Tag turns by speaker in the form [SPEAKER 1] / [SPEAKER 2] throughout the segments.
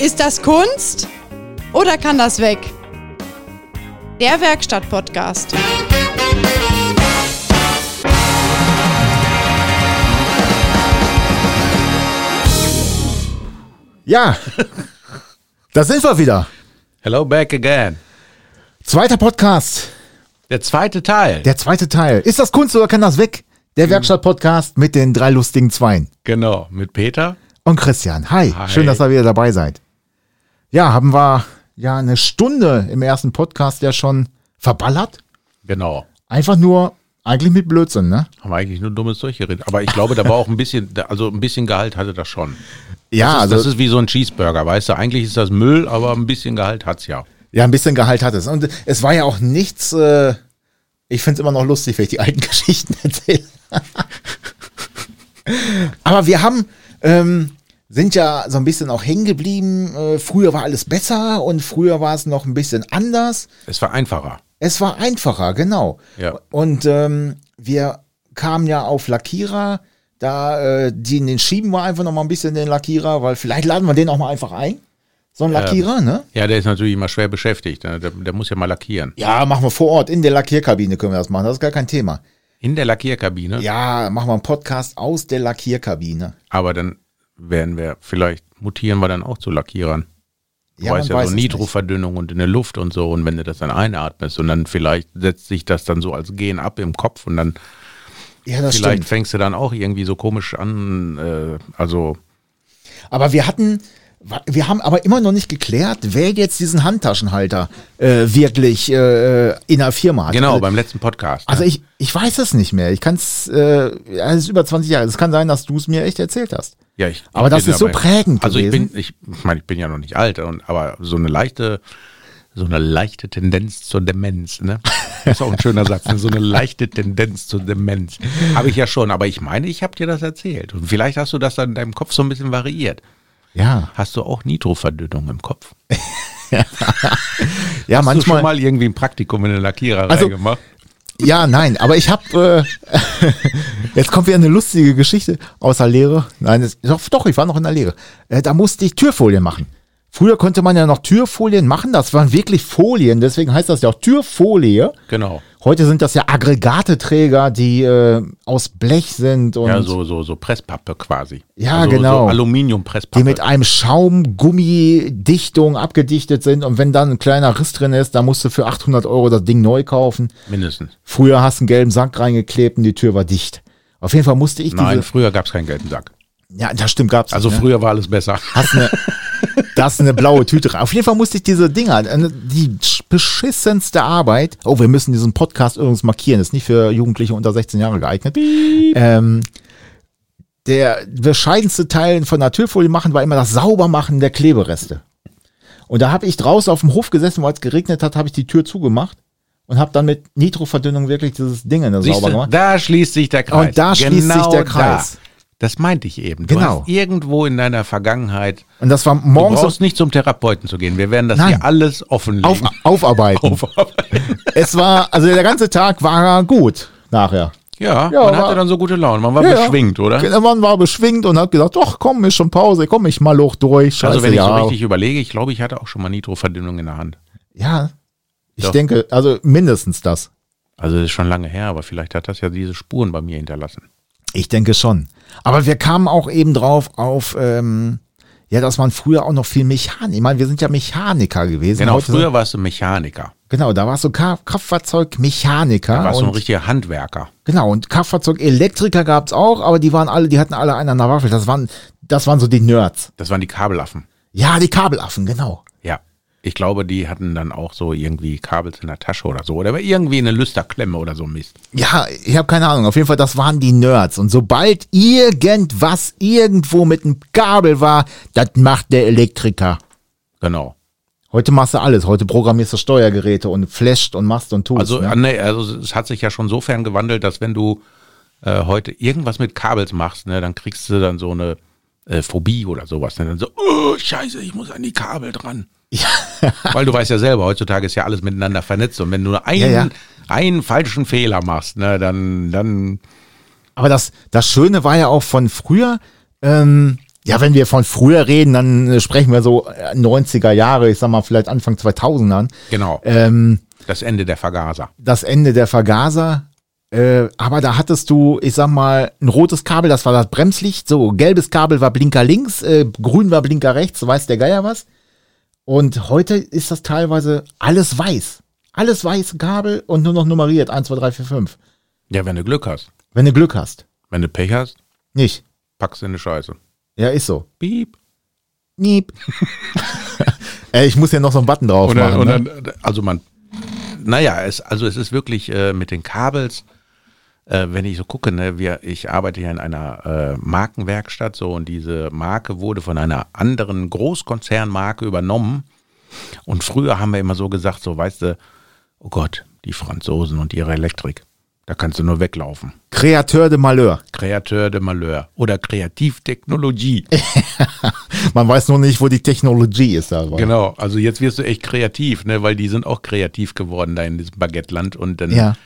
[SPEAKER 1] Ist das Kunst oder kann das weg? Der Werkstatt-Podcast.
[SPEAKER 2] Ja, da sind wir wieder.
[SPEAKER 3] Hello back again.
[SPEAKER 2] Zweiter Podcast,
[SPEAKER 3] Der zweite Teil.
[SPEAKER 2] der zweite Teil. Ist das Kunst oder kann das weg? Der Werkstatt-Podcast mit den drei lustigen Zweien.
[SPEAKER 3] genau, mit Peter.
[SPEAKER 2] Und Christian, hi.
[SPEAKER 3] Hi.
[SPEAKER 2] Schön, dass ihr wieder dabei seid. Ja, haben wir ja eine Stunde im ersten Podcast ja schon verballert.
[SPEAKER 3] Genau.
[SPEAKER 2] Einfach nur eigentlich mit Blödsinn, ne?
[SPEAKER 3] Haben wir eigentlich nur Dummes durchgeredet. Aber ich glaube, da war auch ein bisschen, da- also ein bisschen Gehalt hatte das schon.
[SPEAKER 2] Ja,
[SPEAKER 3] Das,
[SPEAKER 2] also
[SPEAKER 3] das ist wie so ein Cheeseburger, weißt du? Eigentlich ist das Müll, aber ein bisschen Gehalt hat's ja.
[SPEAKER 2] ja, ein bisschen Gehalt hat es. Und es war ja auch nichts, äh, ich find's immer noch lustig, wenn ich die alten Geschichten erzähle. Aber wir haben, ähm, sind ja so ein bisschen auch hängen geblieben. Äh, früher war alles besser und früher war es noch ein bisschen anders.
[SPEAKER 3] Es war einfacher.
[SPEAKER 2] Es war einfacher, genau.
[SPEAKER 3] Ja.
[SPEAKER 2] Und ähm, wir kamen ja auf Lackierer. Da, äh, den, den schieben wir einfach noch mal ein bisschen, den Lackierer, weil vielleicht laden wir den auch mal einfach ein. So ein Lackierer, ne?
[SPEAKER 3] Ja, der ist natürlich immer schwer beschäftigt. ne? Der, der muss ja mal lackieren.
[SPEAKER 2] Ja, machen wir vor Ort. In der Lackierkabine können wir das machen. Das ist gar kein Thema.
[SPEAKER 3] In der Lackierkabine.
[SPEAKER 2] Ja, machen wir einen Podcast aus der Lackierkabine.
[SPEAKER 3] Aber dann werden wir, vielleicht mutieren wir dann auch zu Lackierern.
[SPEAKER 2] Ja,
[SPEAKER 3] weiß
[SPEAKER 2] man
[SPEAKER 3] ja
[SPEAKER 2] weiß
[SPEAKER 3] so
[SPEAKER 2] es
[SPEAKER 3] Nitroverdünnung und in der Luft und so. Und wenn du das dann einatmest und dann vielleicht setzt sich das dann so als Gen ab im Kopf und dann
[SPEAKER 2] nicht. Ja, das
[SPEAKER 3] vielleicht
[SPEAKER 2] stimmt.
[SPEAKER 3] fängst du dann auch irgendwie so komisch an. Äh, also
[SPEAKER 2] Aber wir hatten, wa- wir haben aber immer noch nicht geklärt, wer jetzt diesen Handtaschenhalter äh, wirklich äh, in der Firma hat.
[SPEAKER 3] genau
[SPEAKER 2] Also,
[SPEAKER 3] beim letzten Podcast.
[SPEAKER 2] Also
[SPEAKER 3] ne?
[SPEAKER 2] ich, ich weiß es nicht mehr. Ich kann es, äh, ja, es ist über 20 Jahre. Es kann sein, dass du es mir echt erzählt hast.
[SPEAKER 3] ja, ich,
[SPEAKER 2] aber
[SPEAKER 3] ich
[SPEAKER 2] das
[SPEAKER 3] bin
[SPEAKER 2] ist so prägend
[SPEAKER 3] Also ich
[SPEAKER 2] gewesen.
[SPEAKER 3] bin, ich, ich meine, ich bin ja noch nicht alt und aber so eine leichte, so eine leichte Tendenz zur Demenz. Ne, das ist auch ein schöner Satz. Ne? So eine leichte Tendenz zur Demenz habe ich ja schon. Aber ich meine, ich habe dir das erzählt und vielleicht hast du das dann in deinem Kopf so ein bisschen variiert.
[SPEAKER 2] Ja,
[SPEAKER 3] Hast du auch Nitroverdünnung im Kopf?
[SPEAKER 2] ja,
[SPEAKER 3] Hast du schon
[SPEAKER 2] manchmal.
[SPEAKER 3] mal irgendwie ein Praktikum in der Lackiererei
[SPEAKER 2] Also-
[SPEAKER 3] gemacht?
[SPEAKER 2] Ja, nein, aber ich habe. Äh, jetzt kommt wieder eine lustige Geschichte aus der Lehre. Nein, es, doch, doch, ich war noch in der Lehre. Äh, da musste ich Türfolien machen. Früher konnte man ja noch Türfolien machen. Das waren wirklich Folien. Deswegen heißt das ja auch Türfolie.
[SPEAKER 3] Genau.
[SPEAKER 2] Heute sind das ja Aggregateträger, die äh, aus Blech sind und
[SPEAKER 3] Ja, so, so, so Presspappe quasi.
[SPEAKER 2] Ja,
[SPEAKER 3] also,
[SPEAKER 2] genau.
[SPEAKER 3] So
[SPEAKER 2] die
[SPEAKER 3] Aluminiumpresspappe.
[SPEAKER 2] mit einem Schaumgummidichtung abgedichtet sind. Und wenn dann ein kleiner Riss drin ist, dann musst du für 800 Euro das Ding neu kaufen.
[SPEAKER 3] Mindestens.
[SPEAKER 2] Früher hast du einen gelben Sack reingeklebt und die Tür war dicht. Auf jeden Fall musste ich
[SPEAKER 3] Nein,
[SPEAKER 2] diese.
[SPEAKER 3] früher gab es keinen gelben Sack.
[SPEAKER 2] Ja, das stimmt, gab's.
[SPEAKER 3] Also
[SPEAKER 2] nicht, ne?
[SPEAKER 3] früher war alles besser.
[SPEAKER 2] Hast eine, da hast du eine blaue Tüte rein. Auf jeden Fall musste ich diese Dinger, äh, die sch- beschissenste Arbeit. Oh, wir müssen diesen Podcast übrigens markieren. Ist nicht für Jugendliche unter 16 Jahre geeignet. Ähm, der bescheidenste Teil von der Türfolie machen war immer das Saubermachen der Klebereste. Und da habe ich draußen auf dem Hof gesessen, weil es geregnet hat, habe ich die Tür zugemacht und habe dann mit Nitroverdünnung wirklich dieses Ding in der
[SPEAKER 3] Siehst
[SPEAKER 2] sauber
[SPEAKER 3] du,
[SPEAKER 2] gemacht.
[SPEAKER 3] da schließt sich der Kreis. Genau
[SPEAKER 2] Und da schließt sich der Kreis.
[SPEAKER 3] Da. Das meinte ich eben. Du
[SPEAKER 2] Genau.
[SPEAKER 3] hast irgendwo in deiner Vergangenheit.
[SPEAKER 2] Und das war
[SPEAKER 3] Du
[SPEAKER 2] morgens um-
[SPEAKER 3] brauchst nicht zum Therapeuten zu gehen. Wir werden das
[SPEAKER 2] Nein.
[SPEAKER 3] hier alles offenlegen.
[SPEAKER 2] auf, aufarbeiten. Es war, also der ganze Tag war gut nachher.
[SPEAKER 3] ja,
[SPEAKER 2] Ja,
[SPEAKER 3] man
[SPEAKER 2] war-
[SPEAKER 3] hatte dann so gute Laune. Man war
[SPEAKER 2] Ja, ja.
[SPEAKER 3] beschwingt, oder?
[SPEAKER 2] Genau, Man war beschwingt und hat gesagt, doch, komm, ist schon Pause, komm, ich mal hoch durch. Scheiße,
[SPEAKER 3] Also wenn ich
[SPEAKER 2] ja.
[SPEAKER 3] so richtig überlege, ich glaube, ich hatte auch schon mal Nitroverdünnung in der Hand.
[SPEAKER 2] ja, ich
[SPEAKER 3] Doch.
[SPEAKER 2] denke, also mindestens das.
[SPEAKER 3] Also das ist schon lange her, aber vielleicht hat das ja diese Spuren bei mir hinterlassen.
[SPEAKER 2] Ich denke schon. Aber wir kamen auch eben drauf auf, ähm, ja, dass man früher auch noch viel Mechanik, ich meine, wir sind ja Mechaniker gewesen.
[SPEAKER 3] Genau,
[SPEAKER 2] Heute
[SPEAKER 3] früher warst du Mechaniker.
[SPEAKER 2] Sind, genau, da warst du Ka- Kraftfahrzeugmechaniker.
[SPEAKER 3] Warst du ein
[SPEAKER 2] Ah, und,
[SPEAKER 3] richtiger Handwerker.
[SPEAKER 2] genau, und Kraftfahrzeugelektriker gab's auch, aber die waren alle, die hatten alle einen an der Waffel. Das waren, das waren so die Nerds.
[SPEAKER 3] Das waren die Kabelaffen.
[SPEAKER 2] Ja, die Kabelaffen, genau.
[SPEAKER 3] Ja. Ich glaube, die hatten dann auch so irgendwie Kabels in der Tasche oder so. Oder irgendwie eine Lüsterklemme oder so Mist.
[SPEAKER 2] Ja, ich habe keine Ahnung. Auf jeden Fall, das waren die Nerds. Und sobald irgendwas irgendwo mit einem Kabel war, das macht der Elektriker.
[SPEAKER 3] Genau.
[SPEAKER 2] Heute machst du alles. Heute programmierst du Steuergeräte und flasht und machst und tust.
[SPEAKER 3] Also,
[SPEAKER 2] ne?
[SPEAKER 3] ah, nee, also es hat sich ja schon sofern gewandelt, dass wenn du äh, heute irgendwas mit Kabels machst, ne, dann kriegst du dann so eine äh, Phobie oder sowas. Ne? Dann so, oh, scheiße, ich muss an die Kabel dran. Weil du weißt ja selber, heutzutage ist ja alles miteinander vernetzt und wenn du nur einen,
[SPEAKER 2] Ja, ja.
[SPEAKER 3] einen falschen Fehler machst, ne, dann, dann
[SPEAKER 2] Aber das, das Schöne war ja auch von früher, ähm, Ja, wenn wir von früher reden, dann äh, sprechen wir so äh, 90er Jahre, ich sag mal vielleicht Anfang 2000ern.
[SPEAKER 3] Genau.
[SPEAKER 2] Ähm,
[SPEAKER 3] das Ende der Vergaser.
[SPEAKER 2] das Ende der Vergaser. Äh, aber da hattest du, ich sag mal, ein rotes Kabel, das war das Bremslicht. So, gelbes Kabel war Blinker links, äh, grün war Blinker rechts, weiß der Geier was. Und heute ist das teilweise alles weiß. Alles weiße Kabel und nur noch nummeriert. 1, 2, 3, 4, 5.
[SPEAKER 3] Ja, wenn du Glück hast.
[SPEAKER 2] Wenn du Glück hast.
[SPEAKER 3] Wenn du Pech hast,
[SPEAKER 2] Nicht.
[SPEAKER 3] packst du in die Scheiße.
[SPEAKER 2] Ja, ist so.
[SPEAKER 3] Piep.
[SPEAKER 2] Niep. äh, ich muss ja noch so einen Button drauf
[SPEAKER 3] Oder,
[SPEAKER 2] machen.
[SPEAKER 3] oder,
[SPEAKER 2] ne?
[SPEAKER 3] Also man, naja, es, also es ist wirklich äh, mit den Kabels, äh, wenn ich so gucke, ne, wir, ich arbeite ja in einer äh, Markenwerkstatt so und diese Marke wurde von einer anderen Großkonzernmarke übernommen. Und früher haben wir immer so gesagt, so weißt du, oh Gott, die Franzosen und ihre Elektrik, da kannst du nur weglaufen.
[SPEAKER 2] Kreateur de Malheur.
[SPEAKER 3] Créateur de Malheur oder Kreativtechnologie.
[SPEAKER 2] Man weiß nur nicht, wo die Technologie ist. Aber.
[SPEAKER 3] Genau, also jetzt wirst du echt kreativ, ne? weil die sind auch kreativ geworden da in diesem Baguette-Land und dann,
[SPEAKER 2] Ja.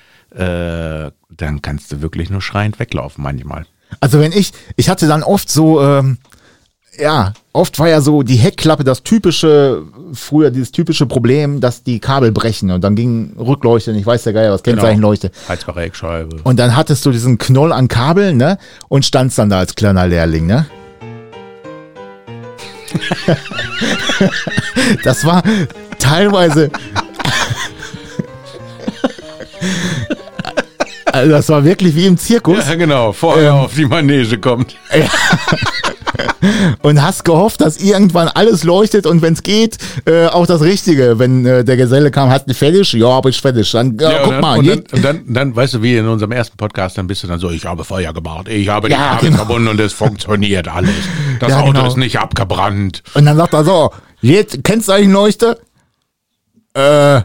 [SPEAKER 3] äh, dann kannst du wirklich nur schreiend weglaufen manchmal.
[SPEAKER 2] Also wenn ich, ich hatte dann oft so, ähm, ja, oft war ja so die Heckklappe das typische, früher dieses typische Problem, dass die Kabel brechen und dann ging Rückleuchte, ich weiß der Geier, was Kennzeichenleuchte.
[SPEAKER 3] Heizbare Genau. Eckscheibe.
[SPEAKER 2] Und dann hattest du diesen Knoll an Kabeln, ne? Und standst dann da als kleiner Lehrling, ne? das war teilweise. Also das war wirklich wie im Zirkus.
[SPEAKER 3] Ja, genau, vorher
[SPEAKER 2] Ähm.
[SPEAKER 3] auf die Manege kommt.
[SPEAKER 2] und hast gehofft, dass irgendwann alles leuchtet und wenn es geht, äh, auch das Richtige. Wenn äh, der Geselle kam, hast du fertig? Ja, hab ich fertig. Dann ja, ne?
[SPEAKER 3] Ja,
[SPEAKER 2] guck
[SPEAKER 3] und dann,
[SPEAKER 2] mal.
[SPEAKER 3] und dann,
[SPEAKER 2] geht-
[SPEAKER 3] und dann, dann, weißt du, wie in unserem ersten Podcast, dann bist du dann so, ich habe Feuer gemacht, ich habe die
[SPEAKER 2] Ja,
[SPEAKER 3] Kabel
[SPEAKER 2] genau.
[SPEAKER 3] verbunden und es funktioniert alles. Das
[SPEAKER 2] Ja,
[SPEAKER 3] Auto
[SPEAKER 2] genau.
[SPEAKER 3] ist nicht abgebrannt.
[SPEAKER 2] und dann sagt er so, jetzt kennst du eigentlich Leuchte? Äh,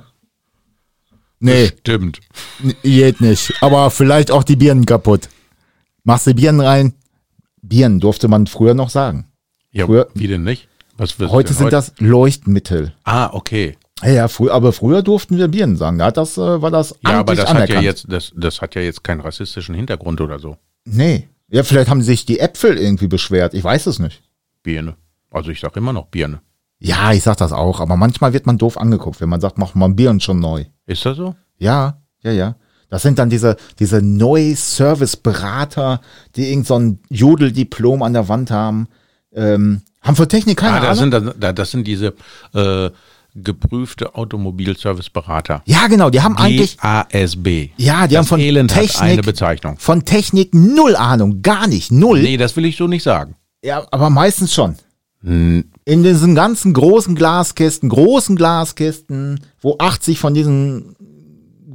[SPEAKER 2] nee,
[SPEAKER 3] Stimmt.
[SPEAKER 2] n- geht nicht. Aber vielleicht auch die Birnen kaputt. Machst du Birnen rein? Birnen durfte man früher noch sagen.
[SPEAKER 3] Ja,
[SPEAKER 2] Früher-
[SPEAKER 3] wie denn nicht? Was wirst du
[SPEAKER 2] Heute
[SPEAKER 3] denn
[SPEAKER 2] sind das Leuchtmittel.
[SPEAKER 3] Ah, okay.
[SPEAKER 2] Ja, Ja, früher, aber früher durften wir Birnen sagen. Da hat das, äh, war das
[SPEAKER 3] Ja, aber
[SPEAKER 2] amtlich
[SPEAKER 3] das hat ja,
[SPEAKER 2] anerkannt.
[SPEAKER 3] jetzt, das, das hat ja jetzt keinen rassistischen Hintergrund oder so.
[SPEAKER 2] Nee. Ja, vielleicht haben sich die Äpfel irgendwie beschwert. Ich weiß es nicht.
[SPEAKER 3] Birne. Also ich sag immer noch Birne.
[SPEAKER 2] Ja, ich sag das auch. Aber manchmal wird man doof angeguckt, wenn man sagt, mach mal ein Bier und schon neu.
[SPEAKER 3] Ist das so?
[SPEAKER 2] Ja, ja, ja. Das sind dann diese, diese Neu-Service-Berater, die irgend so ein Jodeldiplom an der Wand haben. Ähm, haben für Technik keine
[SPEAKER 3] Ah, das,
[SPEAKER 2] Ahnung.
[SPEAKER 3] sind, dann- da- das sind diese äh, geprüfte Automobilserviceberater.
[SPEAKER 2] ja, genau. Die haben eigentlich,
[SPEAKER 3] GASB.
[SPEAKER 2] ja, die
[SPEAKER 3] das
[SPEAKER 2] haben von
[SPEAKER 3] Elend
[SPEAKER 2] Technik,
[SPEAKER 3] hat eine Bezeichnung.
[SPEAKER 2] von Technik null Ahnung. Gar nicht. Null.
[SPEAKER 3] Nee, das will ich so nicht sagen.
[SPEAKER 2] Ja, aber meistens schon.
[SPEAKER 3] Hm,
[SPEAKER 2] In diesen ganzen großen Glaskisten, großen Glaskisten, wo 80 von diesen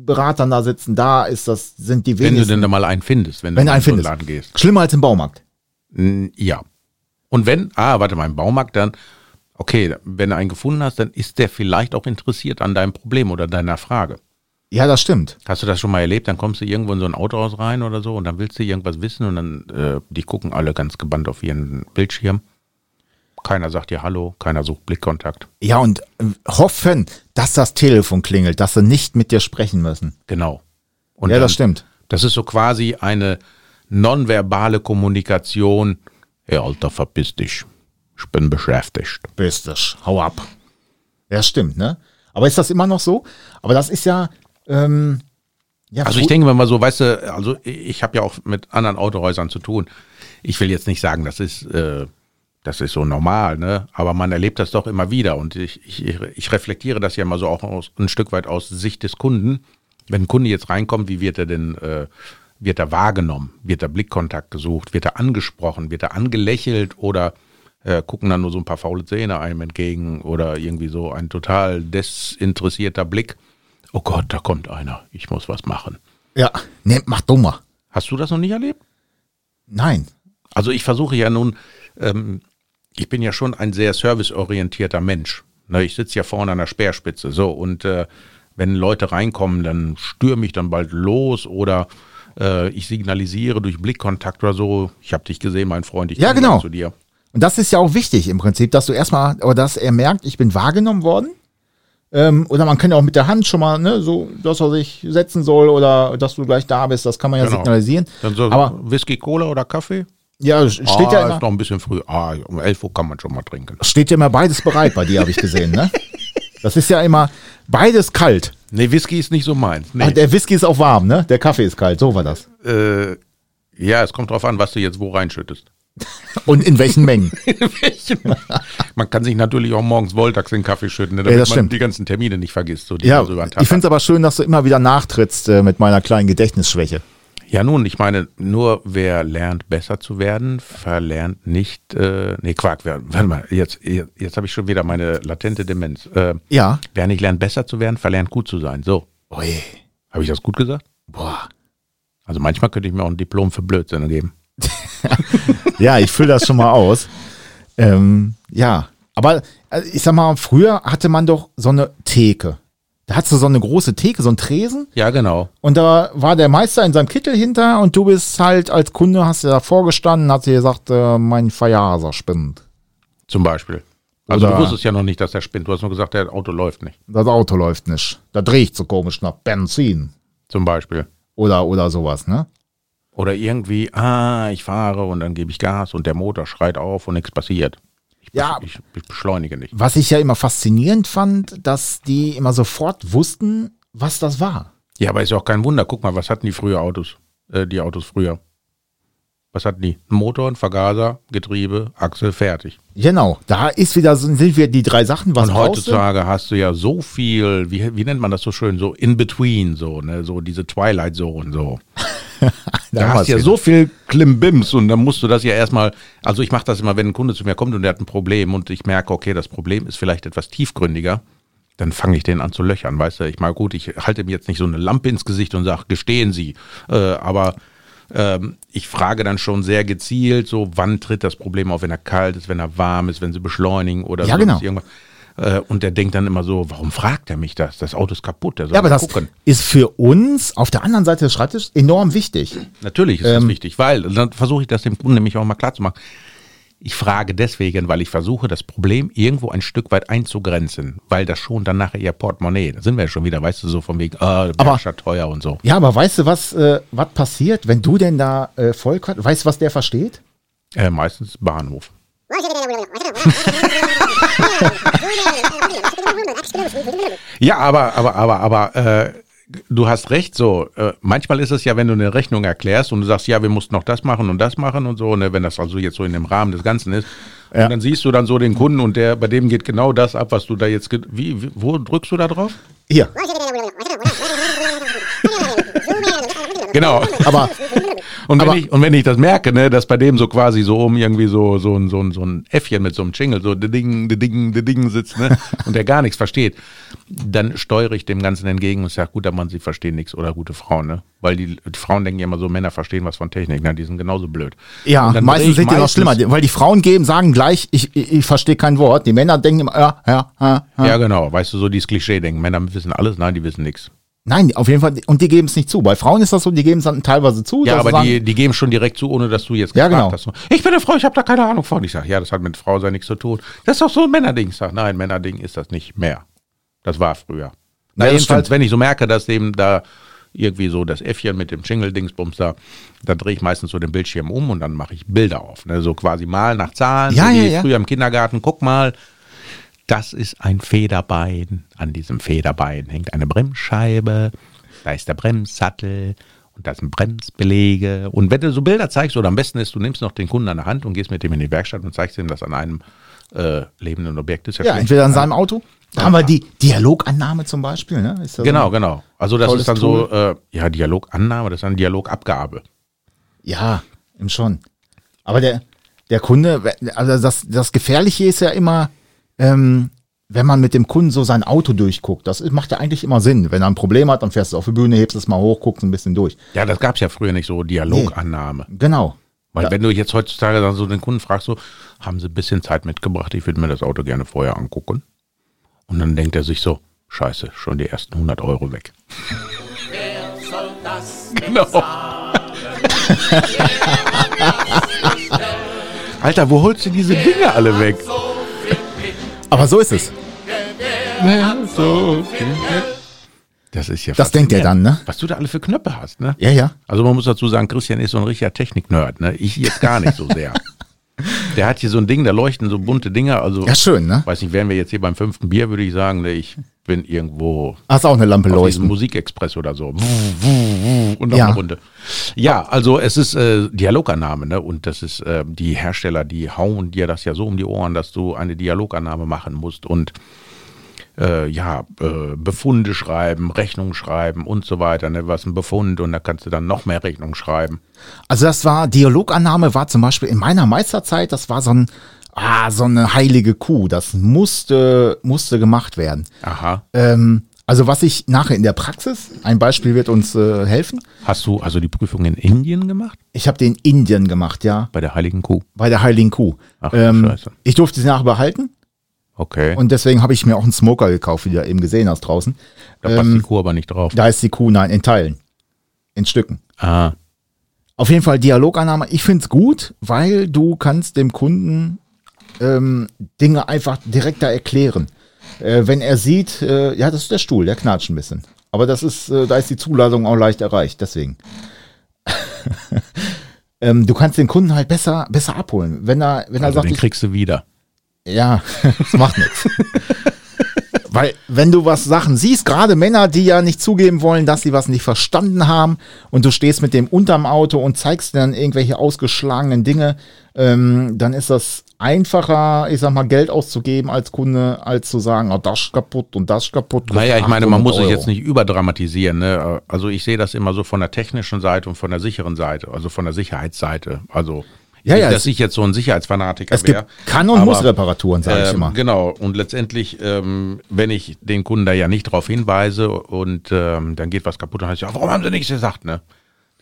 [SPEAKER 2] Beratern da sitzen, da ist das, sind die
[SPEAKER 3] Wenn du
[SPEAKER 2] wenigsten.
[SPEAKER 3] denn da mal einen findest, wenn,
[SPEAKER 2] wenn du
[SPEAKER 3] du mal
[SPEAKER 2] einen
[SPEAKER 3] in so einen
[SPEAKER 2] findest.
[SPEAKER 3] Laden gehst.
[SPEAKER 2] Schlimmer als im Baumarkt.
[SPEAKER 3] Hm, ja. Und wenn, ah, warte mal, im Baumarkt dann, okay, wenn du einen gefunden hast, dann ist der vielleicht auch interessiert an deinem Problem oder deiner Frage.
[SPEAKER 2] Ja, das stimmt.
[SPEAKER 3] Hast du das schon mal erlebt? Dann kommst du irgendwo in so ein Autohaus rein oder so und dann willst du irgendwas wissen und dann, äh, die gucken alle ganz gebannt auf ihren Bildschirm. Keiner sagt dir Hallo, keiner sucht Blickkontakt.
[SPEAKER 2] Ja, und äh, hoffen, dass das Telefon klingelt, dass sie nicht mit dir sprechen müssen.
[SPEAKER 3] Genau. Und
[SPEAKER 2] ja,
[SPEAKER 3] dann,
[SPEAKER 2] das stimmt.
[SPEAKER 3] Das ist so quasi eine nonverbale Kommunikation. Hey, Alter, verpiss dich. Ich bin beschäftigt.
[SPEAKER 2] Bist es. Hau ab. Ja, stimmt, ne? Aber ist das immer noch so? Aber das ist ja, ähm, ja,
[SPEAKER 3] Also ich denke mir mal so, weißt du, also ich habe ja auch mit anderen Autohäusern zu tun. Ich will jetzt nicht sagen, das ist, äh, das ist so normal, ne? Aber man erlebt das doch immer wieder. Und ich, ich, ich reflektiere das ja mal so auch aus, ein Stück weit aus Sicht des Kunden. Wenn ein Kunde jetzt reinkommt, wie wird er denn, äh, wird er wahrgenommen? Wird er Blickkontakt gesucht? Wird er angesprochen? Wird er angelächelt? Oder äh, gucken dann nur so ein paar faule Zähne einem entgegen? Oder irgendwie so ein total desinteressierter Blick? Oh Gott, da kommt einer. Ich muss was machen.
[SPEAKER 2] ja, ne, mach dummer.
[SPEAKER 3] Hast du das noch nicht erlebt?
[SPEAKER 2] Nein.
[SPEAKER 3] Also ich versuche ja nun, ähm, ich bin ja schon ein sehr serviceorientierter Mensch. Ne, ich sitze ja vorne an der Speerspitze. So, und äh, wenn Leute reinkommen, dann stürme ich dann bald los oder äh, ich signalisiere durch Blickkontakt oder so, ich habe dich gesehen, mein Freund, ich
[SPEAKER 2] Ja,
[SPEAKER 3] komme
[SPEAKER 2] genau.
[SPEAKER 3] gleich zu dir.
[SPEAKER 2] Und das ist ja auch wichtig im Prinzip, dass du erstmal, oder dass er merkt, ich bin wahrgenommen worden. Ähm, oder man kann ja auch mit der Hand schon mal, ne, so, dass er sich setzen soll oder dass du gleich da bist, das kann man ja
[SPEAKER 3] Genau.
[SPEAKER 2] signalisieren.
[SPEAKER 3] Dann so
[SPEAKER 2] Aber
[SPEAKER 3] Whisky, Cola oder Kaffee?
[SPEAKER 2] Ja, steht
[SPEAKER 3] ah,
[SPEAKER 2] ja
[SPEAKER 3] ist
[SPEAKER 2] immer,
[SPEAKER 3] noch ein bisschen früh. Ah, um 11 Uhr kann man schon mal trinken.
[SPEAKER 2] steht ja immer beides bereit bei dir, habe ich gesehen, ne? Das ist ja immer beides kalt.
[SPEAKER 3] Nee, Whisky ist nicht so meins. Nee.
[SPEAKER 2] Ach, der Whisky ist auch warm, ne? Der Kaffee ist kalt, so war das.
[SPEAKER 3] äh, ja, es kommt drauf an, was du jetzt wo reinschüttest.
[SPEAKER 2] Und in welchen Mengen?
[SPEAKER 3] man kann sich natürlich auch morgens Voltax in den Kaffee schütten, ne, damit
[SPEAKER 2] Ja, das
[SPEAKER 3] man
[SPEAKER 2] stimmt.
[SPEAKER 3] die ganzen Termine nicht vergisst. So, die
[SPEAKER 2] Ja,
[SPEAKER 3] man so über den Tag
[SPEAKER 2] ich finde es aber schön, dass du immer wieder nachtrittst äh, mit meiner kleinen Gedächtnisschwäche.
[SPEAKER 3] hat. ja, nun, ich meine, nur wer lernt, besser zu werden, verlernt nicht. Äh, nee, Quark, wer, warte mal, jetzt, jetzt, jetzt habe ich schon wieder meine latente Demenz. Äh,
[SPEAKER 2] Ja.
[SPEAKER 3] Wer nicht lernt, besser zu werden, verlernt gut zu sein. So,
[SPEAKER 2] Ui,
[SPEAKER 3] habe ich das gut gesagt?
[SPEAKER 2] boah.
[SPEAKER 3] Also manchmal könnte ich mir auch ein Diplom für Blödsinn geben.
[SPEAKER 2] Ja, ich fülle das schon mal aus. Ähm, ja, aber äh, ich sag mal, früher hatte man doch so eine Theke. Da hattest du so eine große Theke, so einen Tresen.
[SPEAKER 3] Ja, genau.
[SPEAKER 2] Und da war der Meister in seinem Kittel hinter und du bist halt als Kunde, hast du da vorgestanden, hast dir gesagt, äh, mein Feierhaser spinnt.
[SPEAKER 3] Zum Beispiel. Also
[SPEAKER 2] Oder-
[SPEAKER 3] du wusstest ja noch nicht, dass der spinnt. Du hast nur gesagt, der Auto läuft nicht.
[SPEAKER 2] Das Auto läuft nicht. Da riecht so komisch nach Benzin.
[SPEAKER 3] Zum Beispiel.
[SPEAKER 2] Oder, oder sowas, ne?
[SPEAKER 3] Oder irgendwie, ah, ich fahre und dann gebe ich Gas und der Motor schreit auf und nichts passiert. Ich, besch-
[SPEAKER 2] Ja.
[SPEAKER 3] ich, ich beschleunige nicht.
[SPEAKER 2] Was ich ja immer faszinierend fand, dass die immer sofort wussten, was das war.
[SPEAKER 3] Ja, aber ist ja auch kein Wunder. Guck mal, was hatten die früher Autos? Äh, die Autos früher. Was hatten die? Ein Motor, ein Vergaser, Getriebe, Achse, fertig.
[SPEAKER 2] Genau, da ist wieder, so- sind wir die drei Sachen, was
[SPEAKER 3] Und
[SPEAKER 2] brauchst du?
[SPEAKER 3] heutzutage hast du ja so viel, wie, wie nennt man das so schön, so in between, so, ne, so diese Twilight Zone, so. Da
[SPEAKER 2] haben wir's
[SPEAKER 3] hast du ja
[SPEAKER 2] wieder.
[SPEAKER 3] so viel Klimbims und dann musst du das ja erstmal, also ich mache das immer, wenn ein Kunde zu mir kommt und der hat ein Problem und ich merke, okay, das Problem ist vielleicht etwas tiefgründiger, dann fange ich den an zu löchern, weißt du, ich mal gut, ich halte ihm jetzt nicht so eine Lampe ins Gesicht und sage, gestehen Sie, äh, aber ähm, ich frage dann schon sehr gezielt, so wann tritt das Problem auf, wenn er kalt ist, wenn er warm ist, wenn sie beschleunigen oder
[SPEAKER 2] Ja,
[SPEAKER 3] sonst
[SPEAKER 2] genau.
[SPEAKER 3] irgendwas. Äh, Und der denkt dann immer so, warum fragt er mich das? Das Auto ist kaputt, der soll
[SPEAKER 2] Ja, aber
[SPEAKER 3] mal
[SPEAKER 2] das
[SPEAKER 3] gucken.
[SPEAKER 2] ist für uns auf der anderen Seite des Schreibtisches enorm wichtig.
[SPEAKER 3] Natürlich ist
[SPEAKER 2] Ähm.
[SPEAKER 3] das wichtig, weil dann versuche ich das dem Kunden nämlich auch mal klar zu machen. Ich frage deswegen, weil ich versuche, das Problem irgendwo ein Stück weit einzugrenzen, weil das schon dann nachher ihr Portemonnaie, da sind wir ja schon wieder, weißt du, so von wegen, ah,
[SPEAKER 2] Aber-
[SPEAKER 3] aber teuer und so.
[SPEAKER 2] Ja, aber weißt du, was, äh, was passiert, wenn du denn da äh, voll Weißt du, was der versteht?
[SPEAKER 3] Äh, meistens Bahnhof. Ja, aber, aber, aber, aber, äh, du hast recht, so, äh, manchmal ist es ja, wenn du eine Rechnung erklärst und du sagst, ja, wir mussten noch das machen und das machen und so, ne, wenn das also jetzt so in dem Rahmen des Ganzen ist.
[SPEAKER 2] Ja.
[SPEAKER 3] Und dann siehst du dann so den Kunden und der, bei dem geht genau das ab, was du da jetzt, ge- wie, wie wo drückst du da drauf?
[SPEAKER 2] Hier.
[SPEAKER 3] Genau.
[SPEAKER 2] Aber
[SPEAKER 3] Und wenn,
[SPEAKER 2] Aber-
[SPEAKER 3] ich, und wenn ich das merke, ne, dass bei dem so quasi so oben irgendwie so, so, ein, so, ein, so ein Äffchen mit so einem Jingle, so de Ding, de Ding, de Ding sitzt ne, und der gar nichts versteht, dann steuere ich dem Ganzen entgegen und sage, guter Mann, sie verstehen nichts oder gute Frauen. Ne? Weil die, die Frauen denken ja immer so, Männer verstehen was von Technik, ne, die sind genauso blöd.
[SPEAKER 2] ja,
[SPEAKER 3] Und dann
[SPEAKER 2] meistens
[SPEAKER 3] drehe ich
[SPEAKER 2] sind die noch schlimmer, weil die Frauen geben, sagen gleich, ich, ich, ich verstehe kein Wort. Die Männer denken immer, ja, ja, ja, ja.
[SPEAKER 3] Ja, genau, weißt du, so dieses Klischee-Denken. Männer wissen alles, nein, die wissen nichts.
[SPEAKER 2] Nein, auf jeden Fall, und die geben es nicht zu. Bei Frauen ist das so, die geben es dann teilweise zu.
[SPEAKER 3] Ja,
[SPEAKER 2] dass sie
[SPEAKER 3] aber die,
[SPEAKER 2] sagen,
[SPEAKER 3] die geben schon direkt zu, ohne dass du jetzt
[SPEAKER 2] Ja,
[SPEAKER 3] gefragt
[SPEAKER 2] genau.
[SPEAKER 3] hast. Ich bin eine Frau, ich habe da keine Ahnung von. Ich sage, ja, das hat mit Frau sein nichts zu tun. Das ist doch so ein Männerding. Ich sage, nein, Männerding ist das nicht mehr. Das war früher. Na,
[SPEAKER 2] Ja, das
[SPEAKER 3] jedenfalls,
[SPEAKER 2] stimmt.
[SPEAKER 3] wenn ich so merke, dass eben da irgendwie so das Äffchen mit dem Jingle-Dingsbums da, dann drehe ich meistens so den Bildschirm um und dann mache ich Bilder auf. Ne? So quasi mal nach Zahlen,
[SPEAKER 2] Ja,
[SPEAKER 3] so
[SPEAKER 2] ja,
[SPEAKER 3] wie
[SPEAKER 2] ja.
[SPEAKER 3] früher im Kindergarten. Guck mal, das ist ein Federbein. An diesem Federbein hängt eine Bremsscheibe. Da ist der Bremssattel und da sind Bremsbeläge. Und wenn du so Bilder zeigst, oder am besten ist, du nimmst noch den Kunden an der Hand und gehst mit dem in die Werkstatt und zeigst ihm, dass an einem äh, lebenden Objekt ist.
[SPEAKER 2] ja,
[SPEAKER 3] schön.
[SPEAKER 2] entweder in seinem Auto. Da haben wir die Dialogannahme zum Beispiel, ne? Ist das
[SPEAKER 3] Genau,
[SPEAKER 2] So?
[SPEAKER 3] genau. Also das
[SPEAKER 2] Tolles
[SPEAKER 3] ist dann so, äh, ja, Dialogannahme, das ist dann Dialogabgabe.
[SPEAKER 2] Ja, eben schon. Aber der, der Kunde, also das, das Gefährliche ist ja immer, ähm, wenn man mit dem Kunden so sein Auto durchguckt. Das macht ja eigentlich immer Sinn. Wenn er ein Problem hat, dann fährst du auf die Bühne, hebst es mal hoch, guckst ein bisschen durch.
[SPEAKER 3] Ja, das gab es ja früher nicht so, Dialogannahme.
[SPEAKER 2] Genau.
[SPEAKER 3] Weil wenn du jetzt heutzutage dann so den Kunden fragst, so, haben sie ein bisschen Zeit mitgebracht, ich würde mir das Auto gerne vorher angucken. Und dann denkt er sich so, scheiße, schon die ersten 100 Euro weg. Genau. Alter, wo holst du diese Dinge alle weg?
[SPEAKER 2] Aber so ist es.
[SPEAKER 3] Naja, so. Das ist ja
[SPEAKER 2] Das denkt er dann, ne?
[SPEAKER 3] Was du da alle für Knöpfe hast, ne?
[SPEAKER 2] Ja, ja.
[SPEAKER 3] Also man muss dazu sagen, Christian ist so ein richtiger Technik-Nerd, ne? Ich jetzt gar nicht so sehr. Der hat hier so ein Ding, da leuchten so bunte Dinger, also
[SPEAKER 2] Ja, schön, ne?
[SPEAKER 3] weiß nicht, wären wir jetzt hier beim fünften Bier, würde ich sagen, ne, ich bin irgendwo
[SPEAKER 2] Hast auch eine Lampe
[SPEAKER 3] auf diesem
[SPEAKER 2] leuchten.
[SPEAKER 3] Musikexpress oder so. Wuh, wuh, wuh, Und noch
[SPEAKER 2] Ja.
[SPEAKER 3] eine Runde. Ja, also es ist äh, Dialogannahme, ne? Und das ist äh, die Hersteller, die hauen dir das ja so um die Ohren, dass du eine Dialogannahme machen musst und äh, ja, äh, Befunde schreiben, Rechnungen schreiben und so weiter, ne? Was ein Befund und da kannst du dann noch mehr Rechnungen schreiben.
[SPEAKER 2] Also das war, Dialogannahme war zum Beispiel in meiner Meisterzeit, das war so ein, ah, so eine heilige Kuh. Das musste, musste gemacht werden.
[SPEAKER 3] Aha.
[SPEAKER 2] Ähm, also was ich nachher in der Praxis, ein Beispiel wird uns äh, helfen.
[SPEAKER 3] Hast du also die Prüfung in Indien gemacht?
[SPEAKER 2] Ich habe den Indien gemacht, ja,
[SPEAKER 3] Bei der Heiligen Kuh.
[SPEAKER 2] bei der Heiligen Kuh.
[SPEAKER 3] Ach du
[SPEAKER 2] ähm,
[SPEAKER 3] Scheiße.
[SPEAKER 2] ich durfte sie nachher behalten
[SPEAKER 3] Okay.
[SPEAKER 2] und deswegen habe ich mir auch einen Smoker gekauft, wie du ja eben gesehen hast draußen.
[SPEAKER 3] da passt die Kuh aber nicht drauf.
[SPEAKER 2] ähm, Da ist die Kuh, nein, in Teilen, in Stücken.
[SPEAKER 3] Ah,
[SPEAKER 2] Auf jeden Fall Dialogannahme. Ich find's gut, weil du kannst dem Kunden ähm, Dinge einfach direkter erklären. Äh, wenn er sieht, äh, ja, das ist der Stuhl, der knatscht ein bisschen. Aber das ist, äh, da ist die Zuladung auch leicht erreicht, deswegen. ähm, du kannst den Kunden halt besser, besser abholen. Wenn er, wenn er
[SPEAKER 3] also
[SPEAKER 2] sagt,
[SPEAKER 3] den
[SPEAKER 2] ich,
[SPEAKER 3] kriegst du wieder.
[SPEAKER 2] ja, das macht nichts. Weil, wenn du was Sachen siehst, gerade Männer, die ja nicht zugeben wollen, dass sie was nicht verstanden haben, und du stehst mit dem unterm Auto und zeigst dann irgendwelche ausgeschlagenen Dinge, ähm, dann ist das einfacher, ich sag mal, Geld auszugeben als Kunde, als zu sagen, oh, das ist kaputt und das ist kaputt.
[SPEAKER 3] Naja, ich meine, man muss es
[SPEAKER 2] Euro.
[SPEAKER 3] jetzt nicht überdramatisieren. Ne? Also ich sehe das immer so von der technischen Seite und von der sicheren Seite, also von der Sicherheitsseite. Also
[SPEAKER 2] Ja,
[SPEAKER 3] nicht,
[SPEAKER 2] ja,
[SPEAKER 3] dass
[SPEAKER 2] es-
[SPEAKER 3] ich jetzt so ein Sicherheitsfanatiker
[SPEAKER 2] Es gibt
[SPEAKER 3] wäre.
[SPEAKER 2] Kann- und
[SPEAKER 3] aber,
[SPEAKER 2] Muss-Reparaturen, sage ich
[SPEAKER 3] ähm,
[SPEAKER 2] immer.
[SPEAKER 3] Genau, und letztendlich, ähm, wenn ich den Kunden da ja nicht drauf hinweise und ähm, dann geht was kaputt, dann heißt es ja, warum haben sie nichts gesagt, ne?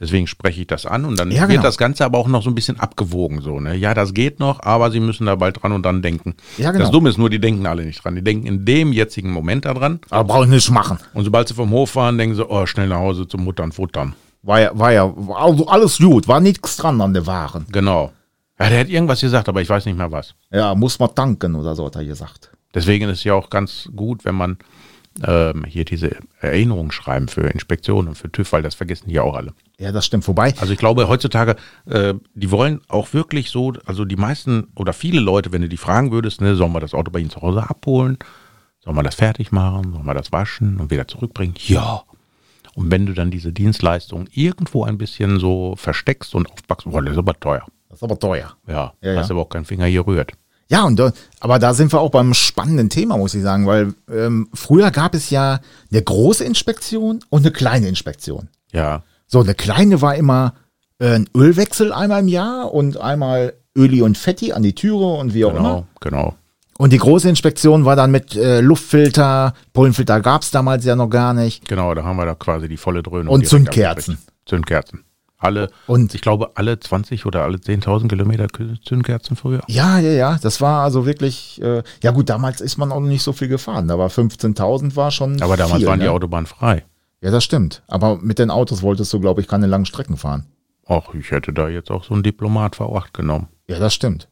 [SPEAKER 3] Deswegen spreche ich das an und dann
[SPEAKER 2] Ja,
[SPEAKER 3] wird
[SPEAKER 2] genau.
[SPEAKER 3] das Ganze aber auch noch so ein bisschen abgewogen, so, ne? Ja, das geht noch, aber sie müssen da bald dran und dann denken.
[SPEAKER 2] Ja, genau.
[SPEAKER 3] Das Dumme ist nur, die denken alle nicht dran. Die denken in dem jetzigen Moment daran.
[SPEAKER 2] Aber brauche ich nicht machen.
[SPEAKER 3] Und sobald sie vom Hof waren, denken sie, oh, schnell nach Hause zum Muttern, Futtern.
[SPEAKER 2] War ja, war ja, war also alles gut, war nichts dran an der Waren.
[SPEAKER 3] Genau. Ja, der hat irgendwas gesagt, aber ich weiß nicht mehr was.
[SPEAKER 2] Ja, muss man danken oder so, hat er gesagt.
[SPEAKER 3] Deswegen ist es ja auch ganz gut, wenn man ähm, hier diese Erinnerungen schreiben für Inspektionen und für TÜV, weil das vergessen die ja auch alle.
[SPEAKER 2] Ja, das stimmt. Wobei,
[SPEAKER 3] Also ich glaube, heutzutage, äh, die wollen auch wirklich so, also die meisten oder viele Leute, wenn du die fragen würdest, ne, sollen wir das Auto bei ihnen zu Hause abholen? Sollen wir das fertig machen? Sollen wir das waschen und wieder zurückbringen? Ja. Und wenn du dann diese Dienstleistung irgendwo ein bisschen so versteckst und aufpackst, boah, das ist aber teuer.
[SPEAKER 2] das ist aber teuer.
[SPEAKER 3] Ja,
[SPEAKER 2] Ja,
[SPEAKER 3] hast
[SPEAKER 2] ja.
[SPEAKER 3] aber auch keinen Finger hier rührt.
[SPEAKER 2] Ja, und da, aber da sind wir auch beim spannenden Thema, muss ich sagen, weil ähm, früher gab es ja eine große Inspektion und eine kleine Inspektion.
[SPEAKER 3] Ja,
[SPEAKER 2] So, eine kleine war immer äh, ein Ölwechsel einmal im Jahr und einmal Öli und Fetti an die Türe und wie auch immer.
[SPEAKER 3] genau, genau.
[SPEAKER 2] Und die große Inspektion war dann mit äh, Luftfilter, Pollenfilter gab's damals ja noch gar nicht.
[SPEAKER 3] Genau, da haben wir da quasi die volle Dröhnung.
[SPEAKER 2] Und
[SPEAKER 3] direkt
[SPEAKER 2] Zündkerzen.
[SPEAKER 3] abgekriegt. Zündkerzen. Alle,
[SPEAKER 2] Und-
[SPEAKER 3] und ich glaube, alle 20 oder alle 10.000 Kilometer Kü- Zündkerzen früher.
[SPEAKER 2] Ja, ja, ja, das war also wirklich, äh, ja gut, damals ist man auch noch nicht so viel gefahren, da war 15.000 war schon
[SPEAKER 3] Aber damals
[SPEAKER 2] viel,
[SPEAKER 3] waren die
[SPEAKER 2] ne?
[SPEAKER 3] Autobahnen frei.
[SPEAKER 2] Ja, das stimmt, aber mit den Autos wolltest du, glaube ich, keine langen Strecken fahren.
[SPEAKER 3] Ach, ich hätte da jetzt auch so einen Diplomat V8 genommen.
[SPEAKER 2] Ja, das stimmt.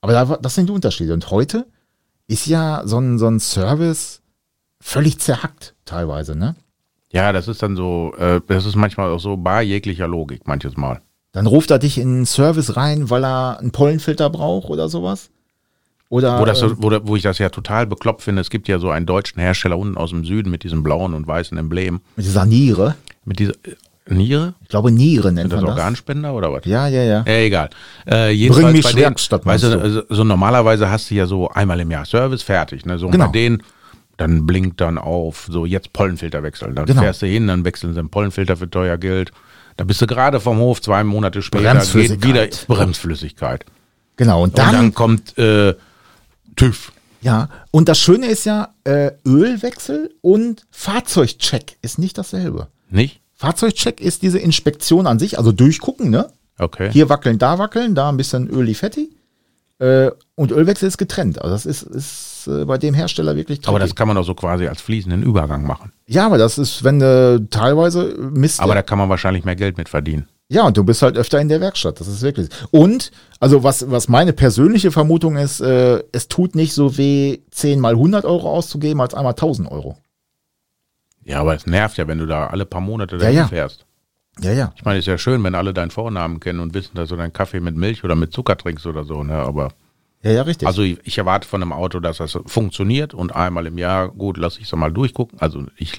[SPEAKER 2] Aber da, war- das sind die Unterschiede. Und heute ist ja so ein, so ein Service völlig zerhackt teilweise, ne?
[SPEAKER 3] Ja, das ist dann so, äh, das ist manchmal auch so bar jeglicher Logik, manches Mal.
[SPEAKER 2] Dann ruft er dich in einen Service rein, weil er einen Pollenfilter braucht oder sowas. Oder
[SPEAKER 3] Wo, das,
[SPEAKER 2] äh,
[SPEAKER 3] so- wo, da- wo ich das ja total bekloppt finde, es gibt ja so einen deutschen Hersteller unten aus dem Süden mit diesem blauen und weißen Emblem.
[SPEAKER 2] mit dieser Niere.
[SPEAKER 3] Mit dieser äh, Niere?
[SPEAKER 2] Ich glaube, Niere nennt
[SPEAKER 3] Ist das
[SPEAKER 2] man das.
[SPEAKER 3] Organspender oder was?
[SPEAKER 2] Ja, ja, ja.
[SPEAKER 3] Ja, egal. Äh, jedenfalls
[SPEAKER 2] Bring mich
[SPEAKER 3] bei denen,
[SPEAKER 2] Werkstatt,
[SPEAKER 3] weißt du,
[SPEAKER 2] meinst
[SPEAKER 3] also, so normalerweise hast du ja so einmal im Jahr Service fertig, ne? So
[SPEAKER 2] Genau.
[SPEAKER 3] bei denen, dann blinkt dann auf, so jetzt Pollenfilter wechseln. Dann
[SPEAKER 2] Genau.
[SPEAKER 3] fährst du hin, dann wechseln sie einen Pollenfilter für teuer Geld. Da bist du gerade vom Hof, zwei Monate später geht wieder
[SPEAKER 2] Bremsflüssigkeit.
[SPEAKER 3] Bremsflüssigkeit.
[SPEAKER 2] Genau. Und
[SPEAKER 3] Und
[SPEAKER 2] dann,
[SPEAKER 3] dann kommt äh, TÜV.
[SPEAKER 2] ja. Und das Schöne ist ja, äh, Ölwechsel und Fahrzeugcheck ist nicht dasselbe.
[SPEAKER 3] Nicht?
[SPEAKER 2] Fahrzeugcheck ist diese Inspektion an sich, also durchgucken, ne?
[SPEAKER 3] Okay.
[SPEAKER 2] Hier wackeln, da wackeln, da ein bisschen öli fetti. Äh, und Ölwechsel ist getrennt. Also das ist, ist äh, bei dem Hersteller wirklich
[SPEAKER 3] Aber das
[SPEAKER 2] tricky.
[SPEAKER 3] kann man doch so quasi als fließenden Übergang machen.
[SPEAKER 2] ja, aber das ist, wenn du teilweise Mist.
[SPEAKER 3] Aber da kann man wahrscheinlich mehr Geld mit verdienen.
[SPEAKER 2] ja, und du bist halt öfter in der Werkstatt. Das ist wirklich. Und, also was, was meine persönliche Vermutung ist, äh, es tut nicht so weh, 10 mal 100 Euro auszugeben, als einmal 1000 Euro.
[SPEAKER 3] Ja, aber es nervt ja, wenn du da alle paar Monate
[SPEAKER 2] Ja, ja.
[SPEAKER 3] fährst.
[SPEAKER 2] Ja, ja.
[SPEAKER 3] Ich meine, ist ja schön, wenn alle deinen Vornamen kennen und wissen, dass du deinen Kaffee mit Milch oder mit Zucker trinkst oder so, ne? Aber
[SPEAKER 2] Ja, ja, richtig.
[SPEAKER 3] also ich, ich erwarte von einem Auto, dass das funktioniert und einmal im Jahr, gut, lass ich es mal durchgucken. Also ich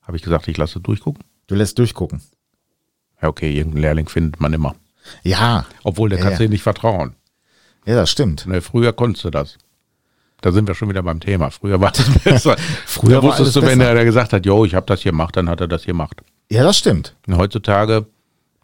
[SPEAKER 3] habe ich gesagt, ich lasse es durchgucken.
[SPEAKER 2] du lässt durchgucken.
[SPEAKER 3] Ja, okay, irgendeinen Lehrling findet man immer.
[SPEAKER 2] Ja,
[SPEAKER 3] Obwohl, der
[SPEAKER 2] Ja,
[SPEAKER 3] kannst
[SPEAKER 2] ja.
[SPEAKER 3] du ihm nicht vertrauen.
[SPEAKER 2] ja, das stimmt.
[SPEAKER 3] Ne, früher konntest du das. Da sind wir schon wieder beim Thema. Früher war das besser.
[SPEAKER 2] Früher
[SPEAKER 3] Da
[SPEAKER 2] war alles
[SPEAKER 3] wusstest du, wenn
[SPEAKER 2] besser.
[SPEAKER 3] er da gesagt hat, jo, ich habe das hier gemacht, dann hat er das hier gemacht.
[SPEAKER 2] Ja, das stimmt.
[SPEAKER 3] Und heutzutage,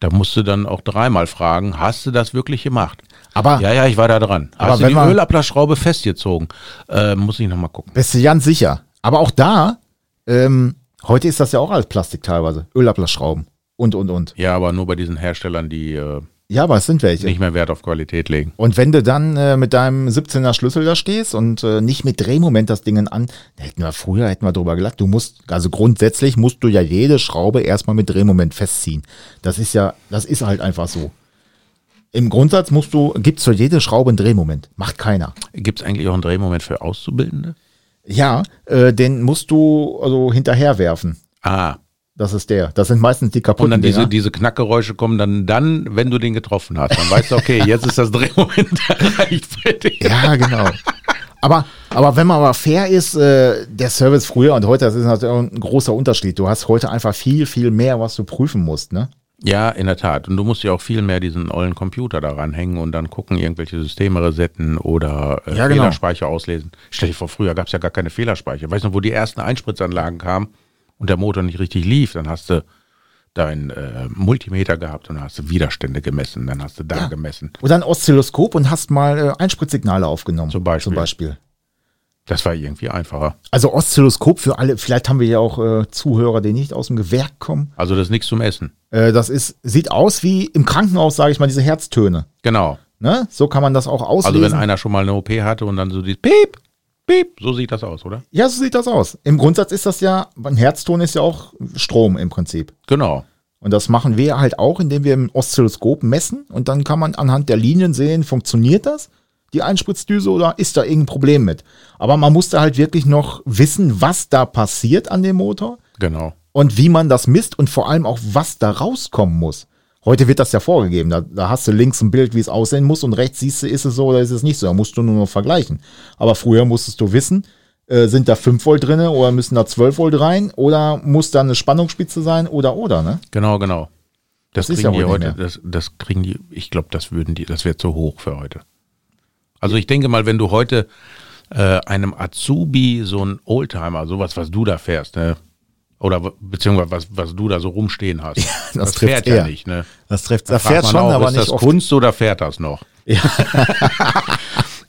[SPEAKER 3] da musst du dann auch dreimal fragen, hast du das wirklich gemacht?
[SPEAKER 2] Aber
[SPEAKER 3] Ja, ja, ich war da dran.
[SPEAKER 2] Aber
[SPEAKER 3] Hast du
[SPEAKER 2] wenn
[SPEAKER 3] die
[SPEAKER 2] man-
[SPEAKER 3] Ölablassschraube festgezogen? Äh, muss ich nochmal gucken.
[SPEAKER 2] bist du ganz sicher. Aber auch da, ähm, heute ist das ja auch alles Plastik teilweise. Ölablassschrauben und, und, und.
[SPEAKER 3] Ja, aber nur bei diesen Herstellern, die äh,
[SPEAKER 2] Ja, aber es sind welche.
[SPEAKER 3] nicht mehr Wert auf Qualität legen.
[SPEAKER 2] Und wenn du dann äh, mit deinem 17er Schlüssel da stehst und äh, nicht mit Drehmoment das Ding an, da hätten wir früher hätten wir drüber gelacht. Du musst also grundsätzlich musst du ja jede Schraube erstmal mit Drehmoment festziehen. Das ist ja, das ist halt einfach so. Im Grundsatz musst du gibt's für jede Schraube einen Drehmoment. Macht keiner.
[SPEAKER 3] Gibt es eigentlich auch einen Drehmoment für Auszubildende?
[SPEAKER 2] Ja, äh, den musst du also hinterherwerfen.
[SPEAKER 3] Ah,
[SPEAKER 2] Das ist der. Das sind meistens die kaputten
[SPEAKER 3] und dann diese,
[SPEAKER 2] Dinger.
[SPEAKER 3] diese Knackgeräusche kommen dann, dann, wenn du den getroffen hast. Dann weißt du, okay, jetzt ist das Drehmoment erreicht bei dir.
[SPEAKER 2] Ja, genau. Aber, aber wenn man mal fair ist, äh, der Service früher und heute, das ist natürlich auch ein großer Unterschied. Du hast heute einfach viel, viel mehr, was du prüfen musst, ne?
[SPEAKER 3] Ja, in der Tat. Und du musst ja auch viel mehr diesen ollen Computer daran hängen und dann gucken, irgendwelche Systeme resetten oder äh,
[SPEAKER 2] Ja, genau.
[SPEAKER 3] Fehlerspeicher auslesen. Stell dir vor, früher gab's ja gar keine Fehlerspeicher. Weißt du, wo die ersten Einspritzanlagen kamen und der Motor nicht richtig lief, dann hast du dein äh, Multimeter gehabt und dann hast du Widerstände gemessen, dann hast du da gemessen.
[SPEAKER 2] Oder ein Oszilloskop und hast mal äh, Einspritzsignale aufgenommen.
[SPEAKER 3] Zum Beispiel.
[SPEAKER 2] Zum Beispiel.
[SPEAKER 3] Das war irgendwie einfacher.
[SPEAKER 2] Also Oszilloskop für alle, vielleicht haben wir ja auch äh, Zuhörer, die nicht aus dem Gewerk kommen.
[SPEAKER 3] Also das ist nichts zum Essen.
[SPEAKER 2] Äh, das ist, sieht aus wie im Krankenhaus, sage ich mal, diese Herztöne.
[SPEAKER 3] Genau.
[SPEAKER 2] Ne? So kann man das auch auslesen.
[SPEAKER 3] Also wenn einer schon mal eine OP hatte und dann so dieses Piep, Piep, so sieht das aus, oder?
[SPEAKER 2] ja, so sieht das aus. Im Grundsatz ist das ja, ein Herzton ist ja auch Strom im Prinzip.
[SPEAKER 3] Genau.
[SPEAKER 2] Und das machen wir halt auch, indem wir im Oszilloskop messen und dann kann man anhand der Linien sehen, funktioniert das, die Einspritzdüse oder ist da irgendein Problem mit. Aber man muss da halt wirklich noch wissen, was da passiert an dem Motor
[SPEAKER 3] Genau.
[SPEAKER 2] und wie man das misst und vor allem auch, was da rauskommen muss. Heute wird das ja vorgegeben. Da, da hast du links ein Bild, wie es aussehen muss und rechts siehst du, ist es so oder ist es nicht so. Da musst du nur noch vergleichen. Aber früher musstest du wissen, äh, sind da 5 Volt drinne oder müssen da 12 Volt rein oder muss da eine Spannungsspitze sein oder oder, ne?
[SPEAKER 3] Genau, genau. Das,
[SPEAKER 2] Das ist
[SPEAKER 3] kriegen
[SPEAKER 2] ja
[SPEAKER 3] die
[SPEAKER 2] wohl nicht
[SPEAKER 3] heute, das, das kriegen die, ich glaube, das würden die, das wäre zu hoch für heute. Also ich denke mal, wenn du heute äh, einem Azubi so ein Oldtimer, sowas, was du da fährst, ne? Oder w- beziehungsweise was, was du da so rumstehen hast. das
[SPEAKER 2] trifft
[SPEAKER 3] fährt ja
[SPEAKER 2] eher.
[SPEAKER 3] nicht, ne?
[SPEAKER 2] Das trifft. Da
[SPEAKER 3] Fragt
[SPEAKER 2] fährt
[SPEAKER 3] man
[SPEAKER 2] schon,
[SPEAKER 3] auch,
[SPEAKER 2] aber
[SPEAKER 3] ist
[SPEAKER 2] nicht
[SPEAKER 3] das
[SPEAKER 2] oft.
[SPEAKER 3] Kunst oder fährt das noch?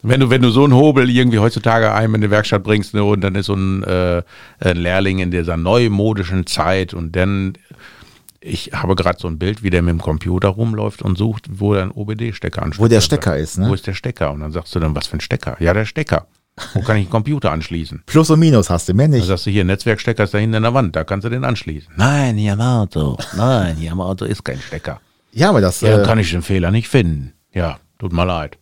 [SPEAKER 3] wenn du wenn du so einen Hobel irgendwie heutzutage einem in die Werkstatt bringst ne, und dann ist so ein, äh, ein Lehrling in dieser neumodischen Zeit und dann ich habe gerade so ein Bild, wie der mit dem Computer rumläuft und sucht, wo dein OBD-Stecker anschließt.
[SPEAKER 2] Wo der Stecker ist, ne?
[SPEAKER 3] Wo ist der Stecker? Und dann sagst du dann, was für ein Stecker? Ja, der Stecker. Wo kann ich einen Computer anschließen?
[SPEAKER 2] Plus und Minus hast du, mehr
[SPEAKER 3] Dann
[SPEAKER 2] nicht.
[SPEAKER 3] sagst du hier, Netzwerkstecker ist da hinten an der Wand, da kannst du den anschließen. Nein, hier am Auto. Nein, hier am Auto ist kein Stecker.
[SPEAKER 2] Ja, aber das.
[SPEAKER 3] Ja, dann
[SPEAKER 2] äh,
[SPEAKER 3] kann ich den Fehler nicht finden. Ja, tut mir leid.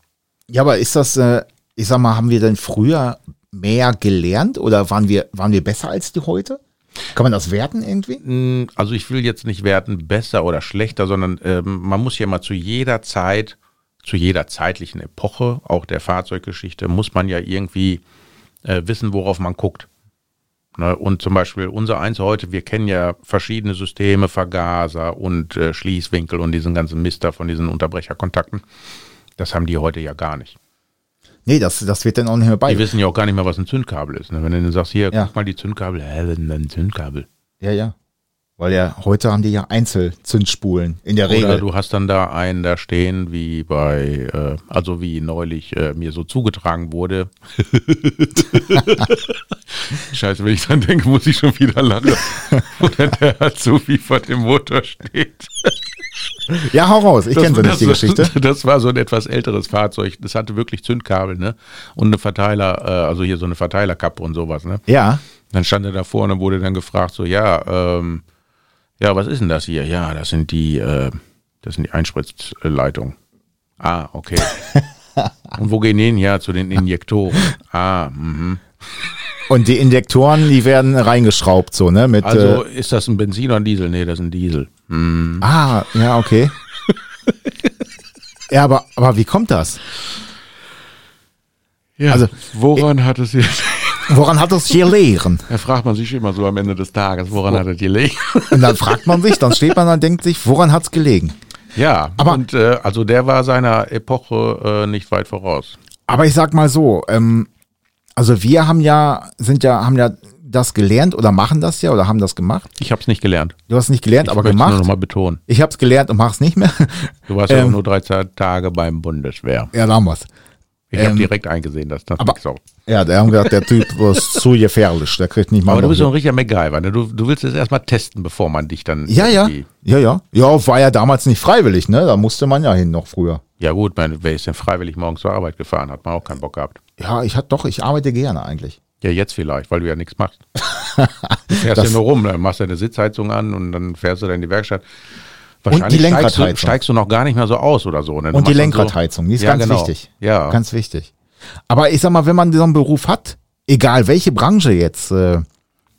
[SPEAKER 2] ja, aber ist das? Äh, ich sag mal, haben wir denn früher mehr gelernt oder waren wir waren wir besser als die heute? Kann man das werten irgendwie?
[SPEAKER 3] Mm, Also ich will jetzt nicht werten, besser oder schlechter, sondern ähm, man muss ja mal zu jeder Zeit, zu jeder zeitlichen Epoche, auch der Fahrzeuggeschichte, muss man ja irgendwie äh, wissen, worauf man guckt. Ne? Und zum Beispiel unser Eins heute, wir kennen ja verschiedene Systeme, Vergaser und äh, Schließwinkel und diesen ganzen Mister von diesen Unterbrecherkontakten. Das haben die heute ja gar nicht.
[SPEAKER 2] Nee, das das wird dann auch nicht mehr
[SPEAKER 3] Die
[SPEAKER 2] bei.
[SPEAKER 3] wissen ja auch gar nicht mehr, was ein Zündkabel ist. Ne? Wenn du denen sagst, hier,
[SPEAKER 2] Ja.
[SPEAKER 3] guck mal die Zündkabel, hä, was ist denn ein Zündkabel?
[SPEAKER 2] Ja, ja. Weil ja heute haben die ja Einzelzündspulen in der
[SPEAKER 3] Oder
[SPEAKER 2] Regel.
[SPEAKER 3] du hast dann da einen da stehen, wie bei, äh, also wie neulich äh, mir so zugetragen wurde. Scheiße, wenn ich dran denke, muss ich schon wieder lachen. Oder der hat so wie vor dem Motor steht.
[SPEAKER 2] ja, hau raus. Ich
[SPEAKER 3] Das-
[SPEAKER 2] kenne so
[SPEAKER 3] das-
[SPEAKER 2] nicht die Geschichte.
[SPEAKER 3] Das war so ein etwas älteres Fahrzeug. Das hatte wirklich Zündkabel, ne? Und eine Verteiler, äh, also hier so eine Verteilerkappe und sowas, ne?
[SPEAKER 2] Ja,
[SPEAKER 3] Dann stand er da vorne und wurde dann gefragt, so, ja, ähm, ja, was ist denn das hier? Ja, das sind die, äh, das sind die Einspritzleitungen. Ah, okay. und wo gehen die hin? Ja, zu den Injektoren. Ah, mhm.
[SPEAKER 2] Und die Injektoren, die werden reingeschraubt, so, ne? Mit,
[SPEAKER 3] Also ist das ein Benzin oder ein Diesel? Nee, das ist ein Diesel.
[SPEAKER 2] äh, ah, ja, okay. ja, aber, aber wie kommt das?
[SPEAKER 3] Ja,
[SPEAKER 2] Also,
[SPEAKER 3] woran hat es hier.
[SPEAKER 2] Woran hat das hier lehren?
[SPEAKER 3] Da fragt man sich immer so am Ende des Tages, woran hat es gelegen?
[SPEAKER 2] Und dann fragt man sich, dann steht man da und denkt sich, woran hat's gelegen?
[SPEAKER 3] Ja,
[SPEAKER 2] Aber-
[SPEAKER 3] und äh, also der war seiner Epoche äh, nicht weit voraus.
[SPEAKER 2] Aber ich sag mal so, ähm, also wir haben ja, sind ja, haben ja das gelernt oder machen das ja oder haben das gemacht.
[SPEAKER 3] Ich habe es nicht gelernt.
[SPEAKER 2] Du hast nicht gelernt, aber
[SPEAKER 3] ich möchte es nur
[SPEAKER 2] gemacht.
[SPEAKER 3] noch mal betonen.
[SPEAKER 2] Ich hab's gelernt und mach's nicht mehr.
[SPEAKER 3] Du warst ja auch nur 13 Tage beim Bundeswehr.
[SPEAKER 2] ja, da haben wir's.
[SPEAKER 3] Ich
[SPEAKER 2] Ähm,
[SPEAKER 3] habe direkt eingesehen, dass das
[SPEAKER 2] aber-
[SPEAKER 3] nix auch-
[SPEAKER 2] Ja, da haben wir gesagt, der Typ ist zu gefährlich, der kriegt nicht mal.
[SPEAKER 3] aber du
[SPEAKER 2] noch
[SPEAKER 3] bist so
[SPEAKER 2] mit.
[SPEAKER 3] ein richtiger MacGyver. Ne? Du, du willst es erstmal testen, bevor man dich dann.
[SPEAKER 2] ja, ja,
[SPEAKER 3] irgendwie-
[SPEAKER 2] ja, ja. Ja, war ja damals nicht freiwillig, ne? Da musste man ja hin noch früher.
[SPEAKER 3] Ja, gut, man, wer ist denn freiwillig morgens zur Arbeit gefahren? Hat man auch keinen Bock gehabt.
[SPEAKER 2] Ja, ich hatte doch, ich arbeite gerne eigentlich.
[SPEAKER 3] Ja, jetzt vielleicht, weil du ja nichts machst. Du fährst
[SPEAKER 2] Das-
[SPEAKER 3] ja nur rum, dann machst deine Sitzheizung an und dann fährst du dann in die Werkstatt. steigst du,
[SPEAKER 2] Lenkradheizung.
[SPEAKER 3] steigst du noch gar nicht mehr so aus oder so. Ne? Du
[SPEAKER 2] Und die
[SPEAKER 3] machst dann
[SPEAKER 2] Lenkradheizung, die ist
[SPEAKER 3] Ja,
[SPEAKER 2] ganz
[SPEAKER 3] genau.
[SPEAKER 2] wichtig.
[SPEAKER 3] Ja.
[SPEAKER 2] Ganz wichtig. Aber ich sag mal, wenn man so einen Beruf hat, egal welche Branche jetzt, äh,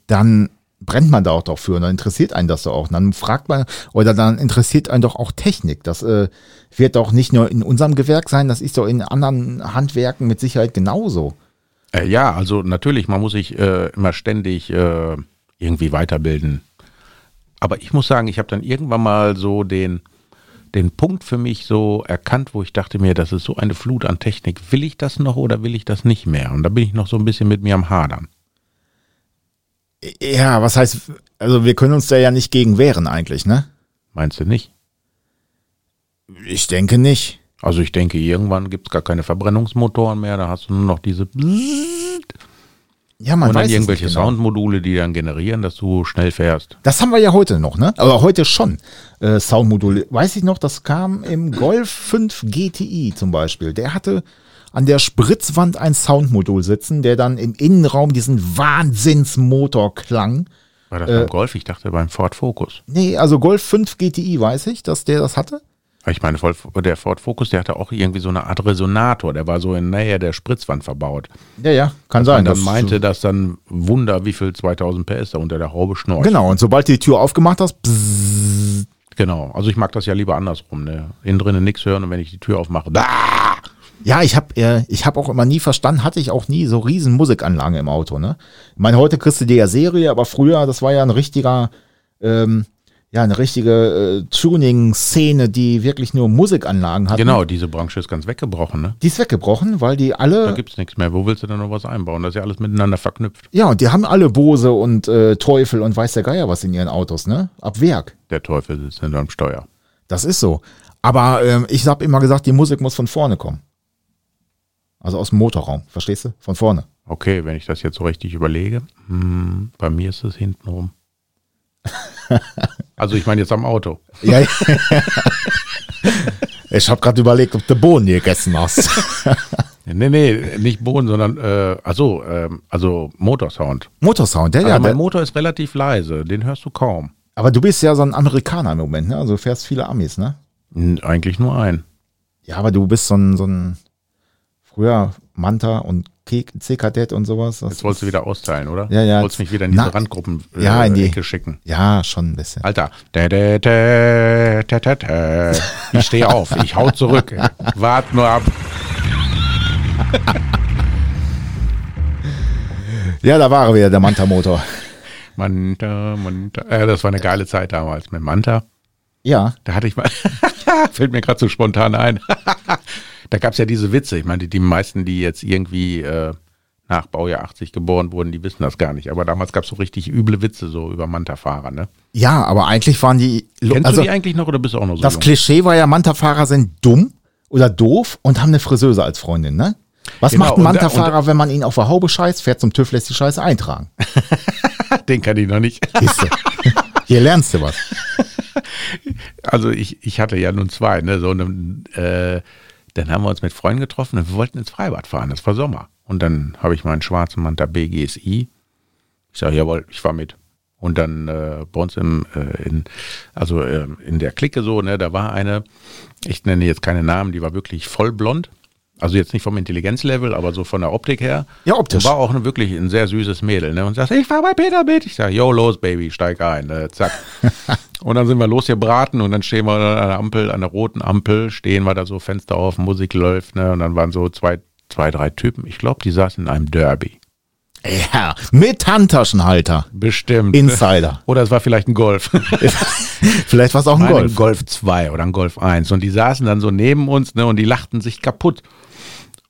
[SPEAKER 2] dann brennt man da auch doch für und dann interessiert einen das doch auch. Und dann fragt man, oder dann interessiert einen doch auch Technik. Das äh, wird doch nicht nur in unserem Gewerk sein, das ist doch in anderen Handwerken mit Sicherheit genauso.
[SPEAKER 3] Äh, ja, also natürlich, man muss sich äh, immer ständig äh, irgendwie weiterbilden. Aber ich muss sagen, ich habe dann irgendwann mal so den, den Punkt für mich so erkannt, wo ich dachte mir, das ist so eine Flut an Technik. Will ich das noch oder will ich das nicht mehr? Und da bin ich noch so ein bisschen mit mir am Hadern.
[SPEAKER 2] Ja, was heißt, also wir können uns da ja nicht gegen wehren eigentlich, ne?
[SPEAKER 3] Meinst du nicht?
[SPEAKER 2] Ich denke nicht.
[SPEAKER 3] Also ich denke, irgendwann gibt es gar keine Verbrennungsmotoren mehr, da hast du nur noch diese und
[SPEAKER 2] Ja, man
[SPEAKER 3] dann
[SPEAKER 2] weiß es
[SPEAKER 3] irgendwelche
[SPEAKER 2] nicht genau.
[SPEAKER 3] Soundmodule, die dann generieren, dass du schnell fährst.
[SPEAKER 2] Das haben wir ja heute noch, ne? Aber heute schon. Äh, Soundmodule. Weiß ich noch, das kam im Golf 5 GTI zum Beispiel. Der hatte an der Spritzwand ein Soundmodul sitzen, der dann im Innenraum diesen Wahnsinnsmotor klang.
[SPEAKER 3] War
[SPEAKER 2] Äh,
[SPEAKER 3] das beim Golf? Ich dachte beim Ford Focus.
[SPEAKER 2] Nee, also Golf 5 GTI weiß ich, dass der das hatte.
[SPEAKER 3] Aber Ich meine, voll- der Ford Focus, der hatte auch irgendwie so eine Art Resonator, der war so in Nähe der Spritzwand verbaut.
[SPEAKER 2] Ja, ja, kann
[SPEAKER 3] Und
[SPEAKER 2] sein.
[SPEAKER 3] dann
[SPEAKER 2] dass-
[SPEAKER 3] meinte das dann Wunder, wie viel 2000 PS da unter der Haube schnorcht.
[SPEAKER 2] genau, und sobald du die Tür aufgemacht hast, bzzz,
[SPEAKER 3] Genau. Also ich mag das ja lieber andersrum, ne? Innen drinnen nichts hören und wenn ich die Tür aufmache, da!
[SPEAKER 2] Ja, ich hab, äh, ich hab auch immer nie verstanden, hatte ich auch nie so riesen Musikanlagen im Auto. Ne? Ich meine, heute kriegst du dir ja Serie, aber früher, das war ja ein richtiger, ähm, ja, eine richtige äh, Tuning-Szene, die wirklich nur Musikanlagen hatten.
[SPEAKER 3] Genau, diese Branche ist ganz weggebrochen, ne?
[SPEAKER 2] Die ist weggebrochen, weil die
[SPEAKER 3] Da
[SPEAKER 2] alle,
[SPEAKER 3] gibt's nichts mehr. Wo willst du denn noch was einbauen? Das ist ja alles miteinander verknüpft.
[SPEAKER 2] ja, und die haben alle Bose und äh, Teufel und weiß der Geier was in ihren Autos, ne? Ab Werk.
[SPEAKER 3] Der Teufel sitzt hinterm Steuer.
[SPEAKER 2] Das ist so. Aber ähm, ich hab immer gesagt, die Musik muss von vorne kommen. Also aus dem Motorraum, verstehst du? Von vorne.
[SPEAKER 3] Okay, wenn ich das jetzt so richtig überlege, hm, bei mir ist es hintenrum. also ich meine jetzt am Auto.
[SPEAKER 2] Ja. ich habe gerade überlegt, ob du Bohnen gegessen hast.
[SPEAKER 3] Nee, nee, nicht Boden, sondern äh, also, ähm, also Motorsound.
[SPEAKER 2] Motorsound, ja,
[SPEAKER 3] Also
[SPEAKER 2] ja.
[SPEAKER 3] mein
[SPEAKER 2] Der,
[SPEAKER 3] Motor ist relativ leise, den hörst du kaum.
[SPEAKER 2] aber du bist ja so ein Amerikaner im Moment, ne? Also du fährst viele Amis, ne?
[SPEAKER 3] Hm, Eigentlich nur ein.
[SPEAKER 2] Ja, aber du bist so ein, so ein früher Manta und C-Kadett und sowas. Das
[SPEAKER 3] Jetzt wolltest du
[SPEAKER 2] ist-
[SPEAKER 3] wieder austeilen, oder?
[SPEAKER 2] Ja, ja.
[SPEAKER 3] Wolltest mich wieder in diese
[SPEAKER 2] Na,
[SPEAKER 3] Randgruppen äh,
[SPEAKER 2] ja, in die-
[SPEAKER 3] Ecke schicken.
[SPEAKER 2] Ja, schon ein bisschen.
[SPEAKER 3] Alter, tä, tä, tä, tä, tä, tä. ich stehe auf, ich hau zurück. Wart nur ab.
[SPEAKER 2] Ja, da war er wieder, der Manta-Motor.
[SPEAKER 3] Manta, Manta. Äh, das war eine geile Zeit damals mit Manta.
[SPEAKER 2] Ja.
[SPEAKER 3] Da hatte ich mal, fällt mir gerade so spontan ein. da gab es ja diese Witze. Ich meine, die meisten, die jetzt irgendwie äh, nach Baujahr 80 geboren wurden, die wissen das gar nicht. Aber damals gab es so richtig üble Witze so über Manta-Fahrer. Ne?
[SPEAKER 2] Ja, aber eigentlich waren die.
[SPEAKER 3] Kennst
[SPEAKER 2] also,
[SPEAKER 3] du die eigentlich noch oder bist du auch noch so
[SPEAKER 2] das
[SPEAKER 3] jung?
[SPEAKER 2] Klischee war ja, Manta-Fahrer sind dumm oder doof und haben eine Friseuse als Freundin, ne? Was
[SPEAKER 3] Genau,
[SPEAKER 2] macht ein
[SPEAKER 3] und-
[SPEAKER 2] Manta-Fahrer, wenn man ihn auf der Haube scheißt, fährt zum TÜV, lässt die Scheiße eintragen?
[SPEAKER 3] Den kann ich noch nicht.
[SPEAKER 2] Siehst du. Hier lernst du was.
[SPEAKER 3] Also ich, ich hatte ja nun zwei. Ne? So einen, äh, dann haben wir uns mit Freunden getroffen und wir wollten ins Freibad fahren. Das war Sommer. Und dann habe ich meinen schwarzen Manta BGSI. Ich sage, jawohl, ich fahr mit. Und dann äh, bei uns im, äh, in, also ähm, in der Clique so, ne, da war eine, ich nenne jetzt keine Namen, die war wirklich voll blond. Also jetzt nicht vom Intelligenzlevel, aber so von der Optik her.
[SPEAKER 2] Ja, optisch.
[SPEAKER 3] Und war auch ein, wirklich ein sehr süßes Mädel. Ne? Und sagt, ich fahr bei Peter mit. Ich sage, yo, los, Baby, steig ein. Ne? Zack. und dann sind wir los hier braten und dann stehen wir an der Ampel, an der roten Ampel, stehen wir da so, Fenster auf, Musik läuft. Ne? Und dann waren so zwei, zwei drei Typen. Ich glaube, die saßen in einem Derby.
[SPEAKER 2] Ja, mit Handtaschenhalter.
[SPEAKER 3] Bestimmt.
[SPEAKER 2] Insider.
[SPEAKER 3] Oder es war vielleicht ein Golf.
[SPEAKER 2] Vielleicht war es auch ein
[SPEAKER 3] Nein,
[SPEAKER 2] Golf.
[SPEAKER 3] ein Golf 2 oder ein Golf 1. Und die saßen dann so neben uns ne, und die lachten sich kaputt.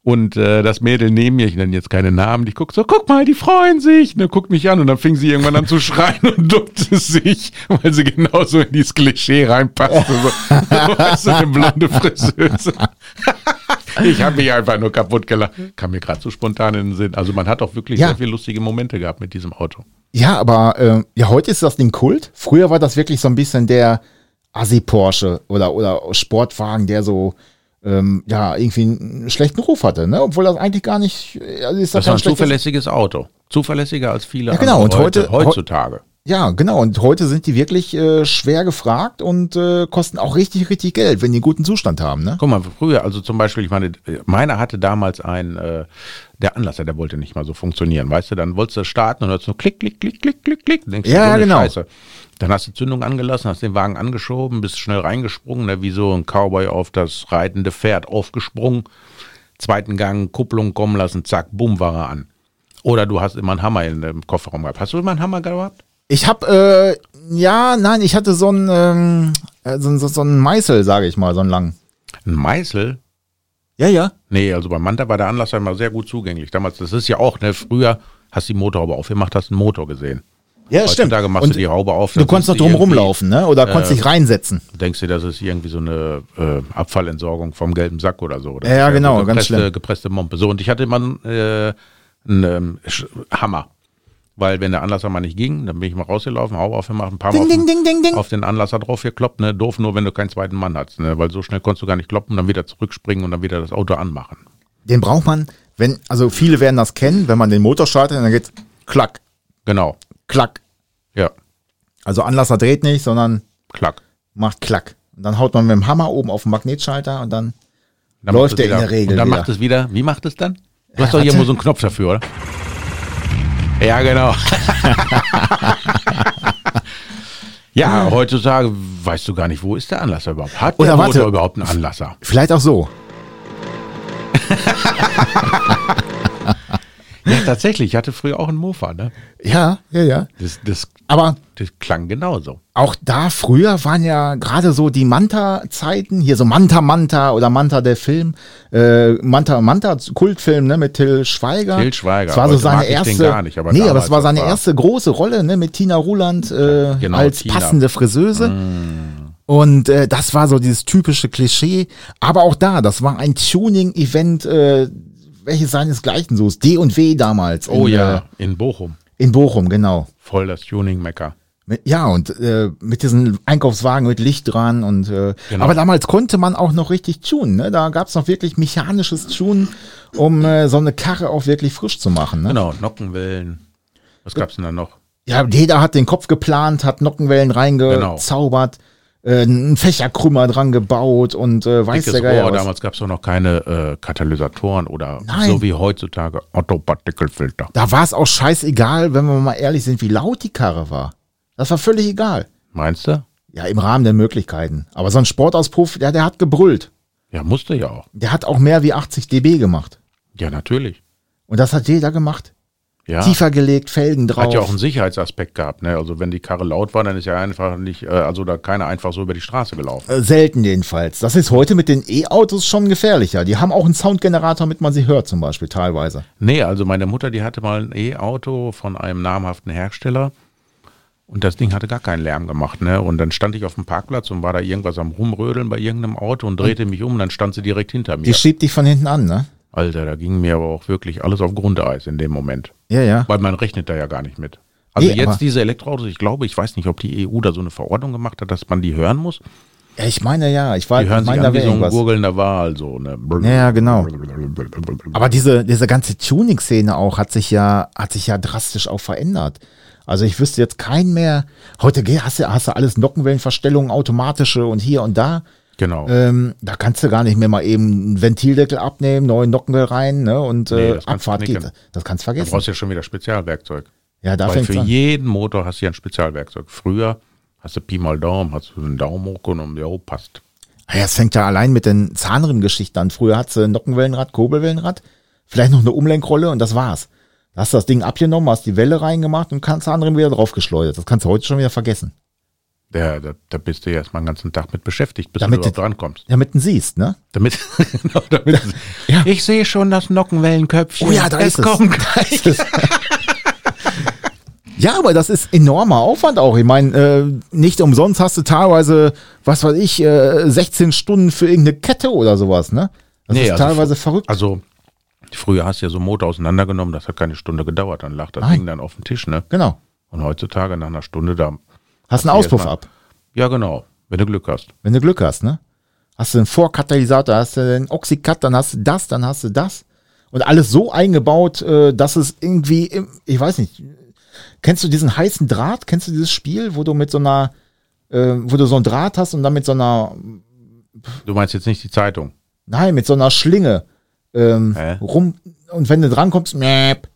[SPEAKER 3] Und äh, das Mädel neben mir, ich nenne jetzt keine Namen, die guckt so, guck mal, die freuen sich. Ne, guckt mich an und dann fing sie irgendwann an zu schreien und duckte sich, weil sie genauso in dieses Klischee reinpasste. So, weißt du, eine blonde Friseuse. ich habe mich einfach nur kaputt gelacht. Kam mir gerade so spontan in den Sinn. Also man hat auch wirklich
[SPEAKER 2] Ja.
[SPEAKER 3] sehr viele lustige Momente gehabt mit diesem Auto.
[SPEAKER 2] Ja, aber äh, ja, heute ist das ein Kult. Früher war das wirklich so ein bisschen der Assi-Porsche oder, oder Sportwagen, der so ähm, ja irgendwie einen schlechten Ruf hatte, ne? Obwohl das eigentlich gar nicht. Also ist das
[SPEAKER 3] Das war
[SPEAKER 2] kein
[SPEAKER 3] ein
[SPEAKER 2] schlechtes-
[SPEAKER 3] zuverlässiges Auto. Zuverlässiger als viele
[SPEAKER 2] Ja, genau.
[SPEAKER 3] andere
[SPEAKER 2] Und
[SPEAKER 3] heute,
[SPEAKER 2] heute-
[SPEAKER 3] heutzutage.
[SPEAKER 2] Ja, genau. Und heute sind die wirklich äh, schwer gefragt und äh, kosten auch richtig, richtig Geld, wenn die einen guten Zustand haben, ne?
[SPEAKER 3] Guck mal, früher, also zum Beispiel, ich meine, meiner hatte damals ein, äh, der Anlasser, der wollte nicht mal so funktionieren, weißt du, dann wolltest du starten und hörst nur klick, klick, klick, klick, klick, klick. Denkst du,
[SPEAKER 2] Ja,
[SPEAKER 3] so eine
[SPEAKER 2] genau.
[SPEAKER 3] Dann hast du Zündung angelassen, hast den Wagen angeschoben, bist schnell reingesprungen, ne, wie so ein Cowboy auf das reitende Pferd aufgesprungen, zweiten Gang, Kupplung kommen lassen, zack, bumm, war er an. Oder du hast immer einen Hammer in dem Kofferraum gehabt. Hast du immer einen Hammer gehabt?
[SPEAKER 2] Ich hab, äh, ja, nein, ich hatte so einen, ähm, äh, so, so, so einen Meißel, sage ich mal, so einen langen.
[SPEAKER 3] Ein Meißel?
[SPEAKER 2] Ja, ja.
[SPEAKER 3] Nee, also bei Manta war der Anlasser immer sehr gut zugänglich. Damals, das ist ja auch, ne, früher hast du die Motorhaube aufgemacht, hast einen Motor gesehen.
[SPEAKER 2] Ja,
[SPEAKER 3] Heutzutage
[SPEAKER 2] stimmt.
[SPEAKER 3] machst du die E Haube auf.
[SPEAKER 2] Du
[SPEAKER 3] dann
[SPEAKER 2] konntest noch
[SPEAKER 3] siehst du
[SPEAKER 2] drum
[SPEAKER 3] irgendwie-
[SPEAKER 2] rumlaufen, ne? Oder konntest dich reinsetzen.
[SPEAKER 3] Denkst du, das ist irgendwie so eine äh, Abfallentsorgung vom gelben Sack oder so? Oder
[SPEAKER 2] Ja, ja, genau,
[SPEAKER 3] gepresste,
[SPEAKER 2] ganz schlimm.
[SPEAKER 3] Gepresste Mompe. So, und ich hatte immer einen, äh, einen ähm, Sch- Hammer. Weil wenn der Anlasser mal nicht ging, dann bin ich mal rausgelaufen, Haube aufgemacht, ein paar Mal
[SPEAKER 2] Ding,
[SPEAKER 3] auf,
[SPEAKER 2] ding,
[SPEAKER 3] den-
[SPEAKER 2] ding, ding, ding.
[SPEAKER 3] auf den Anlasser drauf gekloppt. Ne? Doof nur, wenn du keinen zweiten Mann hast. Ne? Weil so schnell konntest du gar nicht kloppen, dann wieder zurückspringen und dann wieder das Auto anmachen.
[SPEAKER 2] Den braucht man, wenn, also viele werden das kennen, wenn man den Motor startet, dann geht's klack,
[SPEAKER 3] Genau,
[SPEAKER 2] klack.
[SPEAKER 3] ja,
[SPEAKER 2] Also Anlasser dreht nicht, sondern
[SPEAKER 3] klack.
[SPEAKER 2] macht klack. Und dann haut man mit dem Hammer oben auf den Magnetschalter und dann,
[SPEAKER 3] Dann
[SPEAKER 2] Läuft
[SPEAKER 3] macht es
[SPEAKER 2] der in
[SPEAKER 3] wieder-
[SPEAKER 2] der Regel
[SPEAKER 3] Und dann
[SPEAKER 2] wieder.
[SPEAKER 3] macht es wieder. Wie macht es dann? Du hast
[SPEAKER 2] Ja,
[SPEAKER 3] doch hier
[SPEAKER 2] warte.
[SPEAKER 3] irgendwo so einen Knopf dafür, oder? Ja, genau. ja, heutzutage weißt du gar nicht, wo ist der Anlasser überhaupt? Hat der
[SPEAKER 2] Oder warte.
[SPEAKER 3] Motor überhaupt einen Anlasser?
[SPEAKER 2] vielleicht auch so.
[SPEAKER 3] Ja, tatsächlich. Ich hatte früher auch einen Mofa, ne?
[SPEAKER 2] Ja, ja, ja.
[SPEAKER 3] Das, das,
[SPEAKER 2] Aber
[SPEAKER 3] das klang genauso.
[SPEAKER 2] auch da früher waren ja gerade so die Manta-Zeiten, hier so Manta Manta oder Manta der Film, äh, Manta Manta Kultfilm ne, mit Till Schweiger.
[SPEAKER 3] Till Schweiger.
[SPEAKER 2] Das war so
[SPEAKER 3] Heute
[SPEAKER 2] seine
[SPEAKER 3] mag ich den
[SPEAKER 2] erste.
[SPEAKER 3] gar nicht, aber
[SPEAKER 2] nee, aber
[SPEAKER 3] damals
[SPEAKER 2] es war seine
[SPEAKER 3] war-
[SPEAKER 2] erste große Rolle ne, mit Tina Ruland äh,
[SPEAKER 3] Genau,
[SPEAKER 2] als
[SPEAKER 3] Tina. Mm.
[SPEAKER 2] passende Friseuse. Und äh, das war so dieses typische Klischee. Aber auch da, das war ein Tuning-Event, äh, welches seinesgleichen so ist. D und W damals.
[SPEAKER 3] Oh
[SPEAKER 2] in, äh,
[SPEAKER 3] ja, in Bochum.
[SPEAKER 2] In Bochum, genau.
[SPEAKER 3] Voll das Tuning-Mecker.
[SPEAKER 2] Mit- Ja, und äh, mit diesen Einkaufswagen mit Licht dran und äh,
[SPEAKER 3] Genau.
[SPEAKER 2] aber damals konnte man auch noch richtig tunen, ne? Da gab's noch wirklich mechanisches Tunen, um äh, so eine Karre auch wirklich frisch zu machen. Ne?
[SPEAKER 3] Genau, Nockenwellen. Was gab's denn da noch?
[SPEAKER 2] Ja, jeder hat den Kopf geplant, hat Nockenwellen
[SPEAKER 3] Genau.
[SPEAKER 2] reingezaubert, äh, einen Fächerkrümmer dran gebaut und äh, weiß
[SPEAKER 3] dickes
[SPEAKER 2] der Geier
[SPEAKER 3] Rohr.
[SPEAKER 2] was.
[SPEAKER 3] Damals gab es doch noch keine äh, Katalysatoren oder
[SPEAKER 2] Nein.
[SPEAKER 3] so wie heutzutage Otto-Partikelfilter.
[SPEAKER 2] Da war's auch scheißegal, wenn wir mal ehrlich sind, wie laut die Karre war. Das war völlig egal.
[SPEAKER 3] Meinst du?
[SPEAKER 2] Ja, im Rahmen der Möglichkeiten. Aber so ein Sportauspuff, ja, der hat gebrüllt.
[SPEAKER 3] Ja, musste ja auch.
[SPEAKER 2] Der hat auch mehr wie 80 dB gemacht.
[SPEAKER 3] Ja, natürlich.
[SPEAKER 2] Und das hat jeder gemacht.
[SPEAKER 3] Ja.
[SPEAKER 2] Tiefer gelegt, Felgen drauf.
[SPEAKER 3] Hat ja auch einen Sicherheitsaspekt gehabt. Ne? Also wenn die Karre laut war, dann ist ja einfach nicht, äh, also da keiner einfach so über die Straße gelaufen.
[SPEAKER 2] Äh, Selten jedenfalls. Das ist heute mit den E-Autos schon gefährlicher. Die haben auch einen Soundgenerator, damit man sie hört, zum Beispiel teilweise.
[SPEAKER 3] Nee, also meine Mutter, die hatte mal ein E-Auto von einem namhaften Hersteller und das Ding hatte gar keinen Lärm gemacht. Ne? Und dann stand ich auf dem Parkplatz und war da irgendwas am Rumrödeln bei irgendeinem Auto und drehte mich um und dann stand sie direkt hinter
[SPEAKER 2] Die
[SPEAKER 3] mir.
[SPEAKER 2] schiebt dich von hinten an, ne?
[SPEAKER 3] Alter, da ging mir aber auch wirklich alles auf Grundeis in dem Moment.
[SPEAKER 2] Ja, ja.
[SPEAKER 3] Weil man rechnet da ja gar nicht mit. Also
[SPEAKER 2] Nee, aber-
[SPEAKER 3] jetzt diese Elektroautos, ich glaube, ich weiß nicht, ob die EU da so eine Verordnung gemacht hat, dass man die hören muss.
[SPEAKER 2] ja ich meine ja, ich war,
[SPEAKER 3] Die
[SPEAKER 2] ich
[SPEAKER 3] hören sich
[SPEAKER 2] meine, da
[SPEAKER 3] an wie
[SPEAKER 2] wäre
[SPEAKER 3] so ein
[SPEAKER 2] irgendwas.
[SPEAKER 3] gurgelnder Wal. So, ne?
[SPEAKER 2] Ja, ja, genau. Aber diese, diese ganze Tuning-Szene auch hat sich ja, hat sich ja drastisch auch verändert. Also ich wüsste jetzt keinen mehr. Heute geh- hast du, hast du alles Nockenwellenverstellungen, automatische und hier und da.
[SPEAKER 3] Genau.
[SPEAKER 2] Ähm, da kannst du gar nicht mehr mal eben einen Ventildeckel abnehmen, neuen Nockenwell rein ne, und
[SPEAKER 3] Nee,
[SPEAKER 2] äh,
[SPEAKER 3] das kannst du
[SPEAKER 2] Abfahrt
[SPEAKER 3] knicken.
[SPEAKER 2] geht. Das kannst du
[SPEAKER 3] Du
[SPEAKER 2] vergessen.
[SPEAKER 3] brauchst ja schon wieder Spezialwerkzeug.
[SPEAKER 2] Ja, da
[SPEAKER 3] Weil
[SPEAKER 2] fängt's
[SPEAKER 3] für
[SPEAKER 2] an.
[SPEAKER 3] jeden Motor hast du ja ein Spezialwerkzeug. Früher hast du Pi mal Daumen, hast du den Daumen hochgenommen, jo, passt.
[SPEAKER 2] Ah Ja, es fängt ja allein mit den Zahnriemengeschichten an. Früher hattest du ein Nockenwellenrad, Kurbelwellenrad, vielleicht noch eine Umlenkrolle und das war's. Da hast du das Ding abgenommen, hast die Welle reingemacht und kannst Zahnriemen wieder draufgeschleudert. Das kannst du heute schon wieder vergessen.
[SPEAKER 3] Da, da, da bist du ja erstmal den ganzen Tag mit beschäftigt, bis
[SPEAKER 2] Damit
[SPEAKER 3] du überhaupt
[SPEAKER 2] du-
[SPEAKER 3] drankommst.
[SPEAKER 2] Damit du siehst, ne?
[SPEAKER 3] Damit, genau, damit
[SPEAKER 2] Ja.
[SPEAKER 3] Ich sehe schon das Nockenwellenköpfchen.
[SPEAKER 2] Oh ja, da
[SPEAKER 3] es
[SPEAKER 2] ist es.
[SPEAKER 3] kommt gleich.
[SPEAKER 2] Ja, aber das ist enormer Aufwand auch. Ich meine, äh, nicht umsonst hast du teilweise, was weiß ich, äh, 16 Stunden für irgendeine Kette oder sowas, ne? Das
[SPEAKER 3] Nee,
[SPEAKER 2] ist
[SPEAKER 3] also
[SPEAKER 2] teilweise
[SPEAKER 3] fr-
[SPEAKER 2] verrückt.
[SPEAKER 3] Also, früher hast du ja so einen Motor auseinandergenommen, das hat keine Stunde gedauert. Dann lag das
[SPEAKER 2] Nein.
[SPEAKER 3] Ding dann auf dem Tisch, ne?
[SPEAKER 2] genau.
[SPEAKER 3] Und heutzutage nach einer Stunde da.
[SPEAKER 2] Hast einen
[SPEAKER 3] Hast du
[SPEAKER 2] Auspuff
[SPEAKER 3] erst mal-
[SPEAKER 2] ab,
[SPEAKER 3] Ja, genau. Wenn du Glück hast.
[SPEAKER 2] wenn du Glück hast, ne? Hast du einen Vorkatalysator, hast du den Oxycut, dann hast du das, dann hast du das. Und alles so eingebaut, äh, dass es irgendwie, im, ich weiß nicht, kennst du diesen heißen Draht? Kennst du dieses Spiel, wo du mit so einer, äh, wo du so einen Draht hast und dann mit so einer
[SPEAKER 3] Du meinst jetzt nicht die Zeitung.
[SPEAKER 2] Nein, mit so einer Schlinge ähm,
[SPEAKER 3] Hä?
[SPEAKER 2] rum. Und wenn du drankommst, mäp.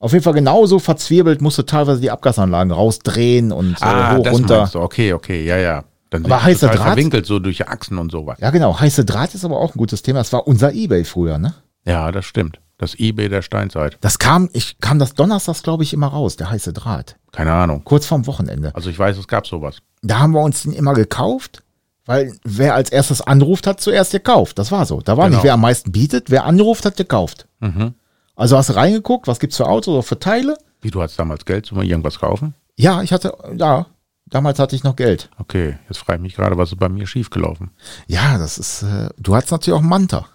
[SPEAKER 2] Auf jeden Fall genauso verzwirbelt musst du teilweise die Abgasanlagen rausdrehen und äh, hoch, runter.
[SPEAKER 3] Ah, meinst du. Okay, okay, ja, ja. Dann
[SPEAKER 2] Aber
[SPEAKER 3] sind die
[SPEAKER 2] heißer
[SPEAKER 3] total
[SPEAKER 2] Draht?
[SPEAKER 3] verwinkelt so durch Achsen und sowas.
[SPEAKER 2] Ja, genau. Heiße Draht ist aber auch ein gutes Thema. Das war unser Ebay früher, ne?
[SPEAKER 3] Ja, das stimmt. Das eBay der Steinzeit.
[SPEAKER 2] Das kam, ich kam das donnerstags, glaube ich, immer raus, der heiße Draht.
[SPEAKER 3] Keine Ahnung.
[SPEAKER 2] Kurz vorm Wochenende.
[SPEAKER 3] Also ich weiß, es gab sowas.
[SPEAKER 2] Da haben wir uns den immer gekauft, weil wer als erstes anruft, hat zuerst gekauft. Das war so. Da war
[SPEAKER 3] Genau.
[SPEAKER 2] nicht, wer am meisten bietet, wer anruft, hat gekauft.
[SPEAKER 3] Mhm.
[SPEAKER 2] Also hast du reingeguckt, was gibt's für Autos oder für Teile?
[SPEAKER 3] Wie, du hattest damals Geld, zum irgendwas kaufen?
[SPEAKER 2] Ja, ich hatte, ja, damals hatte ich noch Geld.
[SPEAKER 3] Okay, jetzt frage ich mich gerade, was ist bei mir schiefgelaufen?
[SPEAKER 2] Ja, das ist, äh, du hattest natürlich auch einen Manta.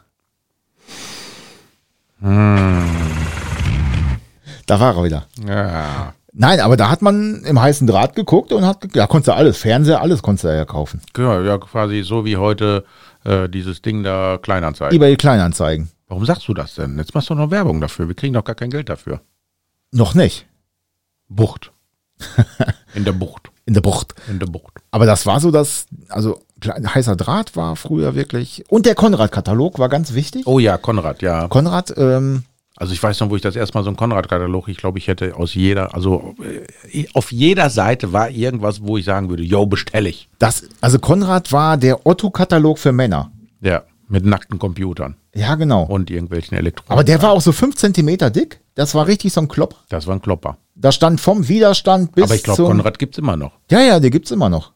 [SPEAKER 3] Hm.
[SPEAKER 2] Da war er wieder.
[SPEAKER 3] Ja,
[SPEAKER 2] Nein, aber da hat man im heißen Draht geguckt und hat, ge- da konntest du alles, Fernseher, alles konntest du da ja kaufen.
[SPEAKER 3] genau, ja, quasi so wie heute äh, dieses Ding da Kleinanzeigen.
[SPEAKER 2] Ebay Kleinanzeigen.
[SPEAKER 3] Warum sagst du das denn? Jetzt machst du noch Werbung dafür. Wir kriegen doch gar kein Geld dafür.
[SPEAKER 2] Noch nicht.
[SPEAKER 3] Bucht. In der Bucht.
[SPEAKER 2] In der Bucht.
[SPEAKER 3] In der Bucht.
[SPEAKER 2] Aber das war so, dass, also, klein- heißer Draht war früher wirklich, und der Konrad-Katalog war ganz wichtig.
[SPEAKER 3] Oh ja, Konrad, ja.
[SPEAKER 2] Konrad, ähm,
[SPEAKER 3] Also ich weiß noch, wo ich das erstmal so einen Konrad-Katalog, ich glaube, ich hätte aus jeder, also äh, auf jeder Seite war irgendwas, wo ich sagen würde, yo, bestelle ich.
[SPEAKER 2] das, also Konrad war der Otto-Katalog für Männer.
[SPEAKER 3] Ja, mit nackten Computern
[SPEAKER 2] Ja, genau.
[SPEAKER 3] und irgendwelchen Elektronen.
[SPEAKER 2] Aber der war auch so fünf Zentimeter dick. Das war richtig so ein Klopp.
[SPEAKER 3] das war ein Klopper.
[SPEAKER 2] Da stand vom Widerstand bis
[SPEAKER 3] Aber ich glaube,
[SPEAKER 2] zum-
[SPEAKER 3] Konrad gibt's immer noch.
[SPEAKER 2] Ja, ja, die gibt's immer noch.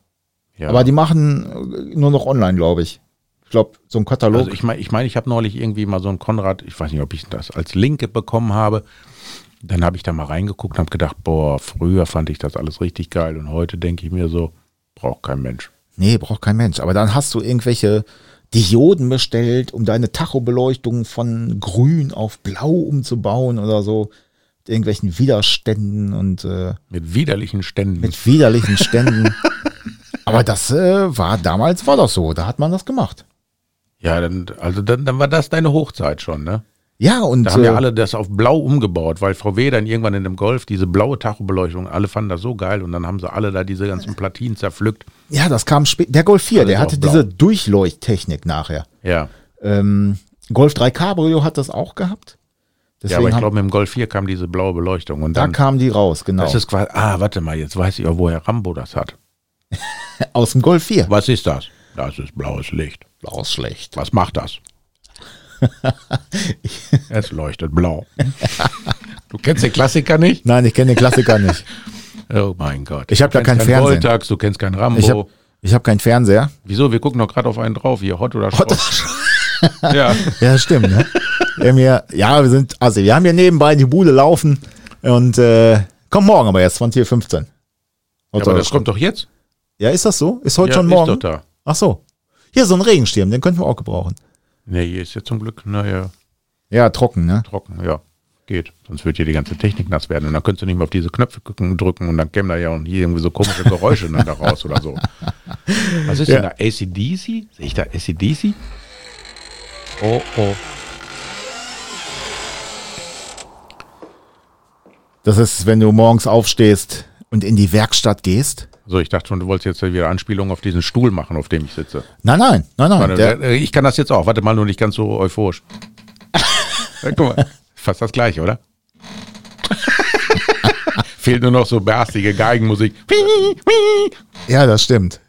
[SPEAKER 3] Ja.
[SPEAKER 2] Aber die machen äh, nur noch online, glaube ich. Ich glaube, so ein Katalog.
[SPEAKER 3] Also ich meine, ich, mein, ich habe neulich irgendwie mal so einen Konrad, ich weiß nicht, ob ich das als Link bekommen habe. Dann habe ich da mal reingeguckt und habe gedacht, boah, früher fand ich das alles richtig geil und heute denke ich mir so, braucht kein Mensch.
[SPEAKER 2] nee, braucht kein Mensch. Aber dann hast du irgendwelche Dioden bestellt, um deine Tachobeleuchtung von grün auf blau umzubauen oder so. Mit irgendwelchen Widerständen und äh,
[SPEAKER 3] Mit widerlichen Ständen.
[SPEAKER 2] mit widerlichen Ständen. Aber das äh, war damals, war das so. Da hat man das gemacht.
[SPEAKER 3] ja, dann, also dann, dann war das deine Hochzeit schon, ne?
[SPEAKER 2] Ja, und
[SPEAKER 3] Da haben ja
[SPEAKER 2] äh,
[SPEAKER 3] alle das auf blau umgebaut, weil VW dann irgendwann in dem Golf diese blaue Tachobeleuchtung, alle fanden das so geil und dann haben sie alle da diese ganzen Platinen zerpflückt.
[SPEAKER 2] ja, das kam später. Der Golf 4,
[SPEAKER 3] Alles
[SPEAKER 2] der hatte
[SPEAKER 3] auf blau.
[SPEAKER 2] diese Durchleuchttechnik nachher.
[SPEAKER 3] Ja.
[SPEAKER 2] Ähm, Golf 3 Cabrio hat das auch gehabt.
[SPEAKER 3] Ja,
[SPEAKER 2] Deswegen
[SPEAKER 3] aber ich
[SPEAKER 2] haben-
[SPEAKER 3] glaube, mit dem Golf 4 kam diese blaue Beleuchtung und
[SPEAKER 2] da
[SPEAKER 3] dann.
[SPEAKER 2] kamen die raus, genau.
[SPEAKER 3] Das ist quasi, ah, warte mal, jetzt weiß ich auch, woher Rambo das hat.
[SPEAKER 2] aus dem Golf 4.
[SPEAKER 3] Was ist das? Das ist blaues Licht.
[SPEAKER 2] Aus schlecht.
[SPEAKER 3] Was macht das? es leuchtet blau. Du kennst den Klassiker nicht?
[SPEAKER 2] Nein, ich kenne den Klassiker nicht.
[SPEAKER 3] Oh mein Gott.
[SPEAKER 2] Ich hab
[SPEAKER 3] Du
[SPEAKER 2] ja
[SPEAKER 3] kennst
[SPEAKER 2] keinen Fernsehen.
[SPEAKER 3] Voltax, du kennst keinen
[SPEAKER 2] Ich habe
[SPEAKER 3] Rambo.
[SPEAKER 2] ich hab keinen Fernseher.
[SPEAKER 3] Wieso? Wir gucken doch gerade auf einen drauf hier. Hot oder Schrott? ja.
[SPEAKER 2] Ja, stimmt. Ne? wir haben hier, ja, wir sind, also wir haben hier nebenbei die Bude laufen und äh, kommt morgen aber erst, 20.15 Uhr.
[SPEAKER 3] Aber das kommt doch jetzt.
[SPEAKER 2] ja, ist das so? Ist heute
[SPEAKER 3] Ja,
[SPEAKER 2] schon
[SPEAKER 3] ist
[SPEAKER 2] morgen?
[SPEAKER 3] doch da.
[SPEAKER 2] Ach so. Hier, so ein Regenschirm, den könnten wir auch gebrauchen.
[SPEAKER 3] Nee, hier ist ja zum Glück, naja,
[SPEAKER 2] Ja, trocken, ne?
[SPEAKER 3] trocken, ja. Geht. Sonst wird hier die ganze Technik nass werden. Und dann könntest du nicht mehr auf diese Knöpfe gucken- drücken und dann kämen da ja und hier irgendwie so komische Geräusche dann da raus oder so. Was ist denn da? ACDC? Sehe ich da ACDC? Oh, oh.
[SPEAKER 2] Das ist, wenn du morgens aufstehst und in die Werkstatt gehst
[SPEAKER 3] So, ich dachte schon, du wolltest jetzt wieder Anspielung auf diesen Stuhl machen, auf dem ich sitze.
[SPEAKER 2] Nein, nein, nein, nein.
[SPEAKER 3] Warte,
[SPEAKER 2] der,
[SPEAKER 3] äh, ich kann das jetzt auch. Warte mal, nur nicht ganz so euphorisch. ja, guck mal, fast das gleiche, oder? Fehlt nur noch so berstige Geigenmusik.
[SPEAKER 2] ja, das stimmt.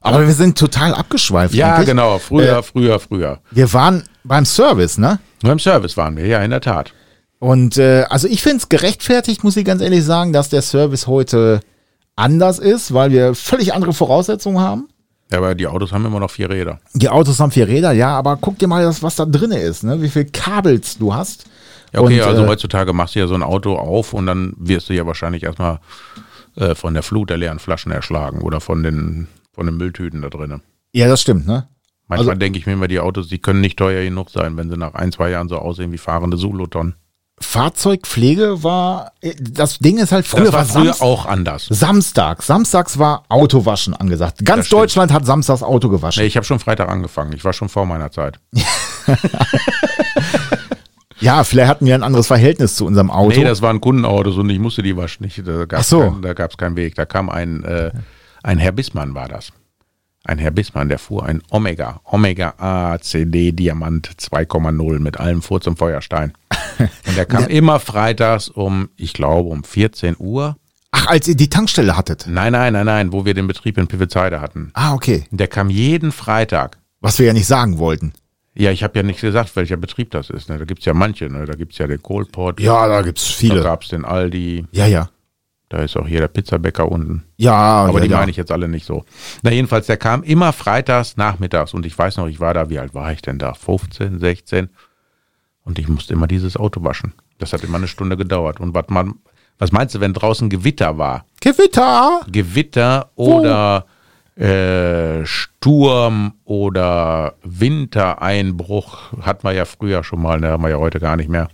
[SPEAKER 2] Aber wir sind total abgeschweift.
[SPEAKER 3] ja,
[SPEAKER 2] eigentlich.
[SPEAKER 3] genau. Früher,
[SPEAKER 2] Äh,
[SPEAKER 3] früher, früher.
[SPEAKER 2] wir waren beim Service, ne?
[SPEAKER 3] Beim Service waren wir, ja, in der Tat.
[SPEAKER 2] Und äh, also ich finde es gerechtfertigt, muss ich ganz ehrlich sagen, dass der Service heute anders ist, weil wir völlig andere Voraussetzungen haben.
[SPEAKER 3] Ja, aber die Autos haben immer noch vier Räder.
[SPEAKER 2] Die Autos haben vier Räder, ja, aber guck dir mal, das, was da drin ist, ne? wie viel Kabels du hast.
[SPEAKER 3] Ja, okay,
[SPEAKER 2] Und,
[SPEAKER 3] also
[SPEAKER 2] äh,
[SPEAKER 3] heutzutage machst du ja so ein Auto auf und dann wirst du ja wahrscheinlich erstmal äh, von der Flut der leeren Flaschen erschlagen oder von den, von den Mülltüten da drinnen.
[SPEAKER 2] ja, das stimmt, ne?
[SPEAKER 3] Manchmal
[SPEAKER 2] Also-
[SPEAKER 3] denke ich mir immer, die Autos, die können nicht teuer genug sein, wenn sie nach ein, zwei Jahren so aussehen wie fahrende Solotonnen.
[SPEAKER 2] Fahrzeugpflege war, äh, das Ding ist halt früher
[SPEAKER 3] Das war früher
[SPEAKER 2] Samst-
[SPEAKER 3] auch anders.
[SPEAKER 2] Samstags. Samstags war Autowaschen angesagt. Ganz
[SPEAKER 3] Das stimmt.
[SPEAKER 2] Deutschland hat samstags Auto gewaschen.
[SPEAKER 3] Nee, ich habe schon Freitag angefangen. Ich war schon vor meiner Zeit.
[SPEAKER 2] Ja, vielleicht hatten wir ein anderes Verhältnis zu unserem Auto.
[SPEAKER 3] Nee, das waren Kundenautos und ich musste die waschen. Ich, da gab
[SPEAKER 2] Ach
[SPEAKER 3] es
[SPEAKER 2] so.
[SPEAKER 3] keinen, da gab's keinen Weg. Da kam ein, äh, ein Herr Bissmann war das. Ein Herr Bissmann, der fuhr ein Omega, Omega ACD Diamant 2,0 mit allem vor zum Feuerstein. Und der kam immer freitags um, ich glaube, um 14 Uhr.
[SPEAKER 2] Ach, als ihr die Tankstelle hattet.
[SPEAKER 3] Nein, nein, nein, nein, wo wir den Betrieb in Pivezeide hatten.
[SPEAKER 2] Ah, okay.
[SPEAKER 3] Der kam jeden Freitag.
[SPEAKER 2] Was wir ja nicht sagen wollten.
[SPEAKER 3] Ja, ich habe ja nicht gesagt, welcher Betrieb das ist. Ne? Da gibt's ja manche. Ne? Da gibt's ja den Coldport,
[SPEAKER 2] Ja, da gibt's
[SPEAKER 3] da
[SPEAKER 2] viele.
[SPEAKER 3] gab's den Aldi,
[SPEAKER 2] Ja, ja.
[SPEAKER 3] da ist auch hier der Pizzabäcker unten.
[SPEAKER 2] Ja,
[SPEAKER 3] Aber
[SPEAKER 2] ja,
[SPEAKER 3] die
[SPEAKER 2] ja.
[SPEAKER 3] meine ich jetzt alle nicht so. Na, jedenfalls, der kam immer freitags nachmittags und ich weiß noch, ich war da, wie alt war ich denn da? 15, 16. Und ich musste immer dieses Auto waschen. Das hat immer eine Stunde gedauert. Und was, man, was meinst du, wenn draußen Gewitter war?
[SPEAKER 2] Gewitter.
[SPEAKER 3] Gewitter oder äh, Sturm oder Wintereinbruch hat man ja früher schon mal, ne, haben wir ja heute gar nicht mehr.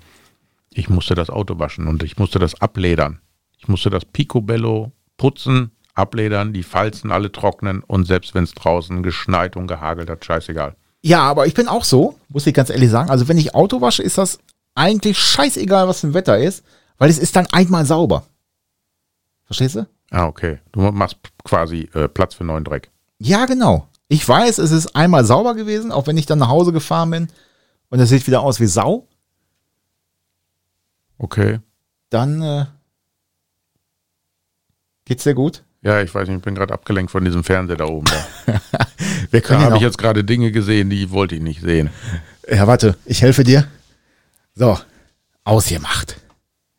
[SPEAKER 3] Ich musste das Auto waschen und ich musste das abledern. Ich musste das Picobello putzen, abledern, die Falzen alle trocknen und selbst wenn es draußen geschneit und gehagelt hat, scheißegal.
[SPEAKER 2] Ja, aber ich bin auch so, muss ich ganz ehrlich sagen. Also wenn ich Auto wasche, ist das eigentlich scheißegal, was für ein Wetter ist, weil es ist dann einmal sauber. Verstehst du?
[SPEAKER 3] Ah, okay. Du machst quasi äh, Platz für neuen Dreck.
[SPEAKER 2] Ja, genau. Ich weiß, es ist einmal sauber gewesen, auch wenn ich dann nach Hause gefahren bin und es sieht wieder aus wie Sau,
[SPEAKER 3] Okay.
[SPEAKER 2] dann äh, geht's dir gut.
[SPEAKER 3] Ja, ich weiß nicht, ich bin gerade abgelenkt von diesem Fernseher da oben. Da,
[SPEAKER 2] Wir
[SPEAKER 3] da
[SPEAKER 2] können ja
[SPEAKER 3] habe ich
[SPEAKER 2] noch.
[SPEAKER 3] jetzt gerade Dinge gesehen, die wollte ich nicht sehen.
[SPEAKER 2] Ja, warte, ich helfe dir. So, ausgemacht.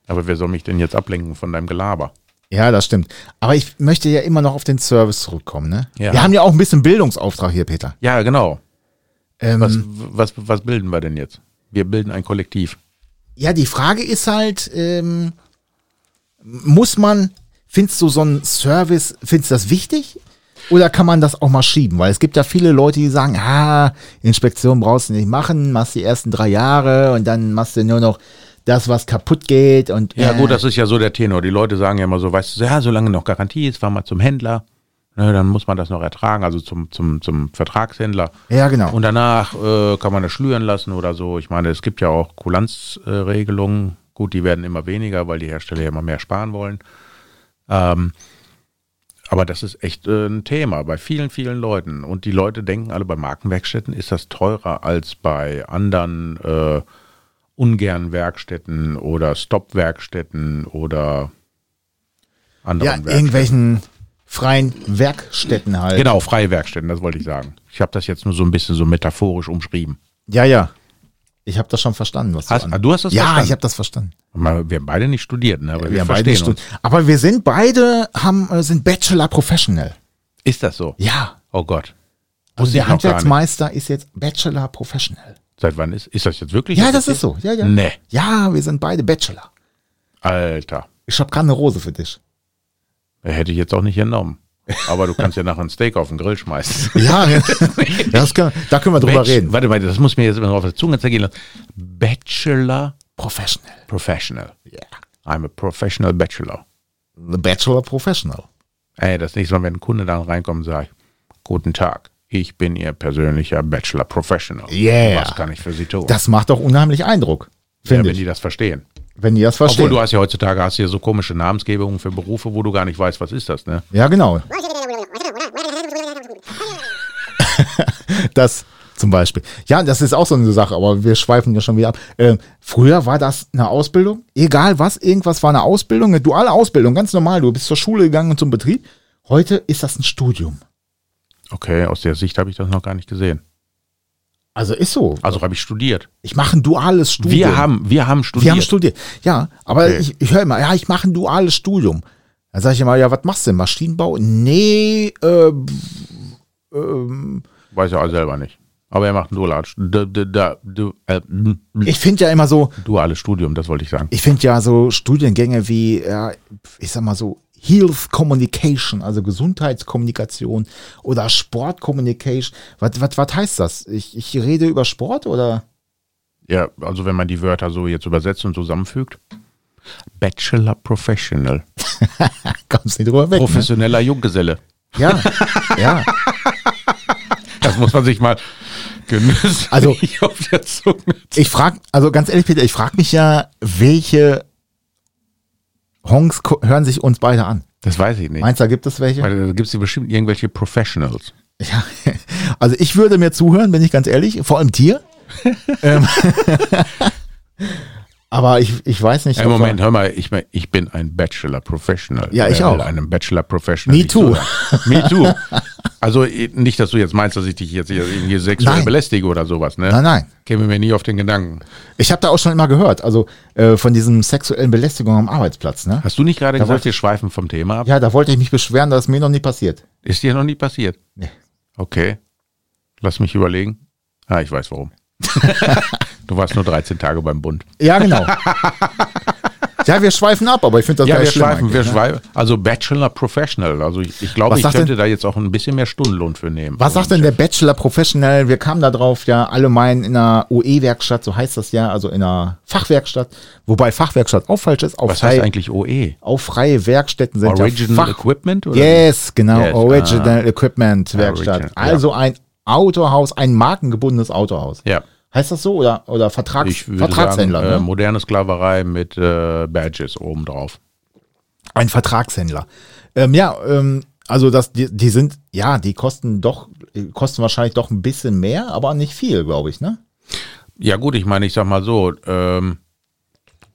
[SPEAKER 3] Aber wer soll mich denn jetzt ablenken von deinem Gelaber?
[SPEAKER 2] Ja, das stimmt. Aber ich möchte ja immer noch auf den Service zurückkommen, ne?
[SPEAKER 3] Ja.
[SPEAKER 2] Wir haben ja auch ein bisschen Bildungsauftrag hier, Peter.
[SPEAKER 3] Ja, genau.
[SPEAKER 2] Ähm,
[SPEAKER 3] Was, was, was bilden wir denn jetzt? Wir bilden ein Kollektiv.
[SPEAKER 2] Ja, die Frage ist halt, ähm, muss man, findest du so einen Service, findest du das wichtig? Oder kann man das auch mal schieben? Weil es gibt ja viele Leute, die sagen, ah, Inspektion brauchst du nicht machen, machst die ersten drei Jahre und dann machst du nur noch das, was kaputt geht und
[SPEAKER 3] Ja,
[SPEAKER 2] äh,
[SPEAKER 3] gut, das ist ja so der Tenor. Die Leute sagen ja immer so, weißt du, ja, solange noch Garantie ist, fahr mal zum Händler. Ne, dann muss man das noch ertragen, also zum, zum, zum Vertragshändler.
[SPEAKER 2] Ja, genau.
[SPEAKER 3] Und danach äh, kann man das schlüren lassen oder so. Ich meine, es gibt ja auch Kulanzregelungen. Gut, die werden immer weniger, weil die Hersteller ja immer mehr sparen wollen. Ähm, aber das ist echt äh, ein Thema bei vielen, vielen Leuten. Und die Leute denken alle, bei Markenwerkstätten ist das teurer als bei anderen äh, ungern Werkstätten oder Stop-Werkstätten oder
[SPEAKER 2] ja,
[SPEAKER 3] anderen Werkstätten.
[SPEAKER 2] irgendwelchen freien Werkstätten halt.
[SPEAKER 3] Genau, freie Werkstätten, das wollte ich sagen. Ich habe das jetzt nur so ein bisschen so metaphorisch umschrieben.
[SPEAKER 2] Ja, ja. Ich habe das schon verstanden, was
[SPEAKER 3] Hast-
[SPEAKER 2] du,
[SPEAKER 3] ah, du hast das
[SPEAKER 2] Ja,
[SPEAKER 3] verstanden?
[SPEAKER 2] ich habe das verstanden.
[SPEAKER 3] Mal, Wir haben beide nicht studiert, ne? aber wir,
[SPEAKER 2] haben
[SPEAKER 3] verstehen
[SPEAKER 2] stud-
[SPEAKER 3] uns.
[SPEAKER 2] Aber wir sind beide, haben, äh, sind Bachelor Professional.
[SPEAKER 3] Ist das so?
[SPEAKER 2] Ja,
[SPEAKER 3] Oh Gott.
[SPEAKER 2] Also
[SPEAKER 3] Wusste
[SPEAKER 2] der
[SPEAKER 3] ich noch gar nicht.
[SPEAKER 2] Handwerksmeister ist jetzt Bachelor Professional.
[SPEAKER 3] Seit wann ist, ist das jetzt wirklich?
[SPEAKER 2] Ja, das ist so. Ja, ja.
[SPEAKER 3] Nee.
[SPEAKER 2] Ja, wir sind beide Bachelor.
[SPEAKER 3] Alter,
[SPEAKER 2] Ich habe gerade eine Rose für dich.
[SPEAKER 3] hätte ich jetzt auch nicht genommen. Aber du kannst ja nachher ein Steak auf den Grill schmeißen.
[SPEAKER 2] Ja, das können, da können wir drüber
[SPEAKER 3] Bach-
[SPEAKER 2] reden.
[SPEAKER 3] Warte mal, das muss mir jetzt immer noch auf der Zunge zergehen lassen. Bachelor
[SPEAKER 2] Professional.
[SPEAKER 3] Professional.
[SPEAKER 2] Yeah.
[SPEAKER 3] I'm a professional bachelor.
[SPEAKER 2] The Bachelor Professional.
[SPEAKER 3] Ey, das nächste Mal, wenn ein Kunde dann reinkommt, sage ich, guten Tag, ich bin Ihr persönlicher Bachelor Professional.
[SPEAKER 2] Yeah.
[SPEAKER 3] Was kann ich für Sie tun?
[SPEAKER 2] Das macht doch unheimlich Eindruck.
[SPEAKER 3] ja,
[SPEAKER 2] Finde
[SPEAKER 3] wenn
[SPEAKER 2] ich.
[SPEAKER 3] die das verstehen.
[SPEAKER 2] wenn die das
[SPEAKER 3] Obwohl
[SPEAKER 2] verstehen.
[SPEAKER 3] du hast ja heutzutage hast ja so komische Namensgebungen für Berufe, wo du gar nicht weißt, was ist das, ne?
[SPEAKER 2] Ja, genau. das zum Beispiel. Ja, das ist auch so eine Sache, aber wir schweifen ja schon wieder ab. Ähm, früher war das eine Ausbildung, egal was, irgendwas war eine Ausbildung, eine duale Ausbildung, ganz normal. Du bist zur Schule gegangen und zum Betrieb. Heute ist das ein Studium.
[SPEAKER 3] Okay, aus der Sicht habe ich das noch gar nicht gesehen.
[SPEAKER 2] Also ist so.
[SPEAKER 3] Also habe ich studiert.
[SPEAKER 2] Ich mache ein duales Studium.
[SPEAKER 3] Wir haben, wir haben studiert.
[SPEAKER 2] Wir haben studiert. Ja, aber
[SPEAKER 3] Okay.
[SPEAKER 2] ich, ich höre immer, ja, ich mache ein duales Studium. Dann sage ich immer, ja, was machst du denn? Maschinenbau? Nee, äh,
[SPEAKER 3] Weiß ja auch selber nicht. Aber er macht ein duales, d- d- d- d- äh, m- m-
[SPEAKER 2] ich finde ja immer so,
[SPEAKER 3] duales Studium, das wollte ich sagen.
[SPEAKER 2] Ich finde ja so Studiengänge wie, ja, ich sag mal so, Health Communication, also Gesundheitskommunikation oder Sport Communication. Was, was, was heißt das? Ich, ich rede über Sport oder?
[SPEAKER 3] Ja, also wenn man die Wörter so jetzt übersetzt und zusammenfügt. Bachelor Professional.
[SPEAKER 2] Kommst nicht drüber weg. Ne?
[SPEAKER 3] Professioneller Junggeselle.
[SPEAKER 2] Ja, ja.
[SPEAKER 3] Das muss man sich mal genüsslich
[SPEAKER 2] Also-
[SPEAKER 3] auf der Zunge
[SPEAKER 2] Ich frage, also ganz ehrlich, Peter, ich frage mich ja, welche Honks ko- hören sich uns beide an?
[SPEAKER 3] Das weiß ich nicht.
[SPEAKER 2] Meinst du, da gibt es welche?
[SPEAKER 3] Weil äh, da gibt es bestimmt irgendwelche Professionals.
[SPEAKER 2] Ja, also ich würde mir zuhören, bin ich ganz ehrlich, vor allem dir. ähm, aber ich, ich weiß nicht.
[SPEAKER 3] Im
[SPEAKER 2] ob wir-
[SPEAKER 3] Moment, hör mal, ich, mein, ich bin ein Bachelor Professional.
[SPEAKER 2] Ja, ich
[SPEAKER 3] Wer will
[SPEAKER 2] auch.
[SPEAKER 3] Einem Bachelor Professional.
[SPEAKER 2] Me
[SPEAKER 3] nicht
[SPEAKER 2] too.
[SPEAKER 3] zuhören? Me too. Also eh, nicht, dass du jetzt meinst, dass ich dich jetzt hier irgendwie sexuell
[SPEAKER 2] Nein.
[SPEAKER 3] belästige oder sowas, ne?
[SPEAKER 2] Nein, nein.
[SPEAKER 3] Käme mir nie auf den Gedanken.
[SPEAKER 2] Ich habe da auch schon immer gehört, also äh, von diesem sexuellen Belästigung am Arbeitsplatz. Ne?
[SPEAKER 3] Hast du nicht gerade
[SPEAKER 2] wollte-
[SPEAKER 3] gesagt, wir schweifen vom Thema ab?
[SPEAKER 2] Ja, da wollte ich mich beschweren, dass mir noch nie passiert.
[SPEAKER 3] Ist dir noch nie passiert?
[SPEAKER 2] Nee.
[SPEAKER 3] Okay. Lass mich überlegen. Ah, ich weiß warum. du warst nur 13 Tage beim Bund.
[SPEAKER 2] Ja, genau. ja, wir schweifen ab, aber ich finde das
[SPEAKER 3] Ja,
[SPEAKER 2] gar
[SPEAKER 3] wir
[SPEAKER 2] nicht schlimm
[SPEAKER 3] schweifen, wir
[SPEAKER 2] eigentlich, ne?
[SPEAKER 3] schweifen. Also Bachelor Professional. Also ich, ich glaube,
[SPEAKER 2] Was
[SPEAKER 3] ich
[SPEAKER 2] sagt
[SPEAKER 3] könnte da jetzt auch ein bisschen mehr Stundenlohn für nehmen.
[SPEAKER 2] Was sagt denn der Bachelor Professional? Wir kamen da drauf, ja, alle meinen in einer OE-Werkstatt, so heißt das ja, also in einer Fachwerkstatt, wobei Fachwerkstatt auch falsch ist. Auch
[SPEAKER 3] Was
[SPEAKER 2] frei-
[SPEAKER 3] heißt eigentlich OE?
[SPEAKER 2] Auch freie Werkstätten sind
[SPEAKER 3] Original
[SPEAKER 2] ja Fach
[SPEAKER 3] Equipment? Oder?
[SPEAKER 2] Yes, genau.
[SPEAKER 3] Yes, ah.
[SPEAKER 2] Original Equipment Werkstatt.
[SPEAKER 3] Original, ja.
[SPEAKER 2] also ein Autohaus, ein markengebundenes Autohaus.
[SPEAKER 3] Ja.
[SPEAKER 2] Heißt das so oder oder Vertrags
[SPEAKER 3] Ich würde sagen,
[SPEAKER 2] Vertragshändler?
[SPEAKER 3] äh,
[SPEAKER 2] ne?
[SPEAKER 3] moderne Sklaverei mit äh, Badges obendrauf.
[SPEAKER 2] Ein Vertragshändler. Ähm, ja, ähm, also das, die, die sind ja, die kosten doch äh, kosten wahrscheinlich doch ein bisschen mehr, aber nicht viel, glaube ich. Ne?
[SPEAKER 3] Ja gut, ich meine, ich sag mal so, ähm,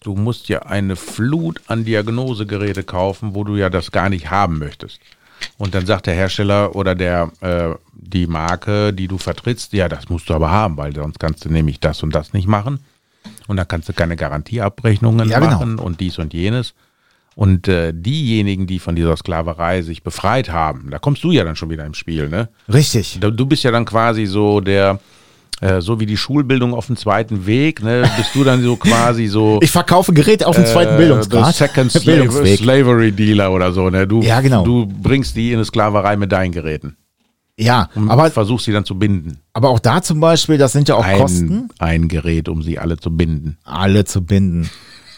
[SPEAKER 3] du musst ja eine Flut an Diagnosegeräte kaufen, wo du ja das gar nicht haben möchtest. Und dann sagt der Hersteller oder der äh, die Marke, die du vertrittst, ja, das musst du aber haben, weil sonst kannst du nämlich das und das nicht machen. Und dann kannst du keine Garantieabrechnungen
[SPEAKER 2] Ja, genau.
[SPEAKER 3] machen und dies und jenes. Und äh, diejenigen, die von dieser Sklaverei sich befreit haben, da kommst du ja dann schon wieder im Spiel, ne?
[SPEAKER 2] Richtig.
[SPEAKER 3] Du du bist ja dann quasi so der, äh, so wie die Schulbildung auf dem zweiten Weg, ne? Bist du dann so quasi so.
[SPEAKER 2] Ich verkaufe Geräte auf dem zweiten
[SPEAKER 3] äh,
[SPEAKER 2] Bildungsgrad.
[SPEAKER 3] the Second Slave Slavery Dealer oder so, ne? Du,
[SPEAKER 2] Ja, genau.
[SPEAKER 3] Du bringst die in eine Sklaverei mit deinen Geräten.
[SPEAKER 2] Ja,
[SPEAKER 3] Und
[SPEAKER 2] aber,
[SPEAKER 3] versuchst sie dann zu binden.
[SPEAKER 2] aber auch da zum Beispiel, das sind ja auch
[SPEAKER 3] Ein,
[SPEAKER 2] Kosten.
[SPEAKER 3] ein Gerät, um sie alle zu binden.
[SPEAKER 2] alle zu binden.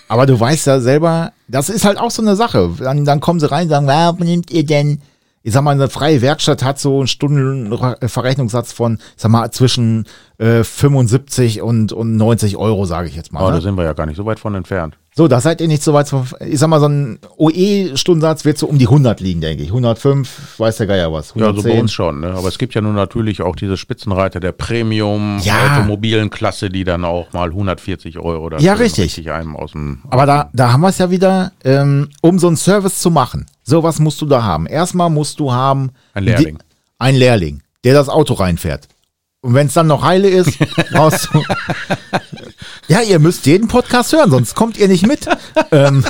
[SPEAKER 2] Aber du weißt ja selber, das ist halt auch so eine Sache. Dann, dann kommen sie rein und sagen, warum nehmt ihr denn? Ich sag mal, eine freie Werkstatt hat so einen Stundenverrechnungssatz von, ich sag mal, zwischen äh, 75 und, und 90 Euro, sage ich jetzt
[SPEAKER 3] Oh,
[SPEAKER 2] mal.
[SPEAKER 3] da
[SPEAKER 2] Ne?
[SPEAKER 3] sind wir ja gar nicht so weit von entfernt.
[SPEAKER 2] So, da seid ihr nicht so weit. vom- Ich sag mal, so ein OE-Stundensatz wird so um die 100 liegen, denke ich. 105, weiß der Geier was.
[SPEAKER 3] Ja, so
[SPEAKER 2] 110.
[SPEAKER 3] bei uns schon, ne? Aber es gibt ja nun natürlich auch diese Spitzenreiter der Premium
[SPEAKER 2] Ja.
[SPEAKER 3] automobilen Klasse, die dann auch mal 140 Euro da
[SPEAKER 2] Ja, richtig.
[SPEAKER 3] richtig einem aus dem
[SPEAKER 2] Aber da, da haben wir es ja wieder, ähm, um so einen Service zu machen. So was musst du da haben. Erstmal musst du haben
[SPEAKER 3] Ein Lehrling.
[SPEAKER 2] Die, ein Lehrling, der das Auto reinfährt. Und wenn es dann noch heile ist, brauchst du. Ja, ihr müsst jeden Podcast hören, sonst kommt ihr nicht mit. ähm,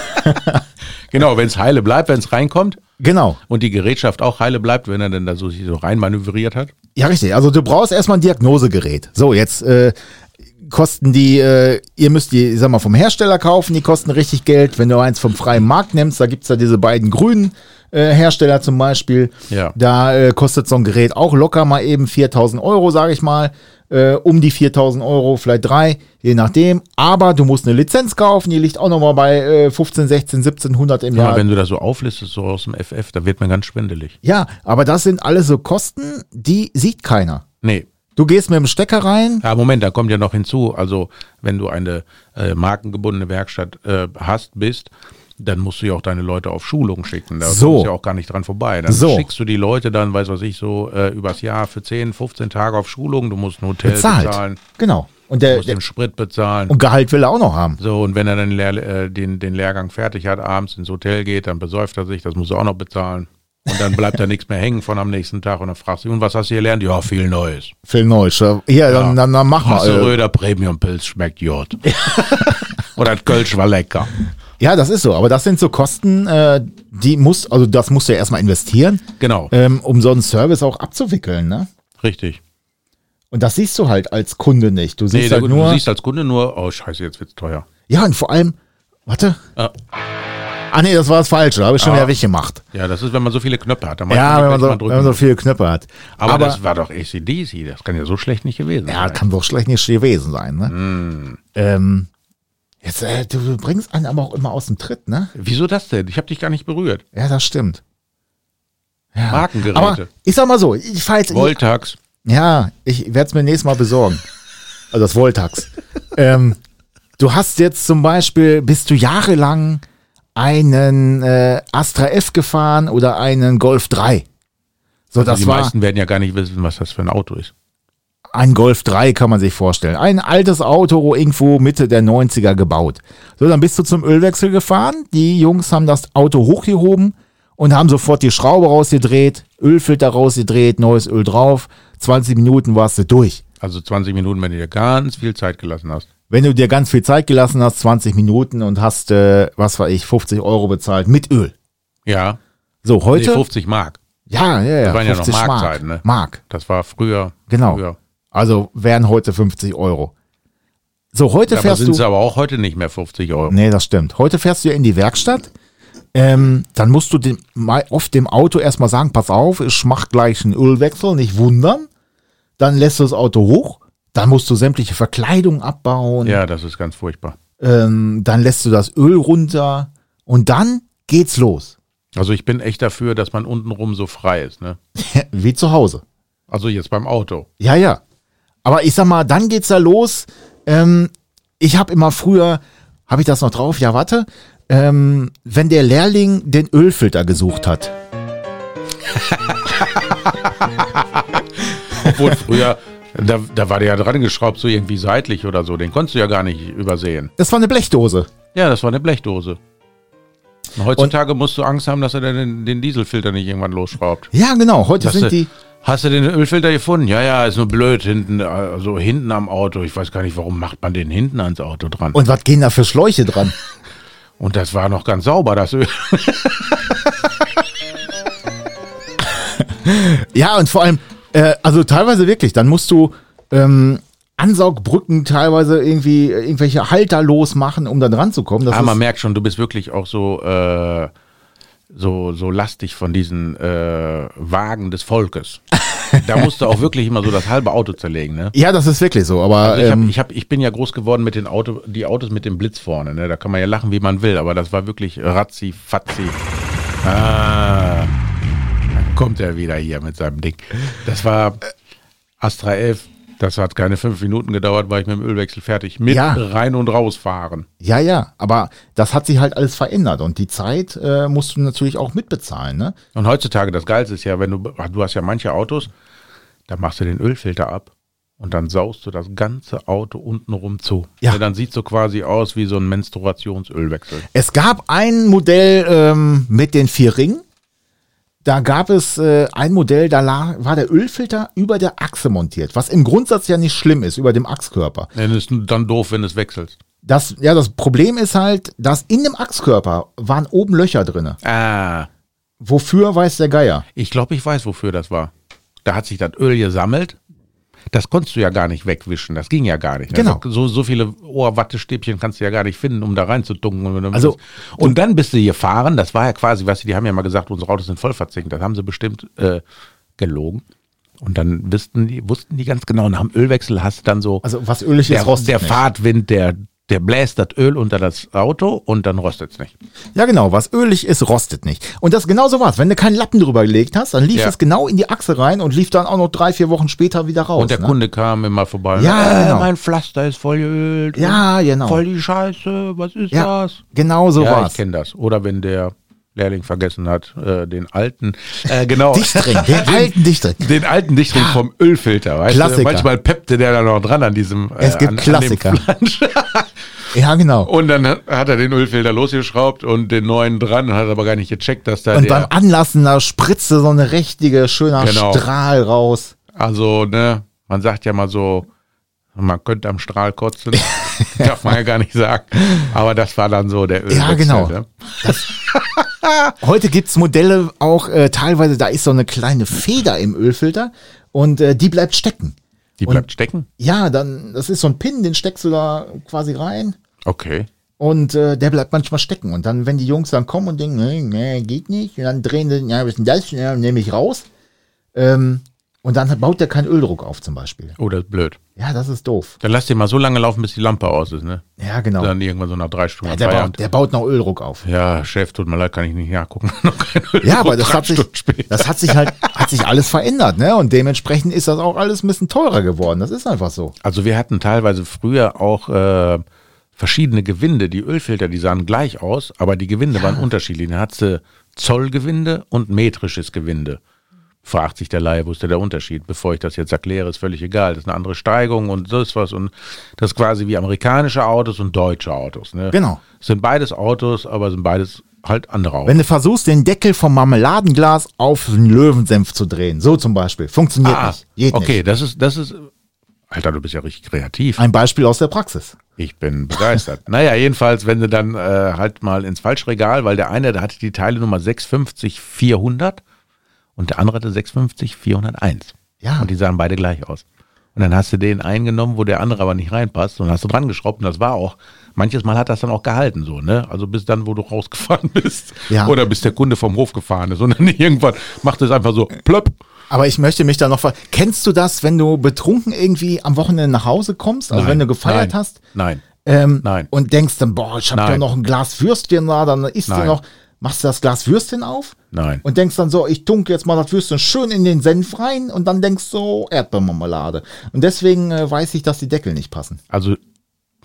[SPEAKER 3] Genau, wenn es heile bleibt, wenn es reinkommt
[SPEAKER 2] genau.
[SPEAKER 3] und die Gerätschaft auch heile bleibt, wenn er denn da so, sich so rein manövriert hat.
[SPEAKER 2] Ja, richtig. Also du brauchst erstmal ein Diagnosegerät. So, jetzt äh, kosten die, äh, ihr müsst die, ich sag mal, vom Hersteller kaufen, die kosten richtig Geld. Wenn du eins vom freien Markt nimmst, da gibt's ja diese beiden grünen äh, Hersteller zum Beispiel.
[SPEAKER 3] Ja.
[SPEAKER 2] Da äh, kostet so ein Gerät auch locker mal eben 4000 Euro, sage ich mal. Äh, um die 4000 Euro, vielleicht drei, je nachdem. Aber du musst eine Lizenz kaufen, die liegt auch nochmal bei äh, 15, 16, 1700 im
[SPEAKER 3] Ja.
[SPEAKER 2] Jahr.
[SPEAKER 3] wenn du das so auflistest, so aus dem FF, da wird man ganz schwindelig.
[SPEAKER 2] Ja, aber das sind alles so Kosten, die sieht keiner.
[SPEAKER 3] Nee,
[SPEAKER 2] Du gehst mit dem Stecker rein.
[SPEAKER 3] Ja, Moment, da kommt ja noch hinzu. Also, wenn du eine äh, markengebundene Werkstatt äh, hast, bist, dann musst du ja auch deine Leute auf Schulungen schicken. Da
[SPEAKER 2] So.
[SPEAKER 3] kommst du ja auch gar nicht dran vorbei. Dann
[SPEAKER 2] So.
[SPEAKER 3] schickst du die Leute dann, weiß was ich, so äh, übers Jahr für 10, 15 Tage auf Schulungen. Du musst ein Hotel
[SPEAKER 2] Bezahlt.
[SPEAKER 3] bezahlen,
[SPEAKER 2] Genau. Und,
[SPEAKER 3] du
[SPEAKER 2] der,
[SPEAKER 3] musst
[SPEAKER 2] der,
[SPEAKER 3] den Sprit bezahlen.
[SPEAKER 2] und Gehalt will er auch noch haben.
[SPEAKER 3] So, und wenn er dann Lehr äh, den, den Lehrgang fertig hat, abends ins Hotel geht, dann besäuft er sich, das muss er auch noch bezahlen. Und dann bleibt da nichts mehr hängen von am nächsten Tag und dann fragst du, ihn, und was hast du gelernt? Ja, viel Neues.
[SPEAKER 2] Phil Neusch. ja. Hier, dann, dann, dann mach mal.
[SPEAKER 3] Hasse
[SPEAKER 2] Äh,
[SPEAKER 3] Röder Premium Pilz schmeckt Jod. Oder das Kölsch war lecker.
[SPEAKER 2] ja, das ist so. Aber das sind so Kosten, äh, die muss, also das musst du ja erstmal investieren,
[SPEAKER 3] Genau,
[SPEAKER 2] ähm, um so einen Service auch abzuwickeln. Ne?
[SPEAKER 3] richtig.
[SPEAKER 2] Und das siehst du halt als Kunde nicht. Du siehst
[SPEAKER 3] Nee,
[SPEAKER 2] halt
[SPEAKER 3] du,
[SPEAKER 2] nur.
[SPEAKER 3] du siehst als Kunde nur, oh scheiße, jetzt wird's teuer.
[SPEAKER 2] ja, und vor allem, warte.
[SPEAKER 3] Ah.
[SPEAKER 2] Ah nee, das war das Falsche. Da habe ich schon
[SPEAKER 3] Ah.
[SPEAKER 2] wieder weggemacht.
[SPEAKER 3] Ja, das ist, wenn man so viele Knöpfe hat. Dann weiß
[SPEAKER 2] Ja,
[SPEAKER 3] man
[SPEAKER 2] wenn
[SPEAKER 3] nicht,
[SPEAKER 2] man, so,
[SPEAKER 3] welchen
[SPEAKER 2] wenn man so
[SPEAKER 3] drücken
[SPEAKER 2] viele Knöpfe hat.
[SPEAKER 3] muss. aber, das war doch ACDC, das kann ja so schlecht nicht gewesen
[SPEAKER 2] Ja,
[SPEAKER 3] sein.
[SPEAKER 2] kann doch schlecht nicht gewesen sein, ne?
[SPEAKER 3] Hm.
[SPEAKER 2] Ähm, jetzt, äh, du bringst einen aber auch immer aus dem Tritt, ne?
[SPEAKER 3] Wieso das denn? Ich habe dich gar nicht berührt.
[SPEAKER 2] Ja, das stimmt.
[SPEAKER 3] Markengeräte.
[SPEAKER 2] Aber ich sag mal so, ich fahr jetzt.
[SPEAKER 3] Voltax.
[SPEAKER 2] Ja, ich werde es mir nächstes Mal besorgen. Also das Voltax. ähm, du hast jetzt zum Beispiel, bist du jahrelang einen äh, Astra F gefahren oder einen Golf 3. So, das
[SPEAKER 3] Also die
[SPEAKER 2] war
[SPEAKER 3] meisten werden ja gar nicht wissen, was das für ein Auto ist.
[SPEAKER 2] Ein Golf 3 kann man sich vorstellen. Ein altes Auto irgendwo Mitte der 90er gebaut. So, dann bist du zum Ölwechsel gefahren. Die Jungs haben das Auto hochgehoben und haben sofort die Schraube rausgedreht, Ölfilter rausgedreht, neues Öl drauf. 20 Minuten warst du durch.
[SPEAKER 3] Also 20 Minuten, wenn du dir ganz viel Zeit gelassen hast.
[SPEAKER 2] Wenn du dir ganz viel Zeit gelassen hast, 20 Minuten und hast, äh, was war ich, 50 Euro bezahlt mit Öl.
[SPEAKER 3] Ja,
[SPEAKER 2] So,
[SPEAKER 3] nee,
[SPEAKER 2] heute?
[SPEAKER 3] 50 Mark.
[SPEAKER 2] ja, ja, ja.
[SPEAKER 3] Das waren ja noch
[SPEAKER 2] 50 Mark.
[SPEAKER 3] Markzeiten, ne?
[SPEAKER 2] Mark.
[SPEAKER 3] Das war früher.
[SPEAKER 2] Genau.
[SPEAKER 3] Früher.
[SPEAKER 2] Also wären heute 50 Euro. So, heute
[SPEAKER 3] Da
[SPEAKER 2] fährst
[SPEAKER 3] sind
[SPEAKER 2] du. Mhm.
[SPEAKER 3] es aber auch heute nicht mehr 50 Euro.
[SPEAKER 2] Nee, das stimmt. Heute fährst du ja in die Werkstatt. Ähm, dann musst du dem, mal oft dem Auto erstmal sagen, pass auf, ich mach gleich einen Ölwechsel, nicht wundern. Dann lässt du das Auto hoch. Dann musst du sämtliche Verkleidung abbauen.
[SPEAKER 3] Ja, das ist ganz furchtbar.
[SPEAKER 2] Ähm, dann lässt du das Öl runter. Und dann geht's los.
[SPEAKER 3] Also ich bin echt dafür, dass man untenrum so frei ist. Ne?
[SPEAKER 2] Wie zu Hause.
[SPEAKER 3] Also jetzt beim Auto.
[SPEAKER 2] Ja, ja. Aber ich sag mal, dann geht's da los. Ähm, ich habe immer früher, habe ich das noch drauf? Ja, warte. Ähm, wenn der Lehrling den Ölfilter gesucht hat.
[SPEAKER 3] Obwohl früher, da, da war der ja dran geschraubt, so irgendwie seitlich oder so. Den konntest du ja gar nicht übersehen.
[SPEAKER 2] Das war eine Blechdose.
[SPEAKER 3] Ja, das war eine Blechdose. Und heutzutage musst du Angst haben, dass er den, den Dieselfilter nicht irgendwann losschraubt.
[SPEAKER 2] Ja, genau. Heute
[SPEAKER 3] Dass
[SPEAKER 2] sind
[SPEAKER 3] du-
[SPEAKER 2] die.
[SPEAKER 3] Hast du den Ölfilter gefunden? Ja, ja, ist nur blöd hinten, also hinten am Auto. Ich weiß gar nicht, warum macht man den hinten ans Auto dran?
[SPEAKER 2] Und was gehen da für Schläuche dran?
[SPEAKER 3] Und das war noch ganz sauber, das Öl.
[SPEAKER 2] Ja, und vor allem, äh, also teilweise wirklich, dann musst du ähm, Ansaugbrücken teilweise irgendwie äh, irgendwelche Halter losmachen, um dann ranzukommen. Das
[SPEAKER 3] Ah, man
[SPEAKER 2] ist,
[SPEAKER 3] merkt schon, du bist wirklich auch so, äh, so, so lastig von diesen äh, Wagen des Volkes. Da musst du auch wirklich immer so das halbe Auto zerlegen, ne?
[SPEAKER 2] ja, das ist wirklich so. Aber
[SPEAKER 3] Also ich, hab,
[SPEAKER 2] ähm,
[SPEAKER 3] ich, hab, ich bin ja groß geworden mit den Auto, die Autos mit dem Blitz vorne. Ne? Da kann man ja lachen, wie man will, aber das war wirklich ratzi fatzi. Ah, dann kommt er wieder hier mit seinem Ding. Das war Astra 11. Das hat keine fünf Minuten gedauert, war ich mit dem Ölwechsel fertig. Mit
[SPEAKER 2] Ja.
[SPEAKER 3] rein und rausfahren.
[SPEAKER 2] ja, ja, aber das hat sich halt alles verändert und die Zeit äh, musst du natürlich auch mitbezahlen. Ne?
[SPEAKER 3] Und heutzutage, das Geilste ist ja, wenn du, du hast ja manche Autos, da machst du den Ölfilter ab und dann saust du das ganze Auto untenrum zu. Ne,
[SPEAKER 2] Ja.
[SPEAKER 3] dann sieht so quasi aus wie so ein Menstruationsölwechsel.
[SPEAKER 2] Es gab ein Modell ähm, mit den vier Ringen. Da gab es äh, ein Modell, da la- war der Ölfilter über der Achse montiert, was im Grundsatz ja nicht schlimm ist, über dem Achskörper.
[SPEAKER 3] Dann ist dann doof, wenn du es wechselst.
[SPEAKER 2] Das, ja, das Problem ist halt, dass in dem Achskörper waren oben Löcher drinne.
[SPEAKER 3] Ah.
[SPEAKER 2] Wofür weiß der Geier?
[SPEAKER 3] Ich glaube, ich weiß, wofür das war. Da hat sich das Öl gesammelt. Das konntest du ja gar nicht wegwischen. Das ging ja gar nicht. ne?
[SPEAKER 2] Genau.
[SPEAKER 3] So, so viele Ohrwattestäbchen kannst du ja gar nicht finden, um da reinzudunken.
[SPEAKER 2] Also-
[SPEAKER 3] und dann bist du gefahren. Das war ja quasi, weißt du, die haben ja mal gesagt, unsere Autos sind voll verzinkt. Das haben sie bestimmt äh, gelogen. Und dann wussten die, wussten die ganz genau, nach dem Ölwechsel hast du dann so
[SPEAKER 2] Also was Ölig ist,
[SPEAKER 3] der,
[SPEAKER 2] rostet
[SPEAKER 3] der
[SPEAKER 2] nicht.
[SPEAKER 3] Fahrtwind, der Der bläst das Öl unter das Auto und dann rostet es nicht.
[SPEAKER 2] Ja, genau. Was ölig ist, rostet nicht. Und das genau so war's. Wenn du keinen Lappen drüber gelegt hast, dann lief
[SPEAKER 3] Ja.
[SPEAKER 2] das genau in die Achse rein und lief dann auch noch drei, vier Wochen später wieder raus.
[SPEAKER 3] Und der
[SPEAKER 2] ne?
[SPEAKER 3] Kunde kam immer vorbei. und
[SPEAKER 2] Ja,
[SPEAKER 3] sagte,
[SPEAKER 2] genau.
[SPEAKER 3] Mein Pflaster ist voll geölt.
[SPEAKER 2] Ja, genau.
[SPEAKER 3] Voll die Scheiße. Was ist
[SPEAKER 2] Ja,
[SPEAKER 3] das?
[SPEAKER 2] genau so
[SPEAKER 3] Ja, ich
[SPEAKER 2] war's.
[SPEAKER 3] kenne das. Oder wenn der Lehrling vergessen hat, äh, den alten, äh, genau,
[SPEAKER 2] Dichtring, den alten Dichtring.
[SPEAKER 3] den alten Dichtring vom Ölfilter. Weißt
[SPEAKER 2] Klassiker.
[SPEAKER 3] Du? Manchmal peppte der da noch dran an diesem. äh,
[SPEAKER 2] Es gibt
[SPEAKER 3] an,
[SPEAKER 2] Klassiker.
[SPEAKER 3] An dem Flansch.
[SPEAKER 2] Ja, genau.
[SPEAKER 3] und dann hat hat er den Ölfilter losgeschraubt und den neuen dran, hat aber gar nicht gecheckt, dass da
[SPEAKER 2] Und beim
[SPEAKER 3] der,
[SPEAKER 2] Anlassen, da spritzte so eine richtige, schöner
[SPEAKER 3] Genau.
[SPEAKER 2] Strahl raus.
[SPEAKER 3] also ne, man sagt ja mal so, man könnte am Strahl kotzen. Darf man ja gar nicht sagen. Aber das war dann so der Ölwechsel.
[SPEAKER 2] Ja, genau.
[SPEAKER 3] Ne?
[SPEAKER 2] Heute gibt's Modelle auch äh, teilweise, da ist so eine kleine Feder im Ölfilter und äh, die bleibt stecken.
[SPEAKER 3] Die bleibt stecken.
[SPEAKER 2] Ja, dann, das ist so ein Pin, den steckst du da quasi rein
[SPEAKER 3] Okay.
[SPEAKER 2] und äh, der bleibt manchmal stecken. Und dann, wenn die Jungs dann kommen und denken, nee, nee, geht nicht, und dann drehen sie, ja, was ist denn das? Ja, nehme ich raus. Ähm, und dann baut der keinen Öldruck auf zum Beispiel.
[SPEAKER 3] Oh, das ist blöd.
[SPEAKER 2] Ja, das ist doof.
[SPEAKER 3] Dann lass den mal so lange laufen, bis die Lampe aus ist, ne?
[SPEAKER 2] Ja, genau.
[SPEAKER 3] Dann irgendwann so nach drei Stunden
[SPEAKER 2] der,
[SPEAKER 3] Feierabend.
[SPEAKER 2] baut, der baut noch Öldruck auf.
[SPEAKER 3] Ja, Chef, tut mir leid, kann ich nicht nachgucken. Noch keine
[SPEAKER 2] Ja, aber
[SPEAKER 3] Öldruck,
[SPEAKER 2] das
[SPEAKER 3] drei
[SPEAKER 2] hat sich,
[SPEAKER 3] Stunden später.
[SPEAKER 2] das hat sich halt, hat sich alles verändert, ne? Und dementsprechend ist das auch alles ein bisschen teurer geworden. Das ist einfach so.
[SPEAKER 3] Also wir hatten teilweise früher auch äh, verschiedene Gewinde. Die Ölfilter, die sahen gleich aus, aber die Gewinde waren unterschiedlich. Dann hattest du Zollgewinde und metrisches Gewinde. Fragt sich der Laie, wo ist denn der Unterschied? Bevor ich das jetzt erkläre, ist völlig egal. Das ist eine andere Steigung und so ist was. Und das ist quasi wie amerikanische Autos und deutsche Autos. Ne?
[SPEAKER 2] Genau.
[SPEAKER 3] Sind beides Autos, aber sind beides halt andere Autos.
[SPEAKER 2] Wenn du versuchst, den Deckel vom Marmeladenglas auf den Löwensenf zu drehen, so zum Beispiel, funktioniert nicht. Geht
[SPEAKER 3] Ah, okay,
[SPEAKER 2] nicht.
[SPEAKER 3] das ist, das ist. Alter, du bist ja richtig kreativ.
[SPEAKER 2] Ein Beispiel aus der Praxis.
[SPEAKER 3] Ich bin begeistert. naja, jedenfalls, wenn du dann äh, halt mal ins Falschregal, weil der eine, der hatte die Teile Nummer 650 400 und der andere hatte 650 401.
[SPEAKER 2] Ja.
[SPEAKER 3] Und die sahen beide gleich aus. Und dann hast du den eingenommen, wo der andere aber nicht reinpasst und hast du dran geschraubt und das war auch. Manches Mal hat das dann auch gehalten, so, ne? Also bis dann, wo du rausgefahren bist.
[SPEAKER 2] Ja.
[SPEAKER 3] Oder bis der Kunde vom Hof gefahren ist. Und dann irgendwann macht es einfach so plöpp.
[SPEAKER 2] Aber ich möchte mich da noch ver. Kennst du das, wenn du betrunken irgendwie am Wochenende nach Hause kommst, also
[SPEAKER 3] Nein,
[SPEAKER 2] wenn du gefeiert
[SPEAKER 3] nein,
[SPEAKER 2] hast
[SPEAKER 3] Nein.
[SPEAKER 2] ähm,
[SPEAKER 3] Nein.
[SPEAKER 2] und denkst dann, boah, ich habe
[SPEAKER 3] Nein.
[SPEAKER 2] ja noch ein Glas Würstchen da, dann isst du
[SPEAKER 3] Nein.
[SPEAKER 2] noch, machst du das Glas Würstchen auf
[SPEAKER 3] Nein.
[SPEAKER 2] und denkst dann so, ich tunke jetzt mal das Würstchen schön in den Senf rein und dann denkst so Erdbeermarmelade. Und deswegen äh, weiß ich, dass die Deckel nicht passen.
[SPEAKER 3] also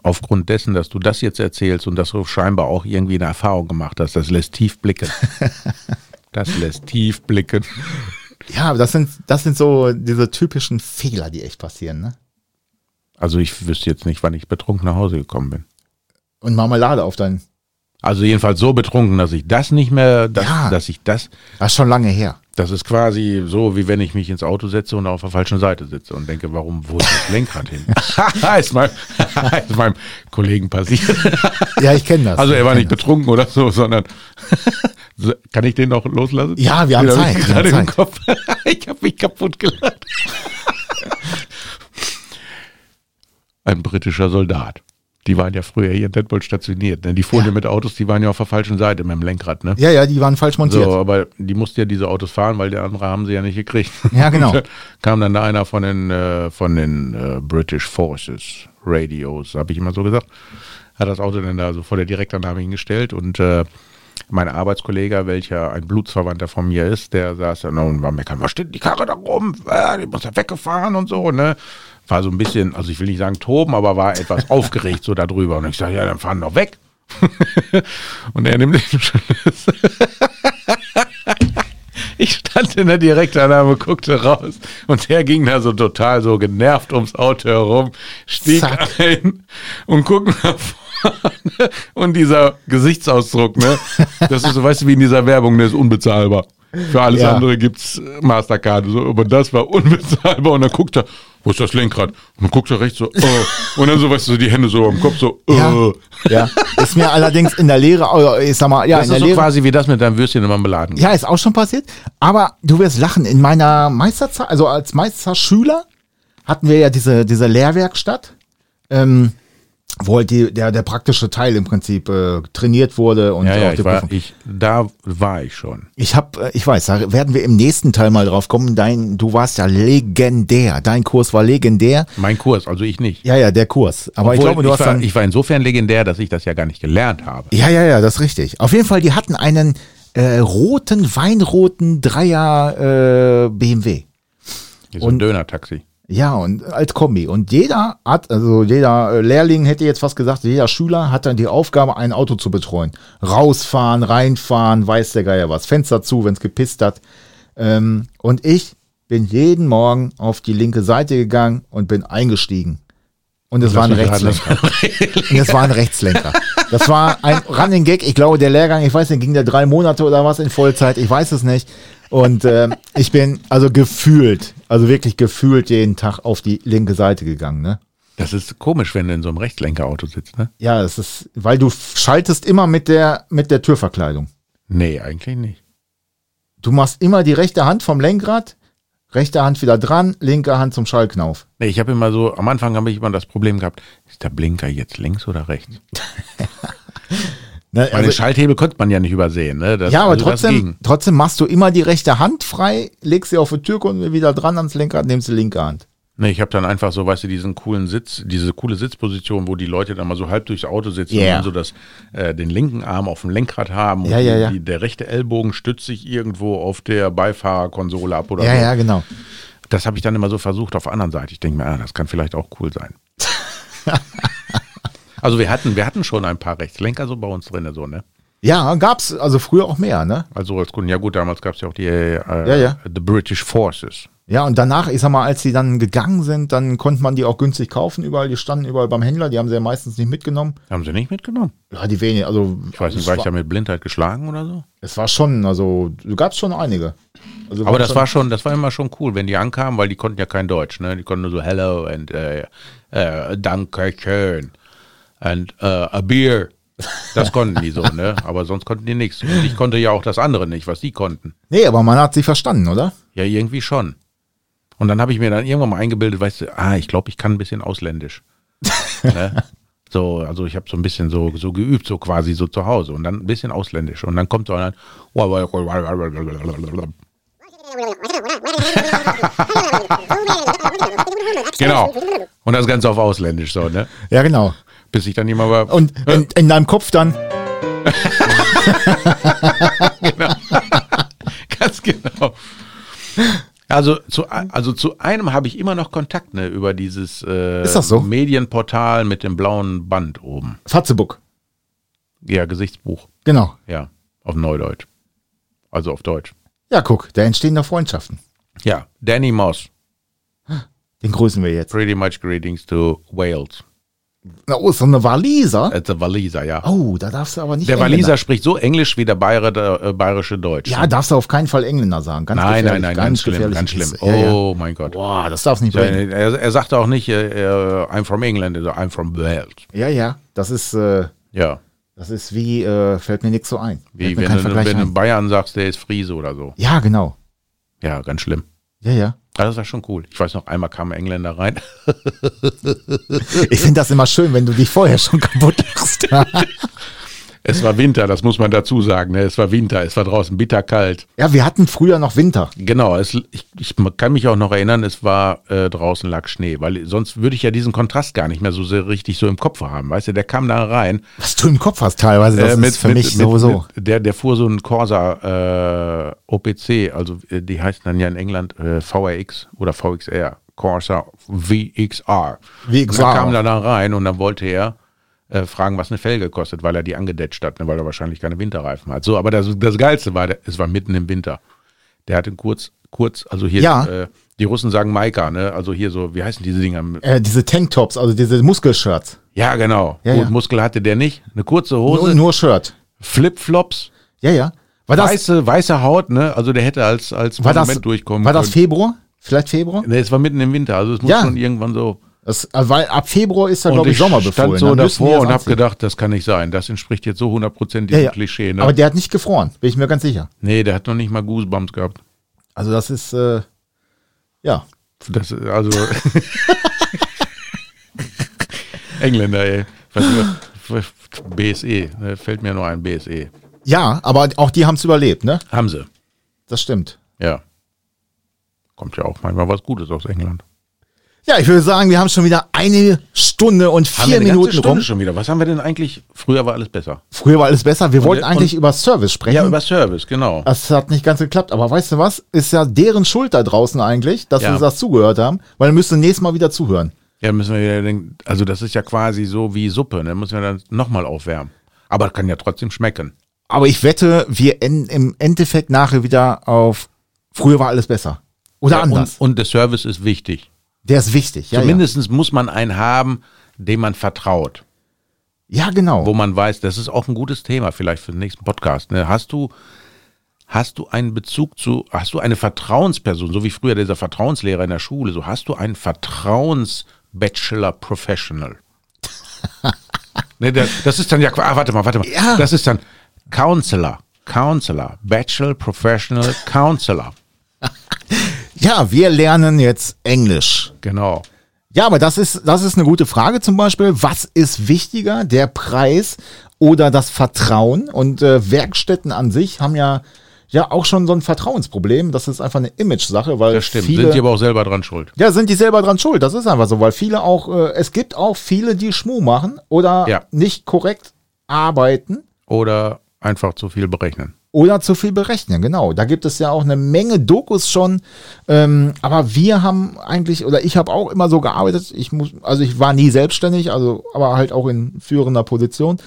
[SPEAKER 3] aufgrund dessen, dass du das jetzt erzählst und dass du scheinbar auch irgendwie eine Erfahrung gemacht hast, das lässt tief blicken. Das lässt tief blicken.
[SPEAKER 2] Ja, aber das sind, das sind so diese typischen Fehler, die echt passieren, ne?
[SPEAKER 3] Also ich wüsste jetzt nicht, wann ich betrunken nach Hause gekommen bin.
[SPEAKER 2] Und Marmelade auf dein.
[SPEAKER 3] Also jedenfalls so betrunken, dass ich das nicht mehr, dass,
[SPEAKER 2] Ja.
[SPEAKER 3] dass ich das,
[SPEAKER 2] Das ist schon lange her.
[SPEAKER 3] das ist quasi so, wie wenn ich mich ins Auto setze und auf der falschen Seite sitze und denke, warum, wo ist das Lenkrad hin? ist, mein, ist meinem Kollegen passiert.
[SPEAKER 2] Ja, ich kenne das.
[SPEAKER 3] Also er war
[SPEAKER 2] Ich
[SPEAKER 3] nicht
[SPEAKER 2] kenn das.
[SPEAKER 3] betrunken oder so, sondern So, kann ich den noch loslassen?
[SPEAKER 2] Ja, wir haben
[SPEAKER 3] den hab
[SPEAKER 2] Zeit,
[SPEAKER 3] Ich
[SPEAKER 2] wir haben
[SPEAKER 3] gerade im
[SPEAKER 2] Zeit.
[SPEAKER 3] Kopf. ich habe mich kaputt gelacht. Ein britischer Soldat. Die waren ja früher hier in Detmold stationiert. Ne? Die fuhren ja. mit Autos, die waren ja auf der falschen Seite mit dem Lenkrad. Ne?
[SPEAKER 2] Ja, ja, die waren falsch montiert.
[SPEAKER 3] So, aber die mussten ja diese Autos fahren, weil die andere haben sie ja nicht gekriegt.
[SPEAKER 2] Ja, genau.
[SPEAKER 3] Dann kam dann da einer von den, äh, von den äh, British Forces Radios, habe ich immer so gesagt. Hat das Auto dann da so vor der Direktannahme hingestellt und äh, mein Arbeitskollege, welcher ein Blutsverwandter von mir ist, der saß dann und war meckern, was steht denn die Karre da rum? Äh, Die muss ja weggefahren und so, ne? War so ein bisschen, also ich will nicht sagen toben, aber war etwas aufgeregt so darüber. Und ich sage, ja, dann fahren doch weg. und er nimmt den Schlüssel. Ich stand in der Direktannahme, guckte raus und der ging da so total so genervt ums Auto herum, stieg
[SPEAKER 2] Zack.
[SPEAKER 3] ein und guckte nach vorne und dieser Gesichtsausdruck, ne? Das ist so, weißt du, wie in dieser Werbung, der ist unbezahlbar. Für alles
[SPEAKER 2] Ja.
[SPEAKER 3] andere gibt's Mastercard, so, aber das war unbezahlbar und dann guckt er, wo ist das Lenkrad? Und dann guckt er rechts so, oh. und dann so, weißt du, so die Hände so am Kopf so, oh.
[SPEAKER 2] Ja, ja. Ist mir allerdings in der Lehre, oder ich sag mal, ja,
[SPEAKER 3] Das
[SPEAKER 2] in der
[SPEAKER 3] ist so
[SPEAKER 2] Lehre.
[SPEAKER 3] quasi wie das mit deinem Würstchen im Marmeladen.
[SPEAKER 2] ja, ist auch schon passiert. Aber du wirst lachen. In meiner Meisterzeit, also als Meisterschüler hatten wir ja diese, diese Lehrwerkstatt. Ähm, wo halt die, der, der praktische Teil im Prinzip äh, trainiert wurde und
[SPEAKER 3] Ja, ja,
[SPEAKER 2] auch
[SPEAKER 3] ich
[SPEAKER 2] die
[SPEAKER 3] war,
[SPEAKER 2] Prüfung.
[SPEAKER 3] ich, da war ich schon.
[SPEAKER 2] Ich habe, ich weiß, da werden wir im nächsten Teil mal drauf kommen. Dein, du warst ja legendär. Dein Kurs war legendär.
[SPEAKER 3] Mein Kurs, also ich nicht.
[SPEAKER 2] Ja, ja, der Kurs. Aber ich
[SPEAKER 3] Obwohl,
[SPEAKER 2] glaube, du hast
[SPEAKER 3] war,
[SPEAKER 2] dann.
[SPEAKER 3] ich war insofern legendär, dass ich das ja gar nicht gelernt habe.
[SPEAKER 2] ja, ja, ja, das ist richtig. Auf jeden Fall, die hatten einen äh, roten, weinroten Dreier äh, BMW.
[SPEAKER 3] So ein Döner-Taxi.
[SPEAKER 2] Ja, und äh, als Kombi. Und jeder hat, also jeder äh, Lehrling hätte jetzt fast gesagt, jeder Schüler hat dann die Aufgabe, ein Auto zu betreuen. Rausfahren, reinfahren, weiß der Geier was. Fenster zu, wenn es gepisst hat. Ähm, und ich bin jeden Morgen auf die linke Seite gegangen und bin eingestiegen. Und es war ein
[SPEAKER 3] mich raten,
[SPEAKER 2] Rechtslenker. Und es war ein Rechtslenker. Das war ein Running Gag. Ich glaube, der Lehrgang, ich weiß nicht, ging der drei Monate oder was in Vollzeit. Ich weiß es nicht. Und ähm, ich bin also gefühlt, also wirklich gefühlt jeden Tag auf die linke Seite gegangen. Ne?
[SPEAKER 3] Das ist komisch, wenn du in so einem Rechtslenkerauto sitzt, ne?
[SPEAKER 2] Ja, es ist, weil du schaltest immer mit der, mit der Türverkleidung.
[SPEAKER 3] Nee, eigentlich nicht.
[SPEAKER 2] Du machst immer die rechte Hand vom Lenkrad, rechte Hand wieder dran, linke Hand zum Schallknauf.
[SPEAKER 3] Nee, ich habe immer so, am Anfang habe ich immer das Problem gehabt, ist der Blinker jetzt links oder rechts?
[SPEAKER 2] Ne,
[SPEAKER 3] Weil den Schalthebel konnte man ja nicht übersehen, ne? Das-
[SPEAKER 2] Ja, aber
[SPEAKER 3] also das
[SPEAKER 2] trotzdem,
[SPEAKER 3] ging.
[SPEAKER 2] trotzdem machst du immer die rechte Hand frei, legst sie auf die Türkunde wieder dran ans Lenkrad, nimmst die linke Hand.
[SPEAKER 3] Nee, ich habe dann einfach so, weißt du, diesen coolen Sitz, diese coole Sitzposition, wo die Leute dann mal so halb durchs Auto sitzen
[SPEAKER 2] Yeah.
[SPEAKER 3] und dann so das, äh, den linken Arm auf dem Lenkrad haben
[SPEAKER 2] Ja,
[SPEAKER 3] und
[SPEAKER 2] ja,
[SPEAKER 3] die,
[SPEAKER 2] ja.
[SPEAKER 3] Die, der rechte Ellbogen stützt sich irgendwo auf der Beifahrerkonsole ab oder
[SPEAKER 2] Ja,
[SPEAKER 3] so.
[SPEAKER 2] ja, genau.
[SPEAKER 3] Das habe ich dann immer so versucht auf der anderen Seite. Ich denke mir, ah, das kann vielleicht auch cool sein. also wir hatten, wir hatten schon ein paar Rechtslenker so bei uns drin, so, ne?
[SPEAKER 2] Ja, gab's also früher auch mehr, ne?
[SPEAKER 3] Also als Kunden, ja gut, damals gab es ja auch die äh,
[SPEAKER 2] Ja, ja.
[SPEAKER 3] The British Forces.
[SPEAKER 2] Ja, und danach, ich sag mal, als die dann gegangen sind, dann konnte man die auch günstig kaufen überall. Die standen überall beim Händler, die haben sie ja meistens nicht mitgenommen.
[SPEAKER 3] Haben sie nicht mitgenommen.
[SPEAKER 2] Ja, die wenigen, also.
[SPEAKER 3] Ich weiß nicht,
[SPEAKER 2] es
[SPEAKER 3] war ich
[SPEAKER 2] war,
[SPEAKER 3] da mit Blindheit geschlagen oder so?
[SPEAKER 2] Es war schon, also, gab's schon einige. Also,
[SPEAKER 3] Aber
[SPEAKER 2] waren
[SPEAKER 3] das
[SPEAKER 2] schon,
[SPEAKER 3] war schon, das war immer schon cool, wenn die ankamen, weil die konnten ja kein Deutsch, ne? Die konnten nur so Hello and äh, äh, Danke schön and äh, a beer. Das konnten die so, ne? Aber sonst konnten die nichts. Und ich konnte ja auch das andere nicht, was die konnten.
[SPEAKER 2] Nee, aber man hat sie verstanden, oder?
[SPEAKER 3] Ja, irgendwie schon. Und dann habe ich mir dann irgendwann mal eingebildet, weißt du, ah, ich glaube, ich kann ein bisschen ausländisch. ne? So, also ich habe so ein bisschen so, so geübt, so quasi so zu Hause und dann ein bisschen ausländisch. Und dann kommt so einer, genau. Und das Ganze auf ausländisch so, ne?
[SPEAKER 2] Ja, genau.
[SPEAKER 3] Bis ich dann jemand war.
[SPEAKER 2] Und in, in deinem Kopf dann,
[SPEAKER 3] Ganz genau. Also zu, ein- also zu einem habe ich immer noch Kontakt, ne, über dieses äh,
[SPEAKER 2] Ist das so?
[SPEAKER 3] Medienportal mit dem blauen Band oben.
[SPEAKER 2] Fatzebuck.
[SPEAKER 3] Ja, Gesichtsbuch.
[SPEAKER 2] Genau.
[SPEAKER 3] Ja, auf Neudeutsch. Also auf Deutsch.
[SPEAKER 2] Ja, guck, da entstehen da Freundschaften.
[SPEAKER 3] Ja, Danny Moss.
[SPEAKER 2] Den grüßen wir jetzt.
[SPEAKER 3] Pretty much greetings to Wales.
[SPEAKER 2] Na, oh, ist so eine Waliser.
[SPEAKER 3] It's a Waliser, ja.
[SPEAKER 2] Oh, da darfst du aber nicht
[SPEAKER 3] Äh, der
[SPEAKER 2] Engländer-
[SPEAKER 3] Waliser spricht so Englisch wie der Bayer, der, äh, bayerische Deutsch.
[SPEAKER 2] Ja, darfst du auf keinen Fall Engländer sagen. Ganz
[SPEAKER 3] nein, nein,
[SPEAKER 2] gefährlich,
[SPEAKER 3] nein, ganz schlimm,
[SPEAKER 2] gefährliche
[SPEAKER 3] ganz schlimm.
[SPEAKER 2] Kiste.
[SPEAKER 3] Oh
[SPEAKER 2] Ja, ja.
[SPEAKER 3] mein Gott.
[SPEAKER 2] Boah, das darf's nicht bringen.
[SPEAKER 3] Er, er sagte auch nicht, äh, äh, I'm from England, also I'm from Wales.
[SPEAKER 2] Ja, ja, das ist, äh,
[SPEAKER 3] Ja,
[SPEAKER 2] das ist wie, äh, fällt mir nichts so ein.
[SPEAKER 3] wie
[SPEAKER 2] Fällt mir
[SPEAKER 3] wenn
[SPEAKER 2] kein
[SPEAKER 3] du,
[SPEAKER 2] Vergleich
[SPEAKER 3] wenn du
[SPEAKER 2] ein.
[SPEAKER 3] Bayern sagst, der ist Friese oder so.
[SPEAKER 2] Ja, genau.
[SPEAKER 3] Ja, ganz schlimm.
[SPEAKER 2] Ja, ja.
[SPEAKER 3] Aber das war schon cool. Ich weiß noch, einmal kamen Engländer rein.
[SPEAKER 2] Ich finde das immer schön, wenn du dich vorher schon kaputt machst.
[SPEAKER 3] Es war Winter, das muss man dazu sagen. Ne? Es war Winter, es war draußen bitterkalt.
[SPEAKER 2] ja, wir hatten früher noch Winter.
[SPEAKER 3] Genau, es, ich, ich kann mich auch noch erinnern, es war äh, draußen lag Schnee, weil sonst würde ich ja diesen Kontrast gar nicht mehr so sehr richtig so im Kopf haben. Weißt du, der kam da rein.
[SPEAKER 2] Was du im Kopf hast teilweise, das
[SPEAKER 3] äh,
[SPEAKER 2] ist für mich sowieso.
[SPEAKER 3] mit- der, der fuhr so einen Corsa äh, OPC, also äh, die heißen dann ja in England äh, VRX oder VXR, Corsa VXR. Und
[SPEAKER 2] VXR.
[SPEAKER 3] dann kam er da rein und dann wollte er äh, fragen, was eine Felge kostet, weil er die angedetscht hat, ne, weil er wahrscheinlich keine Winterreifen hat. So, aber das, das Geilste war, der- es war mitten im Winter. Der hatte kurz, kurz, also hier,
[SPEAKER 2] Ja.
[SPEAKER 3] äh, die Russen sagen Maika, ne? Also hier so, wie heißen diese Dinger?
[SPEAKER 2] äh, diese Tanktops, also diese Muskelshirts.
[SPEAKER 3] Ja, genau.
[SPEAKER 2] Ja,
[SPEAKER 3] Gut,
[SPEAKER 2] ja.
[SPEAKER 3] Muskel hatte der nicht. Eine kurze
[SPEAKER 2] Nur,
[SPEAKER 3] Hose,
[SPEAKER 2] nur Shirt.
[SPEAKER 3] Flipflops,
[SPEAKER 2] Ja, ja. War das,
[SPEAKER 3] weiße, weiße Haut, ne? Also der hätte als, als
[SPEAKER 2] war das,
[SPEAKER 3] Monument durchkommen
[SPEAKER 2] war das
[SPEAKER 3] können.
[SPEAKER 2] Februar? Vielleicht Februar?
[SPEAKER 3] Nee, es war mitten im Winter, also es muss
[SPEAKER 2] Ja.
[SPEAKER 3] schon irgendwann so.
[SPEAKER 2] Das, äh, weil ab Februar ist da, glaube ich, Sommer befohlen.
[SPEAKER 3] stand so
[SPEAKER 2] Dann ne? müssen die
[SPEAKER 3] davor
[SPEAKER 2] das
[SPEAKER 3] und habe
[SPEAKER 2] anziehen.
[SPEAKER 3] gedacht, das kann nicht sein. Das entspricht jetzt so 100% diesem
[SPEAKER 2] ja, ja.
[SPEAKER 3] Klischee. Ne?
[SPEAKER 2] Aber der hat nicht gefroren, bin ich mir ganz sicher.
[SPEAKER 3] nee, der hat noch nicht mal Goosebumps gehabt.
[SPEAKER 2] Also das ist, äh, ja.
[SPEAKER 3] Das, ist also. Engländer, ey. Ich weiß nicht, BSE, ne, fällt mir nur ein BSE.
[SPEAKER 2] Ja, aber auch die haben es überlebt, ne?
[SPEAKER 3] Haben sie,
[SPEAKER 2] Das stimmt.
[SPEAKER 3] ja. Kommt ja auch manchmal was Gutes aus England.
[SPEAKER 2] Ja, ich würde sagen, wir haben schon wieder eine Stunde und
[SPEAKER 3] Haben
[SPEAKER 2] vier
[SPEAKER 3] wir eine ganze
[SPEAKER 2] Minuten
[SPEAKER 3] Stunde
[SPEAKER 2] rum.
[SPEAKER 3] schon wieder. Was haben wir denn eigentlich? Früher war alles besser.
[SPEAKER 2] Früher war alles besser. Wir wollten
[SPEAKER 3] und-
[SPEAKER 2] eigentlich über Service sprechen.
[SPEAKER 3] Ja, über Service, genau.
[SPEAKER 2] Das hat nicht ganz geklappt, aber weißt du was? Ist ja deren Schuld da draußen eigentlich, dass
[SPEAKER 3] Ja.
[SPEAKER 2] wir das zugehört haben, weil wir müssen nächstes Mal wieder zuhören.
[SPEAKER 3] Ja, müssen wir wieder denken, also das ist ja quasi so wie Suppe, ne? Müssen wir dann nochmal aufwärmen. Aber kann ja trotzdem schmecken.
[SPEAKER 2] Aber ich wette, wir enden im Endeffekt nachher wieder auf früher war alles besser. Oder
[SPEAKER 3] Ja,
[SPEAKER 2] anders.
[SPEAKER 3] und, und der Service ist wichtig.
[SPEAKER 2] Der ist wichtig, ja.
[SPEAKER 3] Zumindest muss man einen haben, dem man vertraut.
[SPEAKER 2] Ja, ja genau.
[SPEAKER 3] wo man weiß, das ist auch ein gutes Thema vielleicht für den nächsten Podcast. Ne? Hast du hast du einen Bezug zu, hast du eine Vertrauensperson, so wie früher dieser Vertrauenslehrer in der Schule, so hast du einen Vertrauensbachelor Professional? ne, das, das ist dann ja, ah, warte mal, warte mal,
[SPEAKER 2] Ja.
[SPEAKER 3] das ist dann Counselor, Counselor, Bachelor Professional Counselor,
[SPEAKER 2] Ja, wir lernen jetzt Englisch.
[SPEAKER 3] genau.
[SPEAKER 2] Ja, aber das ist, das ist eine gute Frage zum Beispiel. Was ist wichtiger, der Preis oder das Vertrauen? Und äh, Werkstätten an sich haben ja, ja auch schon so ein Vertrauensproblem. Das ist einfach eine Image-Sache, weil
[SPEAKER 3] Das stimmt,
[SPEAKER 2] viele
[SPEAKER 3] sind die aber auch selber dran schuld.
[SPEAKER 2] Ja, sind die selber dran schuld. Das ist einfach so, weil viele auch, äh, es gibt auch viele, die Schmuh machen oder
[SPEAKER 3] Ja.
[SPEAKER 2] nicht korrekt arbeiten
[SPEAKER 3] Oder einfach zu viel berechnen.
[SPEAKER 2] oder zu viel berechnen. Genau, da gibt es ja auch eine Menge Dokus schon. Ähm, aber wir haben eigentlich, oder ich habe auch immer so gearbeitet. Ich muss, also ich war nie selbstständig, also aber halt auch in führender Position.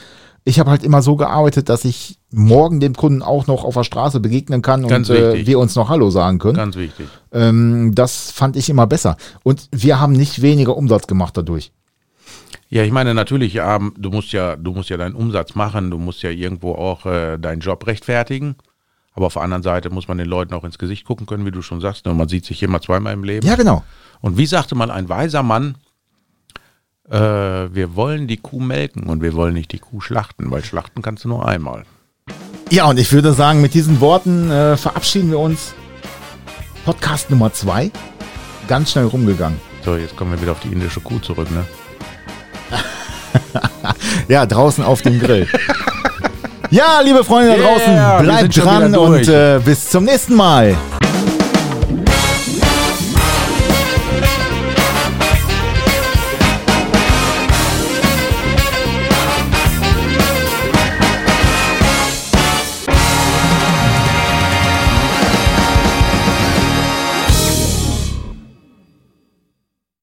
[SPEAKER 2] Ich habe halt immer so gearbeitet, dass ich morgen dem Kunden auch noch auf der Straße begegnen kann
[SPEAKER 3] Ganz
[SPEAKER 2] und äh,
[SPEAKER 3] wichtig.
[SPEAKER 2] wir uns noch Hallo sagen können.
[SPEAKER 3] Ganz wichtig.
[SPEAKER 2] Ähm, das fand ich immer besser. Und wir haben nicht weniger Umsatz gemacht dadurch.
[SPEAKER 3] Ja, ich meine natürlich, ähm, du musst ja, du musst ja deinen Umsatz machen, du musst ja irgendwo auch äh, deinen Job rechtfertigen. Aber auf der anderen Seite muss man den Leuten auch ins Gesicht gucken können, wie du schon sagst. ne, Man sieht sich immer zweimal im Leben.
[SPEAKER 2] Ja, genau.
[SPEAKER 3] Und wie sagte mal ein weiser Mann, äh, wir wollen die Kuh melken und wir wollen nicht die Kuh schlachten, weil schlachten kannst du nur einmal.
[SPEAKER 2] Ja, und ich würde sagen, mit diesen Worten äh, verabschieden wir uns. Podcast Nummer zwei. Ganz schnell rumgegangen.
[SPEAKER 3] So, jetzt kommen wir wieder auf die indische Kuh zurück, ne?
[SPEAKER 2] Ja, draußen auf dem Grill. ja, liebe Freunde da
[SPEAKER 3] Yeah,
[SPEAKER 2] draußen,
[SPEAKER 3] wir
[SPEAKER 2] bleibt
[SPEAKER 3] sind schon wieder
[SPEAKER 2] dran
[SPEAKER 3] durch.
[SPEAKER 2] und äh, bis zum nächsten Mal.